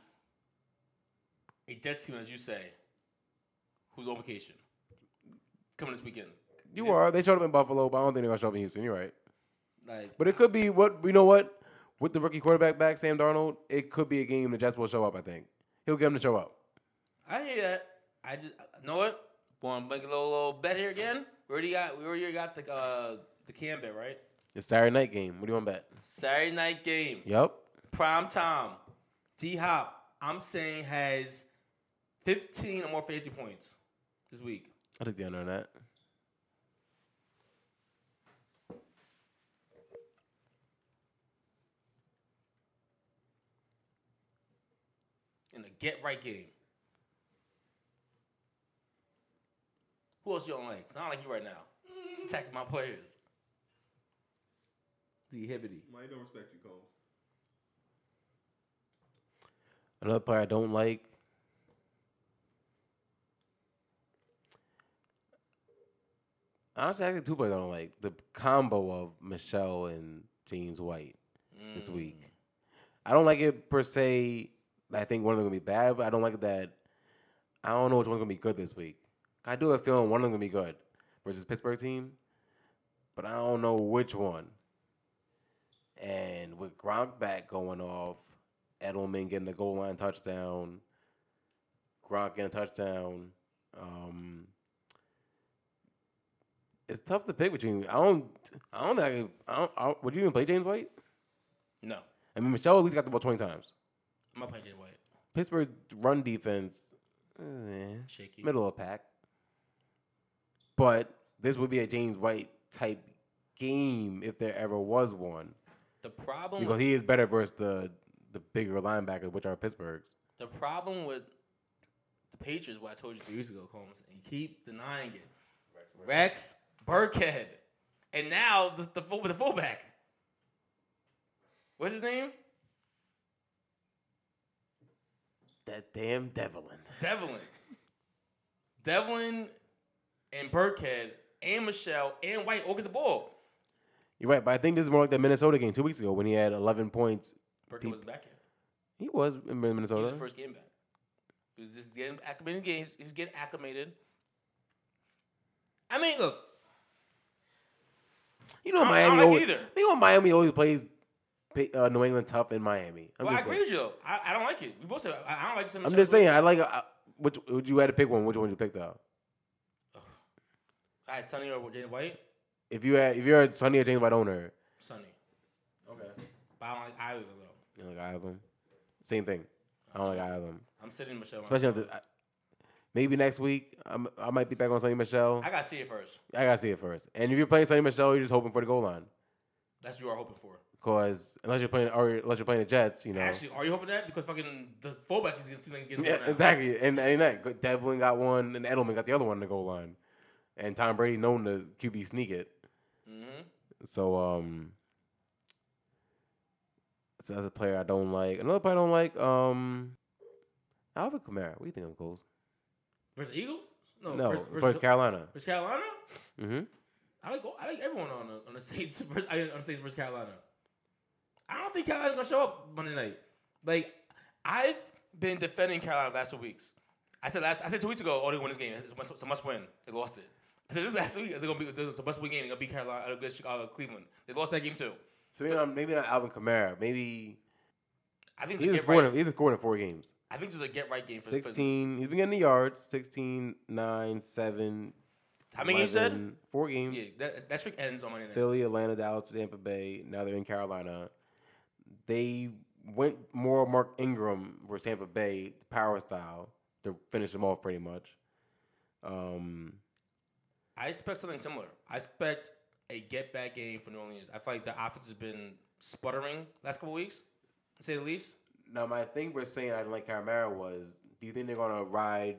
Speaker 6: a Jets team, as you say, who's on vacation coming this weekend.
Speaker 5: You are. They showed up in Buffalo, but I don't think they're gonna show up in Houston. You're right.
Speaker 6: Like,
Speaker 5: But it could be what you know what with the rookie quarterback back, Sam Darnold. It could be a game the Jets will show up. I think he'll get him to show up.
Speaker 6: I hear that. I just I know it. Want to make a little, little bet here again? We already got we already got the uh, the can bet right.
Speaker 5: It's Saturday night game. What do you want to bet?
Speaker 6: Saturday night game,
Speaker 5: Yep.
Speaker 6: prime time. D Hop, I'm saying has 15 or more fantasy points this week.
Speaker 5: I took the under on that.
Speaker 6: in a get right game. Who else you don't like? It's not like you right now. Attacking my players. D Hibbity.
Speaker 1: Why you don't respect you, Combs?
Speaker 5: Another player I don't like. Honestly, I think two players I don't like. The combo of Michelle and James White this week. I don't like it per se. I think one of them gonna be bad, but I don't like that. I don't know which one's gonna be good this week. I do have a feeling one of them gonna be good versus Pittsburgh team, but I don't know which one. And with Gronk back going off, Edelman getting the goal line touchdown, Gronk getting a touchdown. Um, it's tough to pick between. I don't. I don't. think I, could- I don't. I, would you even play James White?
Speaker 6: No.
Speaker 5: I mean, Michelle at least got the ball twenty times.
Speaker 6: I'm not playing Jay White.
Speaker 5: Pittsburgh's run defense, eh,
Speaker 6: Shaky.
Speaker 5: middle of pack. But this would be a James White type game if there ever was one,
Speaker 6: The problem
Speaker 5: because
Speaker 6: with,
Speaker 5: he is better versus the the bigger linebackers, which are Pittsburgh's.
Speaker 6: the problem with the Patriots, what I told you three years ago, Combs, and you keep denying it. Rex Burkhead. And now the the, full, the fullback. What's his name?
Speaker 5: That damn Devlin.
Speaker 6: Devlin. Devlin and Burkhead and Michelle and White all get the ball.
Speaker 5: You're right, but I think this is more like that Minnesota game two weeks ago when he had 11 points.
Speaker 6: Burkhead
Speaker 5: Peep.
Speaker 6: was back here.
Speaker 5: He was in
Speaker 6: He
Speaker 5: Minnesota.
Speaker 6: was his first game back. He was just getting acclimated. He was- he was getting acclimated. I mean, look,
Speaker 5: You know
Speaker 6: I- I
Speaker 5: Miami.
Speaker 6: don't like
Speaker 5: always,
Speaker 6: either.
Speaker 5: You know Miami always plays uh, New England tough in Miami. I'm
Speaker 6: well, I
Speaker 5: just
Speaker 6: agree
Speaker 5: saying.
Speaker 6: with you. though. I, I don't like it. We both said I, I don't like some.
Speaker 5: I'm just saying. I like. Uh, which would you had to pick one? Which one would you pick though?
Speaker 6: All right, Sonny or James White?
Speaker 5: If you had, if you're a Sonny or James White owner,
Speaker 6: Sonny. Okay. But I don't like either of them.
Speaker 5: you
Speaker 6: though.
Speaker 5: know, like I have them. Same thing. I don't like I have them.
Speaker 6: I'm sitting Michelle.
Speaker 5: Especially if the, I, maybe next week I'm, I might be back on Sonny Michelle.
Speaker 6: I gotta see it first.
Speaker 5: I gotta see it first. And if you're playing Sonny Michelle, you're just hoping for the goal line.
Speaker 6: That's what you are hoping for.
Speaker 5: Cause unless you're playing or unless you're playing the Jets, you know.
Speaker 6: Actually, are you hoping that? Because fucking the fullback is gonna seem like he's getting
Speaker 5: Yeah,
Speaker 6: yeah, now.
Speaker 5: exactly. And and that Devlin got one, and Edelman got the other one in the goal line, and Tom Brady known to QB sneak it.
Speaker 6: Mm-hmm.
Speaker 5: So um, so that's a player I don't like. Another player I don't like. Um, Alvin Kamara. What do you think of goals?
Speaker 6: Versus Eagle? No,
Speaker 5: No,
Speaker 6: versus, versus,
Speaker 5: versus Carolina.
Speaker 6: versus Carolina?
Speaker 5: hmm
Speaker 6: I like I like everyone on the, on the Saints versus, I mean, on the Saints versus Carolina. I don't think Carolina's gonna show up Monday night. Like I've been defending Carolina the last two weeks. I said last I said two weeks ago, oh they won this game. It's a must, it's a must win. They lost it. I said this last week. They're gonna be it's a must win game. They're gonna beat Carolina uh, against Chicago, Cleveland. They lost that game too.
Speaker 5: So maybe not, maybe not Alvin Kamara. Maybe
Speaker 6: I think
Speaker 5: he's been
Speaker 6: it's a get right.
Speaker 5: scoring. He's been scoring in four games.
Speaker 6: I think it's a get right game for for-
Speaker 5: 16. He's been getting the yards. 16, 9, 7.
Speaker 6: How many games you said?
Speaker 5: 11, Four games.
Speaker 6: Yeah, that that streak ends on Monday night.
Speaker 5: Philly, Atlanta, Dallas, Tampa Bay. Now they're in Carolina. They went more Mark Ingram versus Tampa Bay power style to finish them off pretty much. Um,
Speaker 6: I expect something similar. I expect a get back game for New Orleans. I feel like the offense has been sputtering last couple weeks, to say the least.
Speaker 5: now my thing for saying I didn't like Caramera was, do you think they're gonna ride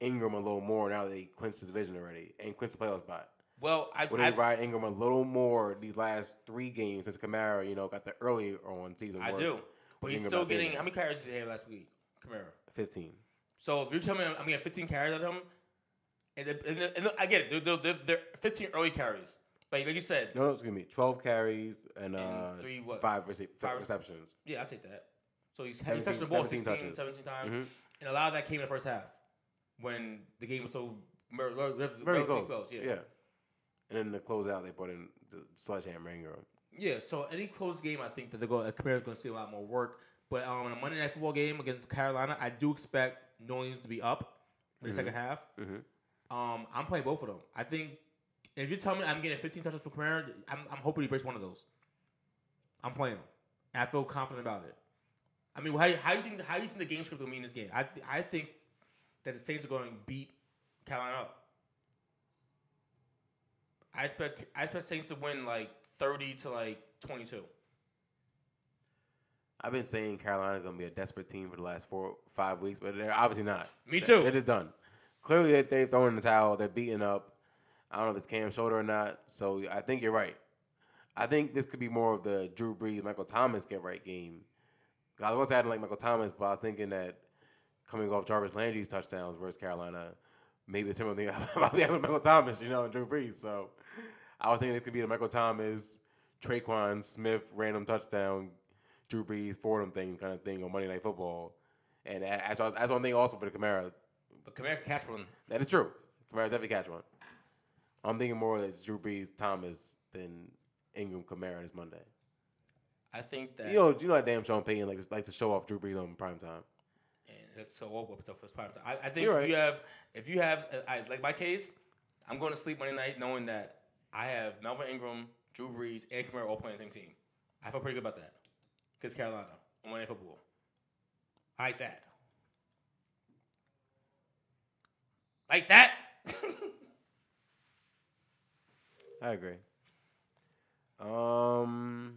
Speaker 5: Ingram a little more now that they clinched the division already and clinched the playoff spot?
Speaker 6: Well, I,
Speaker 5: Will
Speaker 6: I,
Speaker 5: they ride Ingram a little more these last three games since Camara, you know, got the earlier on season?
Speaker 6: I
Speaker 5: work?
Speaker 6: do. But he's
Speaker 5: Ingram
Speaker 6: still
Speaker 5: out there.
Speaker 6: getting how many carries did he have last week? Kamara.
Speaker 5: fifteen.
Speaker 6: So if you're telling me I'm, I'm getting 15 carries out of him, and, the- and, the- and the- I get it. They're, they're, they're, they're 15 early carries, like like you said.
Speaker 5: No, no, excuse me. Twelve carries and, uh,
Speaker 6: three what?
Speaker 5: five, rece-
Speaker 6: Five rece-
Speaker 5: receptions.
Speaker 6: Yeah, I take that. So he's, he's
Speaker 5: 17
Speaker 6: touched the ball
Speaker 5: 17
Speaker 6: 16, 17,
Speaker 5: touches.
Speaker 6: times,
Speaker 5: Mhm.
Speaker 6: and a lot of that came in the first half when the game was so mer- re- re-
Speaker 5: Very
Speaker 6: relatively
Speaker 5: close.
Speaker 6: close.
Speaker 5: yeah. And then the closeout, they put in the sledgehammer Ingram.
Speaker 6: Yeah, so any close game, I think that they're going. Kamara's going to see a lot more work. But um, in a Monday night football game against Carolina, I do expect New Orleans to be up in the second half.
Speaker 5: Mhm.
Speaker 6: Um, I'm playing both of them. I think if you tell me I'm getting 15 touches from Kamara, I'm, I'm hoping he breaks one of those. I'm playing him. And I feel confident about it. I mean, how, how you think how you think the game script will mean this game? I I think that the Saints are going to beat Carolina up. I expect I expect Saints to win like thirty to like twenty two.
Speaker 5: I've been saying Carolina gonna be a desperate team for the last four, five weeks, but they're obviously not.
Speaker 6: Me
Speaker 5: They-
Speaker 6: too.
Speaker 5: They're just done. Clearly, they they throwing the towel. They're beating up. I don't know if it's Cam shoulder or not. So I think you're right. I think this could be more of the Drew Brees, Michael Thomas get right game. I was adding like Michael Thomas, but I was thinking that coming off Jarvis Landry's touchdowns versus Carolina, maybe it's similar thing about the Michael Thomas, you know, and Drew Brees. So I was thinking it could be the Michael Thomas, Traquan Smith random touchdown, Drew Brees Fordham thing kind of thing on Monday Night Football, and that- that's what I was- that's one thing also for the Camara.
Speaker 6: But Kamara catch one.
Speaker 5: That is true. Kamara's definitely catch one. I'm thinking more that it's Drew Brees Thomas than Ingram Kamara this Monday.
Speaker 6: I think that
Speaker 5: You know, you know that damn Sean Payton likes likes to show off Drew Brees on prime time.
Speaker 6: and that's so old, but it's our first prime time. I, I think
Speaker 5: You're
Speaker 6: if
Speaker 5: right.
Speaker 6: you have, if you have, I, I- like my case, I'm going to sleep Monday night knowing that I have Melvin Ingram, Drew Brees, and Kamara all playing the same team. I feel pretty good about that. Because Carolina on Monday Night Football. I like that. Like that?
Speaker 5: I agree. Um,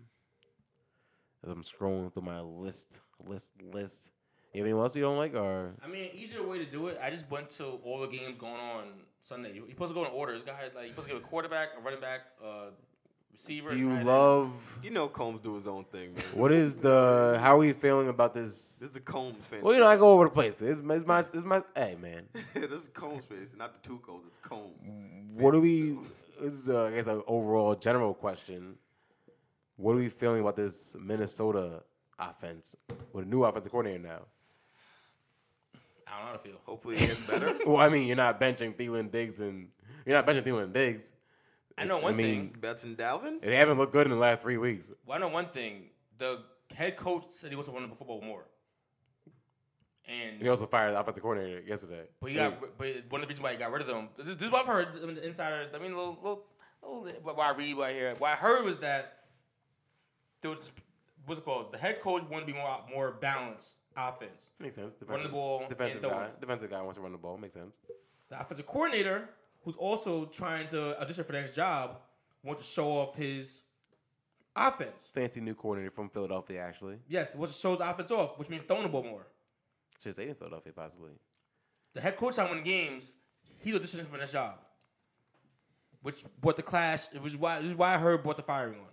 Speaker 5: as I'm scrolling through my list, list, list. You have anyone else you don't like, or
Speaker 6: I mean, easier way to do it. I just went to all the games going on Sunday. You- You're supposed to go in order. This guy, like, you're supposed to get a quarterback, a running back, a receiver.
Speaker 5: do
Speaker 6: a
Speaker 5: you
Speaker 6: tight end.
Speaker 5: love?
Speaker 4: You know Combs do his own thing, man.
Speaker 5: What is the? How are we feeling about this?
Speaker 4: This is a Combs fan.
Speaker 5: Well, you know, I go over the place. It's, my- it's my, it's my. Hey, man,
Speaker 4: this is Combs fan. It's not the two Combs. It's Combs.
Speaker 5: what do we? This is, uh, I guess, an overall general question. What are we feeling about this Minnesota offense with a new offensive coordinator now?
Speaker 6: I don't know how to feel.
Speaker 4: Hopefully it gets better.
Speaker 5: Well, I mean, you're not benching Thielen Diggs, and you're not benching Thielen Diggs.
Speaker 6: I know one
Speaker 5: mean,
Speaker 6: thing.
Speaker 4: Betts and Dalvin.
Speaker 5: They haven't looked good in the last three weeks.
Speaker 6: Well, I know one thing. The head coach said he wants to run the football more. And
Speaker 5: He also fired the offensive coordinator yesterday.
Speaker 6: but he got but one of the reasons why he got rid of them. This is, this is what I've heard. I mean, the insider. I mean, little little, little bit what I read right here. What I heard was that there was what's it called the head coach wanted to be more more balanced offense.
Speaker 5: makes sense. Defensive,
Speaker 6: Run the ball
Speaker 5: Defensive
Speaker 6: and throw
Speaker 5: guy.
Speaker 6: it.
Speaker 5: Defensive guy wants to run the ball. Makes sense.
Speaker 6: The offensive coordinator, who's also trying to audition for the next job, wants to show off his offense.
Speaker 5: Fancy new coordinator from Philadelphia, actually.
Speaker 6: Yes, wants to show his offense off, which means throwing the ball more.
Speaker 5: Should stay in Philadelphia, possibly.
Speaker 6: the head coach I won games, he's auditioning for this job. Which brought the clash, it was why this is why I heard brought the firing on.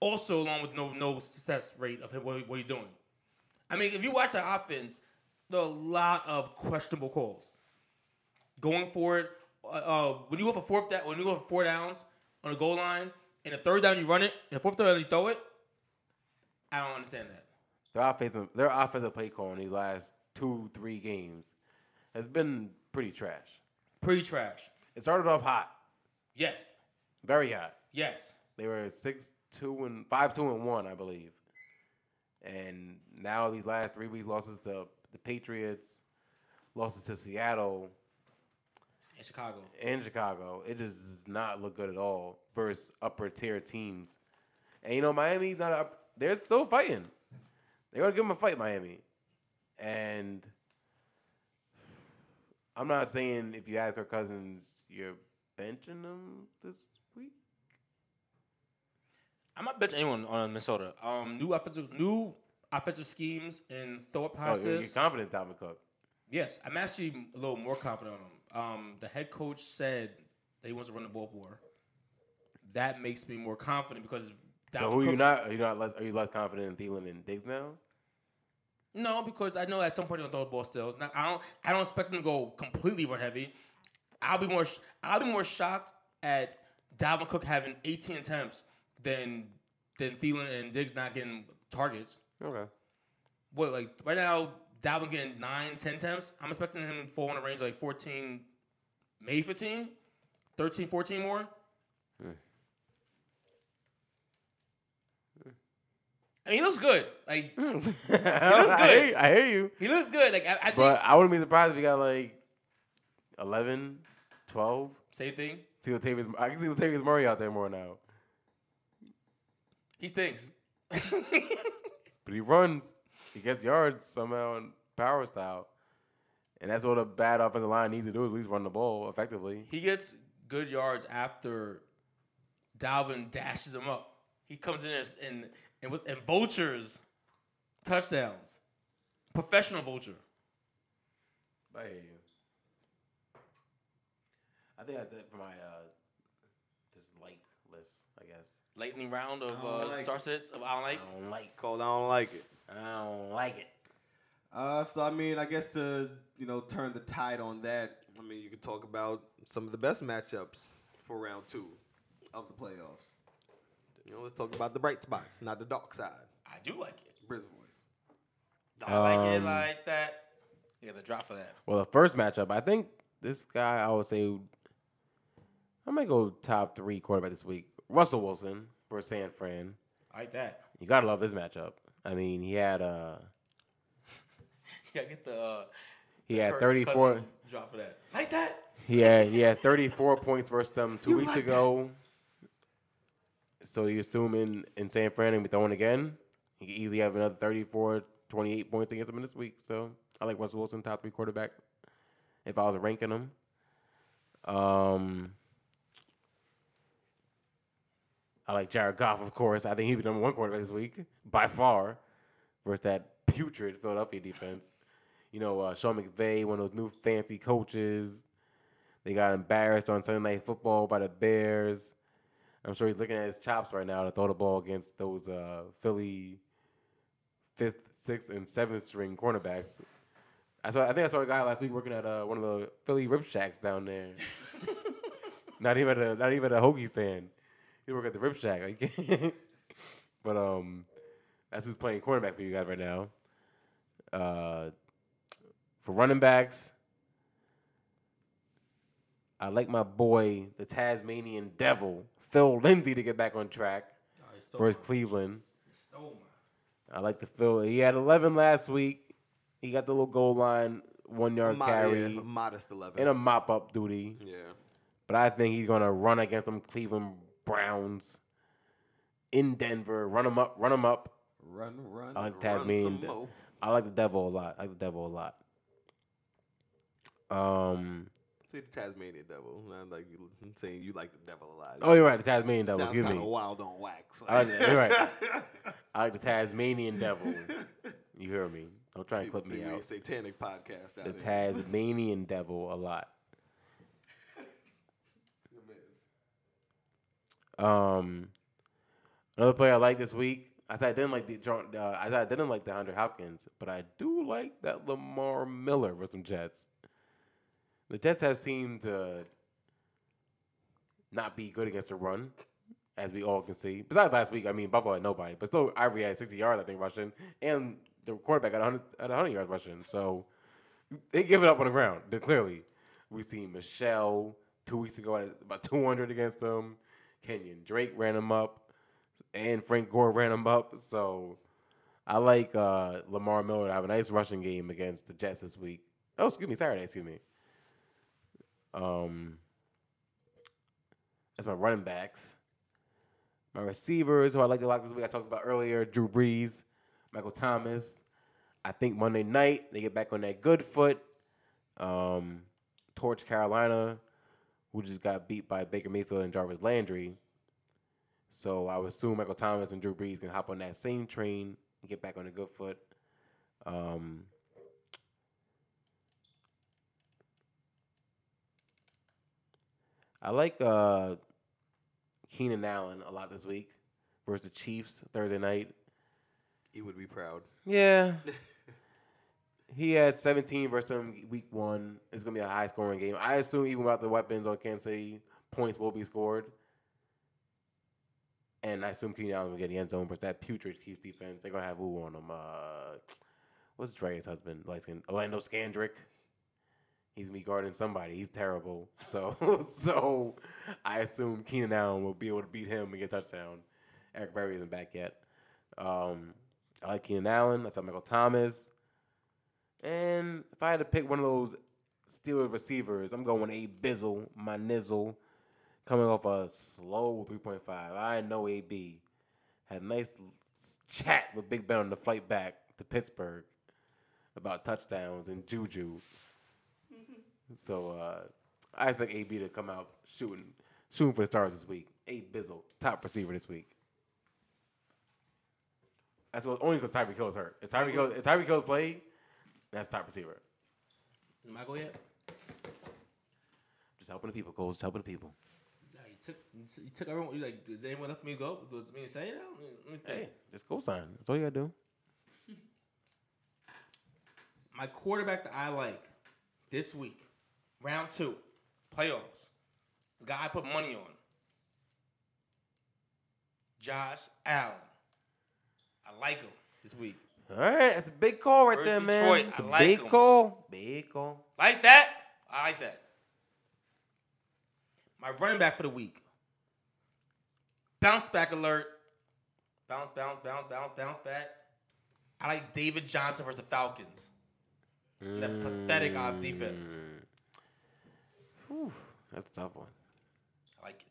Speaker 6: Also, along with no no success rate of him, what, he- what he's doing. I mean, if you watch the offense, there are a lot of questionable calls. Going for it, uh, uh, when you go for fourth down, when you go for four downs on a goal line, and the third down you run it, and the fourth down you throw it. I don't understand that.
Speaker 5: Their offensive, their offensive play call in these last two, three games has been pretty trash.
Speaker 6: Pretty trash.
Speaker 5: It started off hot,
Speaker 6: Yes,
Speaker 5: very hot.
Speaker 6: yes.
Speaker 5: They were six, two, and five, two, and one, I believe. And now these last three weeks losses to the Patriots, losses to Seattle,
Speaker 6: In Chicago,
Speaker 5: and Chicago. It just does not look good at all versus upper tier teams. And you know, Miami's not up. They're still fighting. They're gonna give them a fight, Miami. And I'm not saying if you have Kirk Cousins, you're benching them this week.
Speaker 6: I'm not benching anyone on Minnesota. Um, new offensive, new offensive schemes and thought
Speaker 5: Oh, you're,
Speaker 6: process.
Speaker 5: you're confident, Dalvin Cook.
Speaker 6: yes, I'm actually a little more confident on him. Um, the head coach said that he wants to run the ball more. That makes me more confident because.
Speaker 5: So
Speaker 6: Dalvin
Speaker 5: who are you
Speaker 6: Cook-
Speaker 5: not? Are you not less? Are you less confident in Thielen and Diggs now?
Speaker 6: No, because I know at some point they'll throw the ball still. Not, I don't. I don't expect them to go completely run heavy. I'll be more. sh- I'll be more shocked at Dalvin Cook having 18 attempts than than Thielen and Diggs not getting targets.
Speaker 5: Okay.
Speaker 6: what like right now Dalvin's getting nine, ten attempts. I'm expecting him to fall in the range of like 14, maybe 15, 13, 14 more. I mean, he looks good. Like
Speaker 5: Hmm. I, hear, you- I hear you.
Speaker 6: he looks good. Like I, I think
Speaker 5: But I wouldn't be surprised if he got like 11, 12.
Speaker 6: same thing.
Speaker 5: See Latavius, I can see Latavius Murray out there more now,
Speaker 6: He stinks.
Speaker 5: but he runs, he gets yards somehow in power style, and that's what a bad offensive line needs to do is at least run the ball effectively.
Speaker 6: he gets good yards after Dalvin dashes him up. He comes in as- and and with and vultures touchdowns. Professional vulture.
Speaker 5: I hear you. I think that's it for my uh, just like list, I guess.
Speaker 6: Lightning round of
Speaker 1: I
Speaker 6: uh,
Speaker 1: don't like
Speaker 6: star sets of I don't like.
Speaker 5: I don't like.
Speaker 4: Cold, I don't like it.
Speaker 5: I don't like it.
Speaker 1: Uh, so I mean, I guess to you know turn the tide on that.
Speaker 4: I mean, you could talk about some of the best matchups for round two of the playoffs. You know, let's talk about the bright spots, not the dark side.
Speaker 6: I do like it.
Speaker 4: Briz voice.
Speaker 6: I like it
Speaker 5: Um,
Speaker 6: like that. You got the drop for that.
Speaker 5: Well, the first matchup, I think this guy, I would say, I might go top three quarterback this week. Russell Wilson for San Fran.
Speaker 6: I like that.
Speaker 5: You gotta love this matchup. I mean, he had uh
Speaker 6: You gotta get the. Uh,
Speaker 5: he had
Speaker 6: Kirk
Speaker 5: thirty four
Speaker 6: Cousins Drop for that. Like that.
Speaker 5: he had he had thirty four points versus them two weeks ago. So you assume in, in San Fran and be throwing again, he could easily have another 34, 28 points against him this week. So I like Russell Wilson, top three quarterback. If I was ranking him, um, I like Jared Goff, of course. I think he'd be number one quarterback this week by far versus that putrid Philadelphia defense. You know, uh, Sean McVay, one of those new fancy coaches. They got embarrassed on Sunday Night Football by the Bears. I'm sure he's looking at his chops right now to throw the ball against those uh, Philly fifth, sixth, and seventh string cornerbacks. I saw. I think I saw a guy last week working at uh, one of the Philly rib shacks down there. not even at a not even at a hoagie stand. He work at the rib shack. Like, but um, that's who's playing cornerback for you guys right now. Uh, for running backs, I like my boy, the Tasmanian Devil, Phil Lindsay, to get back on track
Speaker 6: Oh, he stole
Speaker 5: versus
Speaker 6: mine.
Speaker 5: Cleveland.
Speaker 6: He stole mine.
Speaker 5: I like the Phil. He had 11 last week. He got the little goal line one yard
Speaker 4: Mod-
Speaker 5: carry
Speaker 4: yeah, a modest 11.
Speaker 5: and a mop up duty.
Speaker 4: yeah.
Speaker 5: But I think he's gonna run against them Cleveland Browns in Denver. Run them up. Run them up.
Speaker 1: Run, run.
Speaker 5: I
Speaker 4: Run
Speaker 5: like
Speaker 4: some
Speaker 5: Tasmanian. De-
Speaker 4: mo.
Speaker 5: I like the devil a lot. I like the devil a lot. Um.
Speaker 4: See the Tasmanian devil. Not like you saying you like the devil a lot.
Speaker 5: Oh, you're right. The Tasmanian devil.
Speaker 4: Sounds
Speaker 5: Excuse
Speaker 4: kinda
Speaker 5: me.
Speaker 4: wild on wax.
Speaker 5: I like that. You're right. I like the Tasmanian devil. You hear me? Don't try and clip me
Speaker 4: Think we a
Speaker 5: out.
Speaker 4: satanic podcast out
Speaker 5: The
Speaker 4: here.
Speaker 5: Tasmanian devil a lot. Um, another player I like this week. I said I didn't like the John- uh, I said I didn't like the Hunter Hopkins, but I do like that Lamar Miller with some Jets. The Jets have seemed to not be good against the run, as we all can see. Besides last week, I mean Buffalo had nobody, but still Ivory had sixty yards, I think, rushing, and the quarterback had hundred at hundred yards rushing. So they give it up on the ground. They- Clearly, we seen Michelle two weeks ago at about two hundred against them. Kenyon Drake ran him up, and Frank Gore ran him up. So I like uh, Lamar Miller to have a nice rushing game against the Jets this week. Oh, excuse me, Saturday. Excuse me. Um, that's my running backs. My receivers, who I like a lot this week, I talked about earlier: Drew Brees, Michael Thomas. I think Monday night they get back on that good foot. Um, torch Carolina who just got beat by Baker Mayfield and Jarvis Landry. So I would assume Michael Thomas and Drew Brees can hop on that same train and get back on a good foot. Um, I like uh, Keenan Allen a lot this week versus the Chiefs Thursday night.
Speaker 4: He would be proud.
Speaker 5: Yeah. he had 17 versus him week one. It's going to be a high scoring game. I assume even without the weapons on Kansas City, points will be scored. And I assume Keenan Allen will get the end zone versus that putrid Chiefs defense. They're going to have who on them? Uh, what's Dre's husband? Like Orlando Scandrick. He's gonna be guarding somebody. He's terrible. So, so I assume Keenan Allen will be able to beat him and get a touchdown. Eric Berry isn't back yet. Um, I like Keenan Allen. I saw Michael Thomas. And if I had to pick one of those Steelers receivers, I'm going A Bizzle, my nizzle, coming off a slow 3.5. I know AB had a nice l- s- chat with Big Ben on the flight back to Pittsburgh about touchdowns and juju. so uh, I expect AB to come out shooting, shooting for the stars this week. A Bizzle, top receiver this week. That's what, only because Tyreek Hill's hurt. If Tyreek Hill, if Tyreek Hill played, that's top receiver.
Speaker 6: Am I go yet?
Speaker 5: Just helping the people, Coach. Helping the people.
Speaker 6: Nah, you took you took- you took everyone. You like, does anyone left me go? Does me say it? Let me- let me think.
Speaker 5: Hey, just co-sign. That's all you gotta do.
Speaker 6: My quarterback that I like this week, round two, playoffs. This guy I put money on. Josh Allen. I like him this week.
Speaker 5: All right, that's a big call right
Speaker 6: Where's
Speaker 5: there, man.
Speaker 6: Detroit?
Speaker 5: It's a
Speaker 6: I like
Speaker 5: big
Speaker 6: 'em.
Speaker 5: call. Big call.
Speaker 6: Like that? I like that. My running back for the week. Bounce back alert. Bounce, bounce, bounce, bounce, bounce back. I like David Johnson versus the Falcons. That pathetic off defense.
Speaker 5: Whew, that's a tough one.
Speaker 6: I like it.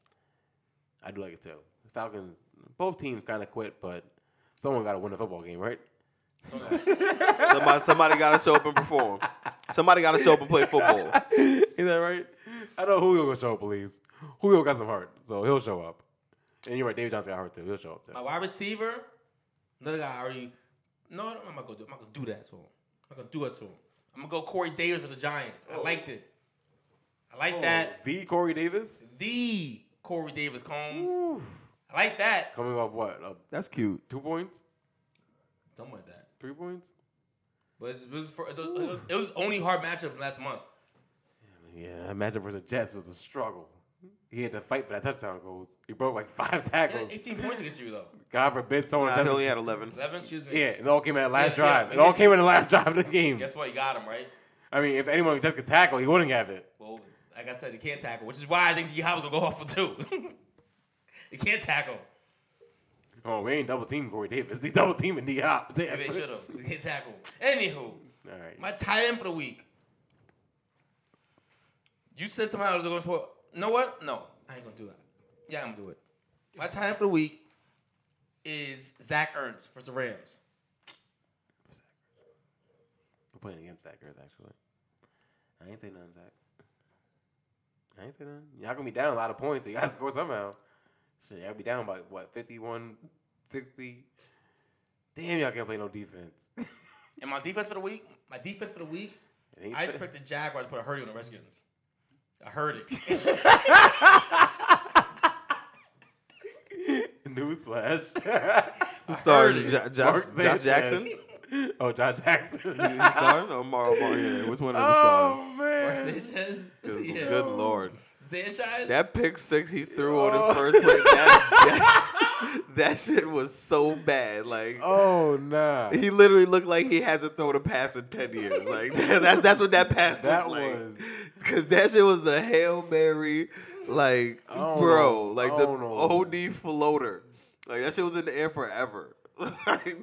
Speaker 5: I do like it too. The Falcons, both teams kind of quit, but someone got to win the football game, right?
Speaker 4: Somebody, somebody got to show up and perform. Somebody got to show up and play football.
Speaker 5: Is that right? I know Julio will show up, please. Julio got some heart, so he'll show up. And you're right, David Johnson got heart too. He'll show up too.
Speaker 6: My wide receiver, another guy I already. No, I'm not gonna do. I'm not gonna do that to him. I'm not gonna do it to him. I'm gonna go Corey Davis versus the Giants. I liked it. I like that.
Speaker 5: The Corey Davis
Speaker 6: The Corey Davis Combs. I like that.
Speaker 5: coming off what? Uh,
Speaker 1: That's cute.
Speaker 5: two points?
Speaker 6: Something like that.
Speaker 5: Three points?
Speaker 6: But it's- it was, for, it's a- it was it was only hard matchup last month.
Speaker 5: Yeah, that matchup versus the Jets was a struggle. He had to fight for that touchdown goals. He broke like five
Speaker 6: He had
Speaker 5: tackles.
Speaker 6: 18 points against you though.
Speaker 5: God forbid someone.
Speaker 4: Nah, he
Speaker 5: touches-
Speaker 4: only had 11.
Speaker 6: 11, excuse me.
Speaker 5: Yeah, it all came at last
Speaker 6: Yeah, yeah,
Speaker 5: drive. it all
Speaker 6: yeah.
Speaker 5: came in the last drive of the game.
Speaker 6: Guess what? You got him right.
Speaker 5: I mean, if anyone just could tackle, he wouldn't have it.
Speaker 6: Well, like I said, he can't tackle, which is why I think D Hop gonna go off for two. he can't tackle.
Speaker 5: Oh, we ain't double teaming Corey Davis. He's double teaming D Hop. All
Speaker 6: Maybe they should have. He can't tackle. Anywho,
Speaker 5: right.
Speaker 6: my tight end for the week. You said somehow I was gonna score. You know what? No, I ain't gonna do that. Yeah, I'm gonna do it. My tight end for the week is Zach Ertz versus the Rams.
Speaker 5: I'm playing against Zach Ertz, actually. I ain't say nothing, Zach. I ain't say nothing. Y'all gonna be down a lot of points, so y'all score somehow. Shit, y'all be down by what, 51, 60? Damn, y'all can't play no defense. It
Speaker 6: And my defense for the week, my defense for the week,
Speaker 5: ain't
Speaker 6: I
Speaker 5: fit-
Speaker 6: expect the Jaguars to put a hurting on the Redskins. I heard it.
Speaker 5: Newsflash.
Speaker 4: Who started?
Speaker 6: heard it.
Speaker 4: Jo- Josh, Josh
Speaker 5: Mark Sanchez.
Speaker 4: Jackson?
Speaker 5: oh, Josh Jackson.
Speaker 4: He started? Or Mario Bar- yeah, Which one of them started?
Speaker 5: oh, man.
Speaker 6: Mark Sanchez.
Speaker 4: Good,
Speaker 6: yeah.
Speaker 4: good lord.
Speaker 6: Sanchez.
Speaker 4: That pick six he threw on
Speaker 5: Oh.
Speaker 4: the first play, that, that, that shit was so bad. Like,
Speaker 5: Oh, nah.
Speaker 4: he literally looked like he hasn't thrown a pass in 10 years. Like, that's, that's what that pass
Speaker 5: That
Speaker 4: looked like.
Speaker 5: was.
Speaker 4: Cause that shit was a hail mary, like
Speaker 5: don't
Speaker 4: bro,
Speaker 5: know.
Speaker 4: like
Speaker 5: I
Speaker 4: the
Speaker 5: don't know.
Speaker 4: OD floater, like that shit was in the air forever. Like,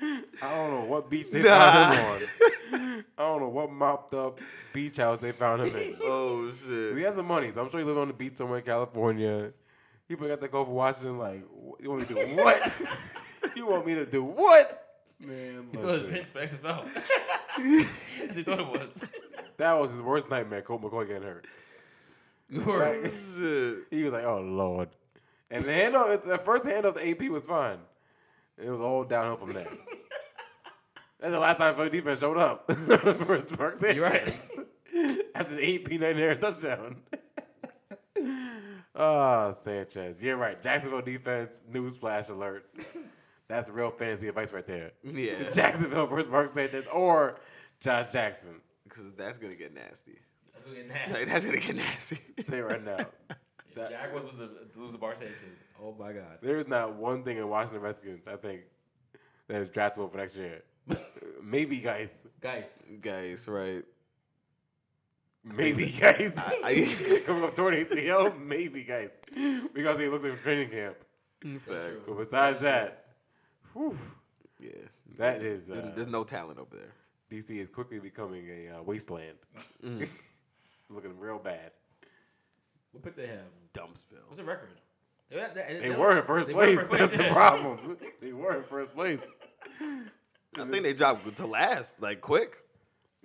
Speaker 5: I don't know what beach they
Speaker 4: Nah.
Speaker 5: found him on. I don't know what mopped up beach house they found him in.
Speaker 4: oh
Speaker 5: He
Speaker 4: shit!
Speaker 5: has some money, so I'm sure he lived on the beach somewhere in California. He probably got to go for Washington. Like, "Wh- you want me to do what? you want me to do what? Man,
Speaker 6: It was
Speaker 5: listen.
Speaker 6: Vince for XFL. As he thought it was.
Speaker 5: that was his worst nightmare. Colt McCoy getting hurt.
Speaker 6: You were-
Speaker 5: Like,
Speaker 4: Shit.
Speaker 5: he was like, "Oh Lord," and the handoff, the first handoff, the AP was fine. It was all downhill from there. That's the last time Philly defense showed up. first Mark Sanchez.
Speaker 6: You're right.
Speaker 5: after the eight P nine air touchdown. Ah, Sanchez. You're right. Jacksonville defense, newsflash alert. That's real fantasy advice right there.
Speaker 6: Mm-hmm.
Speaker 4: Yeah,
Speaker 5: Jacksonville versus Mark Sanchez or Josh Jackson.
Speaker 4: because that's gonna get nasty.
Speaker 6: That's gonna get nasty.
Speaker 4: Like that's gonna get nasty.
Speaker 5: Tell you right now. that-
Speaker 6: Jaguars was the lose the Bar Sanchez. Oh my god.
Speaker 5: There is not one thing in Washington Redskins, I think, that is draftable for next year. Maybe, guys.
Speaker 6: Guys,
Speaker 4: Guys, right?
Speaker 5: Maybe, guys.
Speaker 4: I-
Speaker 5: Coming up torn ACL, maybe, guys. Because he looks like training camp.
Speaker 4: Facts.
Speaker 5: But besides that, whew,
Speaker 4: Yeah,
Speaker 5: that is
Speaker 4: There-
Speaker 5: uh,
Speaker 4: there's no talent over there.
Speaker 5: DC is quickly becoming a uh, wasteland.
Speaker 6: Mm.
Speaker 5: Looking real bad.
Speaker 6: what pick they have?
Speaker 4: Dumpsville.
Speaker 6: What's the record? They, were- they-
Speaker 5: They
Speaker 6: they
Speaker 5: were in first
Speaker 6: they were in
Speaker 5: place.
Speaker 6: first
Speaker 5: That's
Speaker 6: place,
Speaker 5: the
Speaker 6: yeah.
Speaker 5: problem. they were in first place.
Speaker 4: I think they dropped to last, like quick.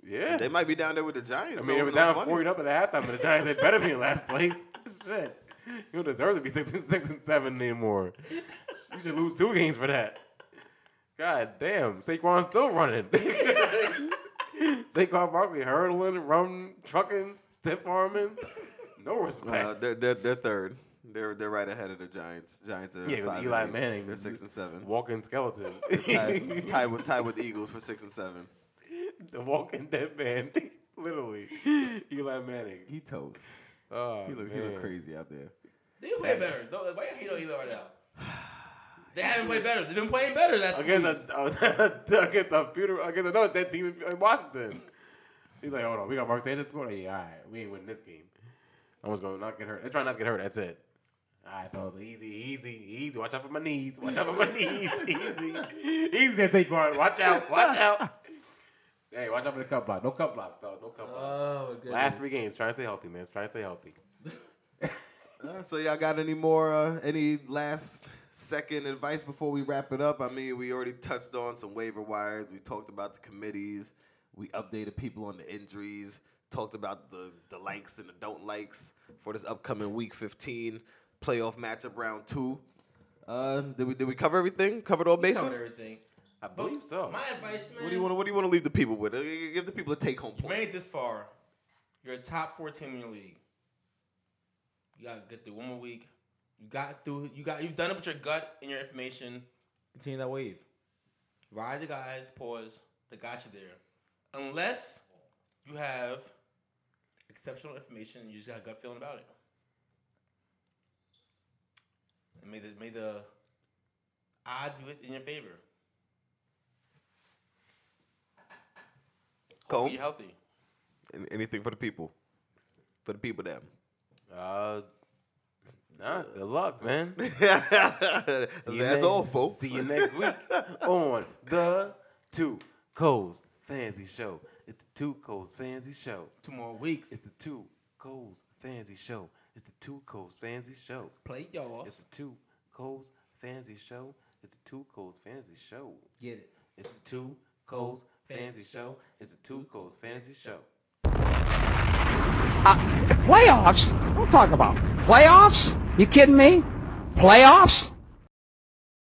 Speaker 5: Yeah.
Speaker 4: They might be down there with the Giants.
Speaker 5: I mean, they
Speaker 4: though,
Speaker 5: were
Speaker 4: no
Speaker 5: down
Speaker 4: funny.
Speaker 5: forty nothing at halftime, and the Giants had better be in last place. Shit, you don't deserve to be six and six and seven anymore. You should lose two games for that. God damn, Saquon's still running. Saquon Barkley hurdling, run, trucking, stiff arming. No respect.
Speaker 4: Uh, they're, they're they're third. They're they're right ahead of the Giants. Giants are
Speaker 5: Yeah, 'cause
Speaker 4: five
Speaker 5: Eli
Speaker 4: and eight.
Speaker 5: Manning
Speaker 4: They're
Speaker 5: was-
Speaker 4: six and seven.
Speaker 5: walking skeleton.
Speaker 4: Tied, tied with tied with the Eagles for six and seven.
Speaker 5: the walking dead man. Literally. Eli Manning.
Speaker 1: He toast.
Speaker 5: Oh,
Speaker 1: He look, he
Speaker 5: man.
Speaker 1: look crazy out there.
Speaker 6: They play better. Don't, why you hate on Eli right now? They haven't played better. They've been playing better. That's
Speaker 5: Against a, against a funeral, against another dead team in- in Washington. He's like, hold on, we got Mark Sanchez going. Yeah, all right, we ain't winning this game. I'm just going to not get hurt. They're trying not to get hurt. That's it. All right, fellas, easy, easy, easy. Watch out for my knees. Watch out for my knees. Easy, easy. There, Saquon. Watch out. Watch out. Hey, watch out for the cup block. No cup blocks, fellas. No cup blocks.
Speaker 6: oh my goodness.
Speaker 5: Last three games, trying to stay healthy, man. Trying to stay healthy.
Speaker 4: Uh, so y'all got any more uh, any last second advice before we wrap it up? I mean, we already touched on some waiver wires. We talked about the committees. We updated people on the injuries. Talked about the the likes and the don't likes for this upcoming Week 15 playoff matchup round two. Uh, did we did we cover everything? Covered all bases.
Speaker 6: covered everything.
Speaker 5: I believe so.
Speaker 6: My advice, man.
Speaker 4: What do you want? What do you want to leave the people with? Uh, Give the people a take home
Speaker 6: You
Speaker 4: point.
Speaker 6: made it this far. You're a top four team in the league. You gotta get through one more week. You got through. You got. You've done it with your gut and your information. Continue that wave. Ride the guys. Pause. They got you there. Unless you have exceptional information and you just got a gut feeling about it. And may the may the odds be with- in your favor. Be
Speaker 4: Combs,
Speaker 6: healthy.
Speaker 4: an- anything for the people, for the people them.
Speaker 5: Uh, nah, good luck, man.
Speaker 4: That's
Speaker 5: See you next-
Speaker 4: all, folks.
Speaker 5: See you next week on the Two Coles Fancy Show. It's the Two Coles Fancy Show.
Speaker 6: Two more weeks.
Speaker 5: It's the Two Coles Fancy Show. It's the Two Coles Fancy Show.
Speaker 6: Play y'all.
Speaker 5: It's the Two Coles Fancy Show. It's the Two Coles Fancy Show.
Speaker 6: Get it.
Speaker 5: It's the Two Coles Fancy Show. It's the Two Coles Fancy Show.
Speaker 7: Playoffs? What are you talking about? Playoffs? You kidding me? Playoffs?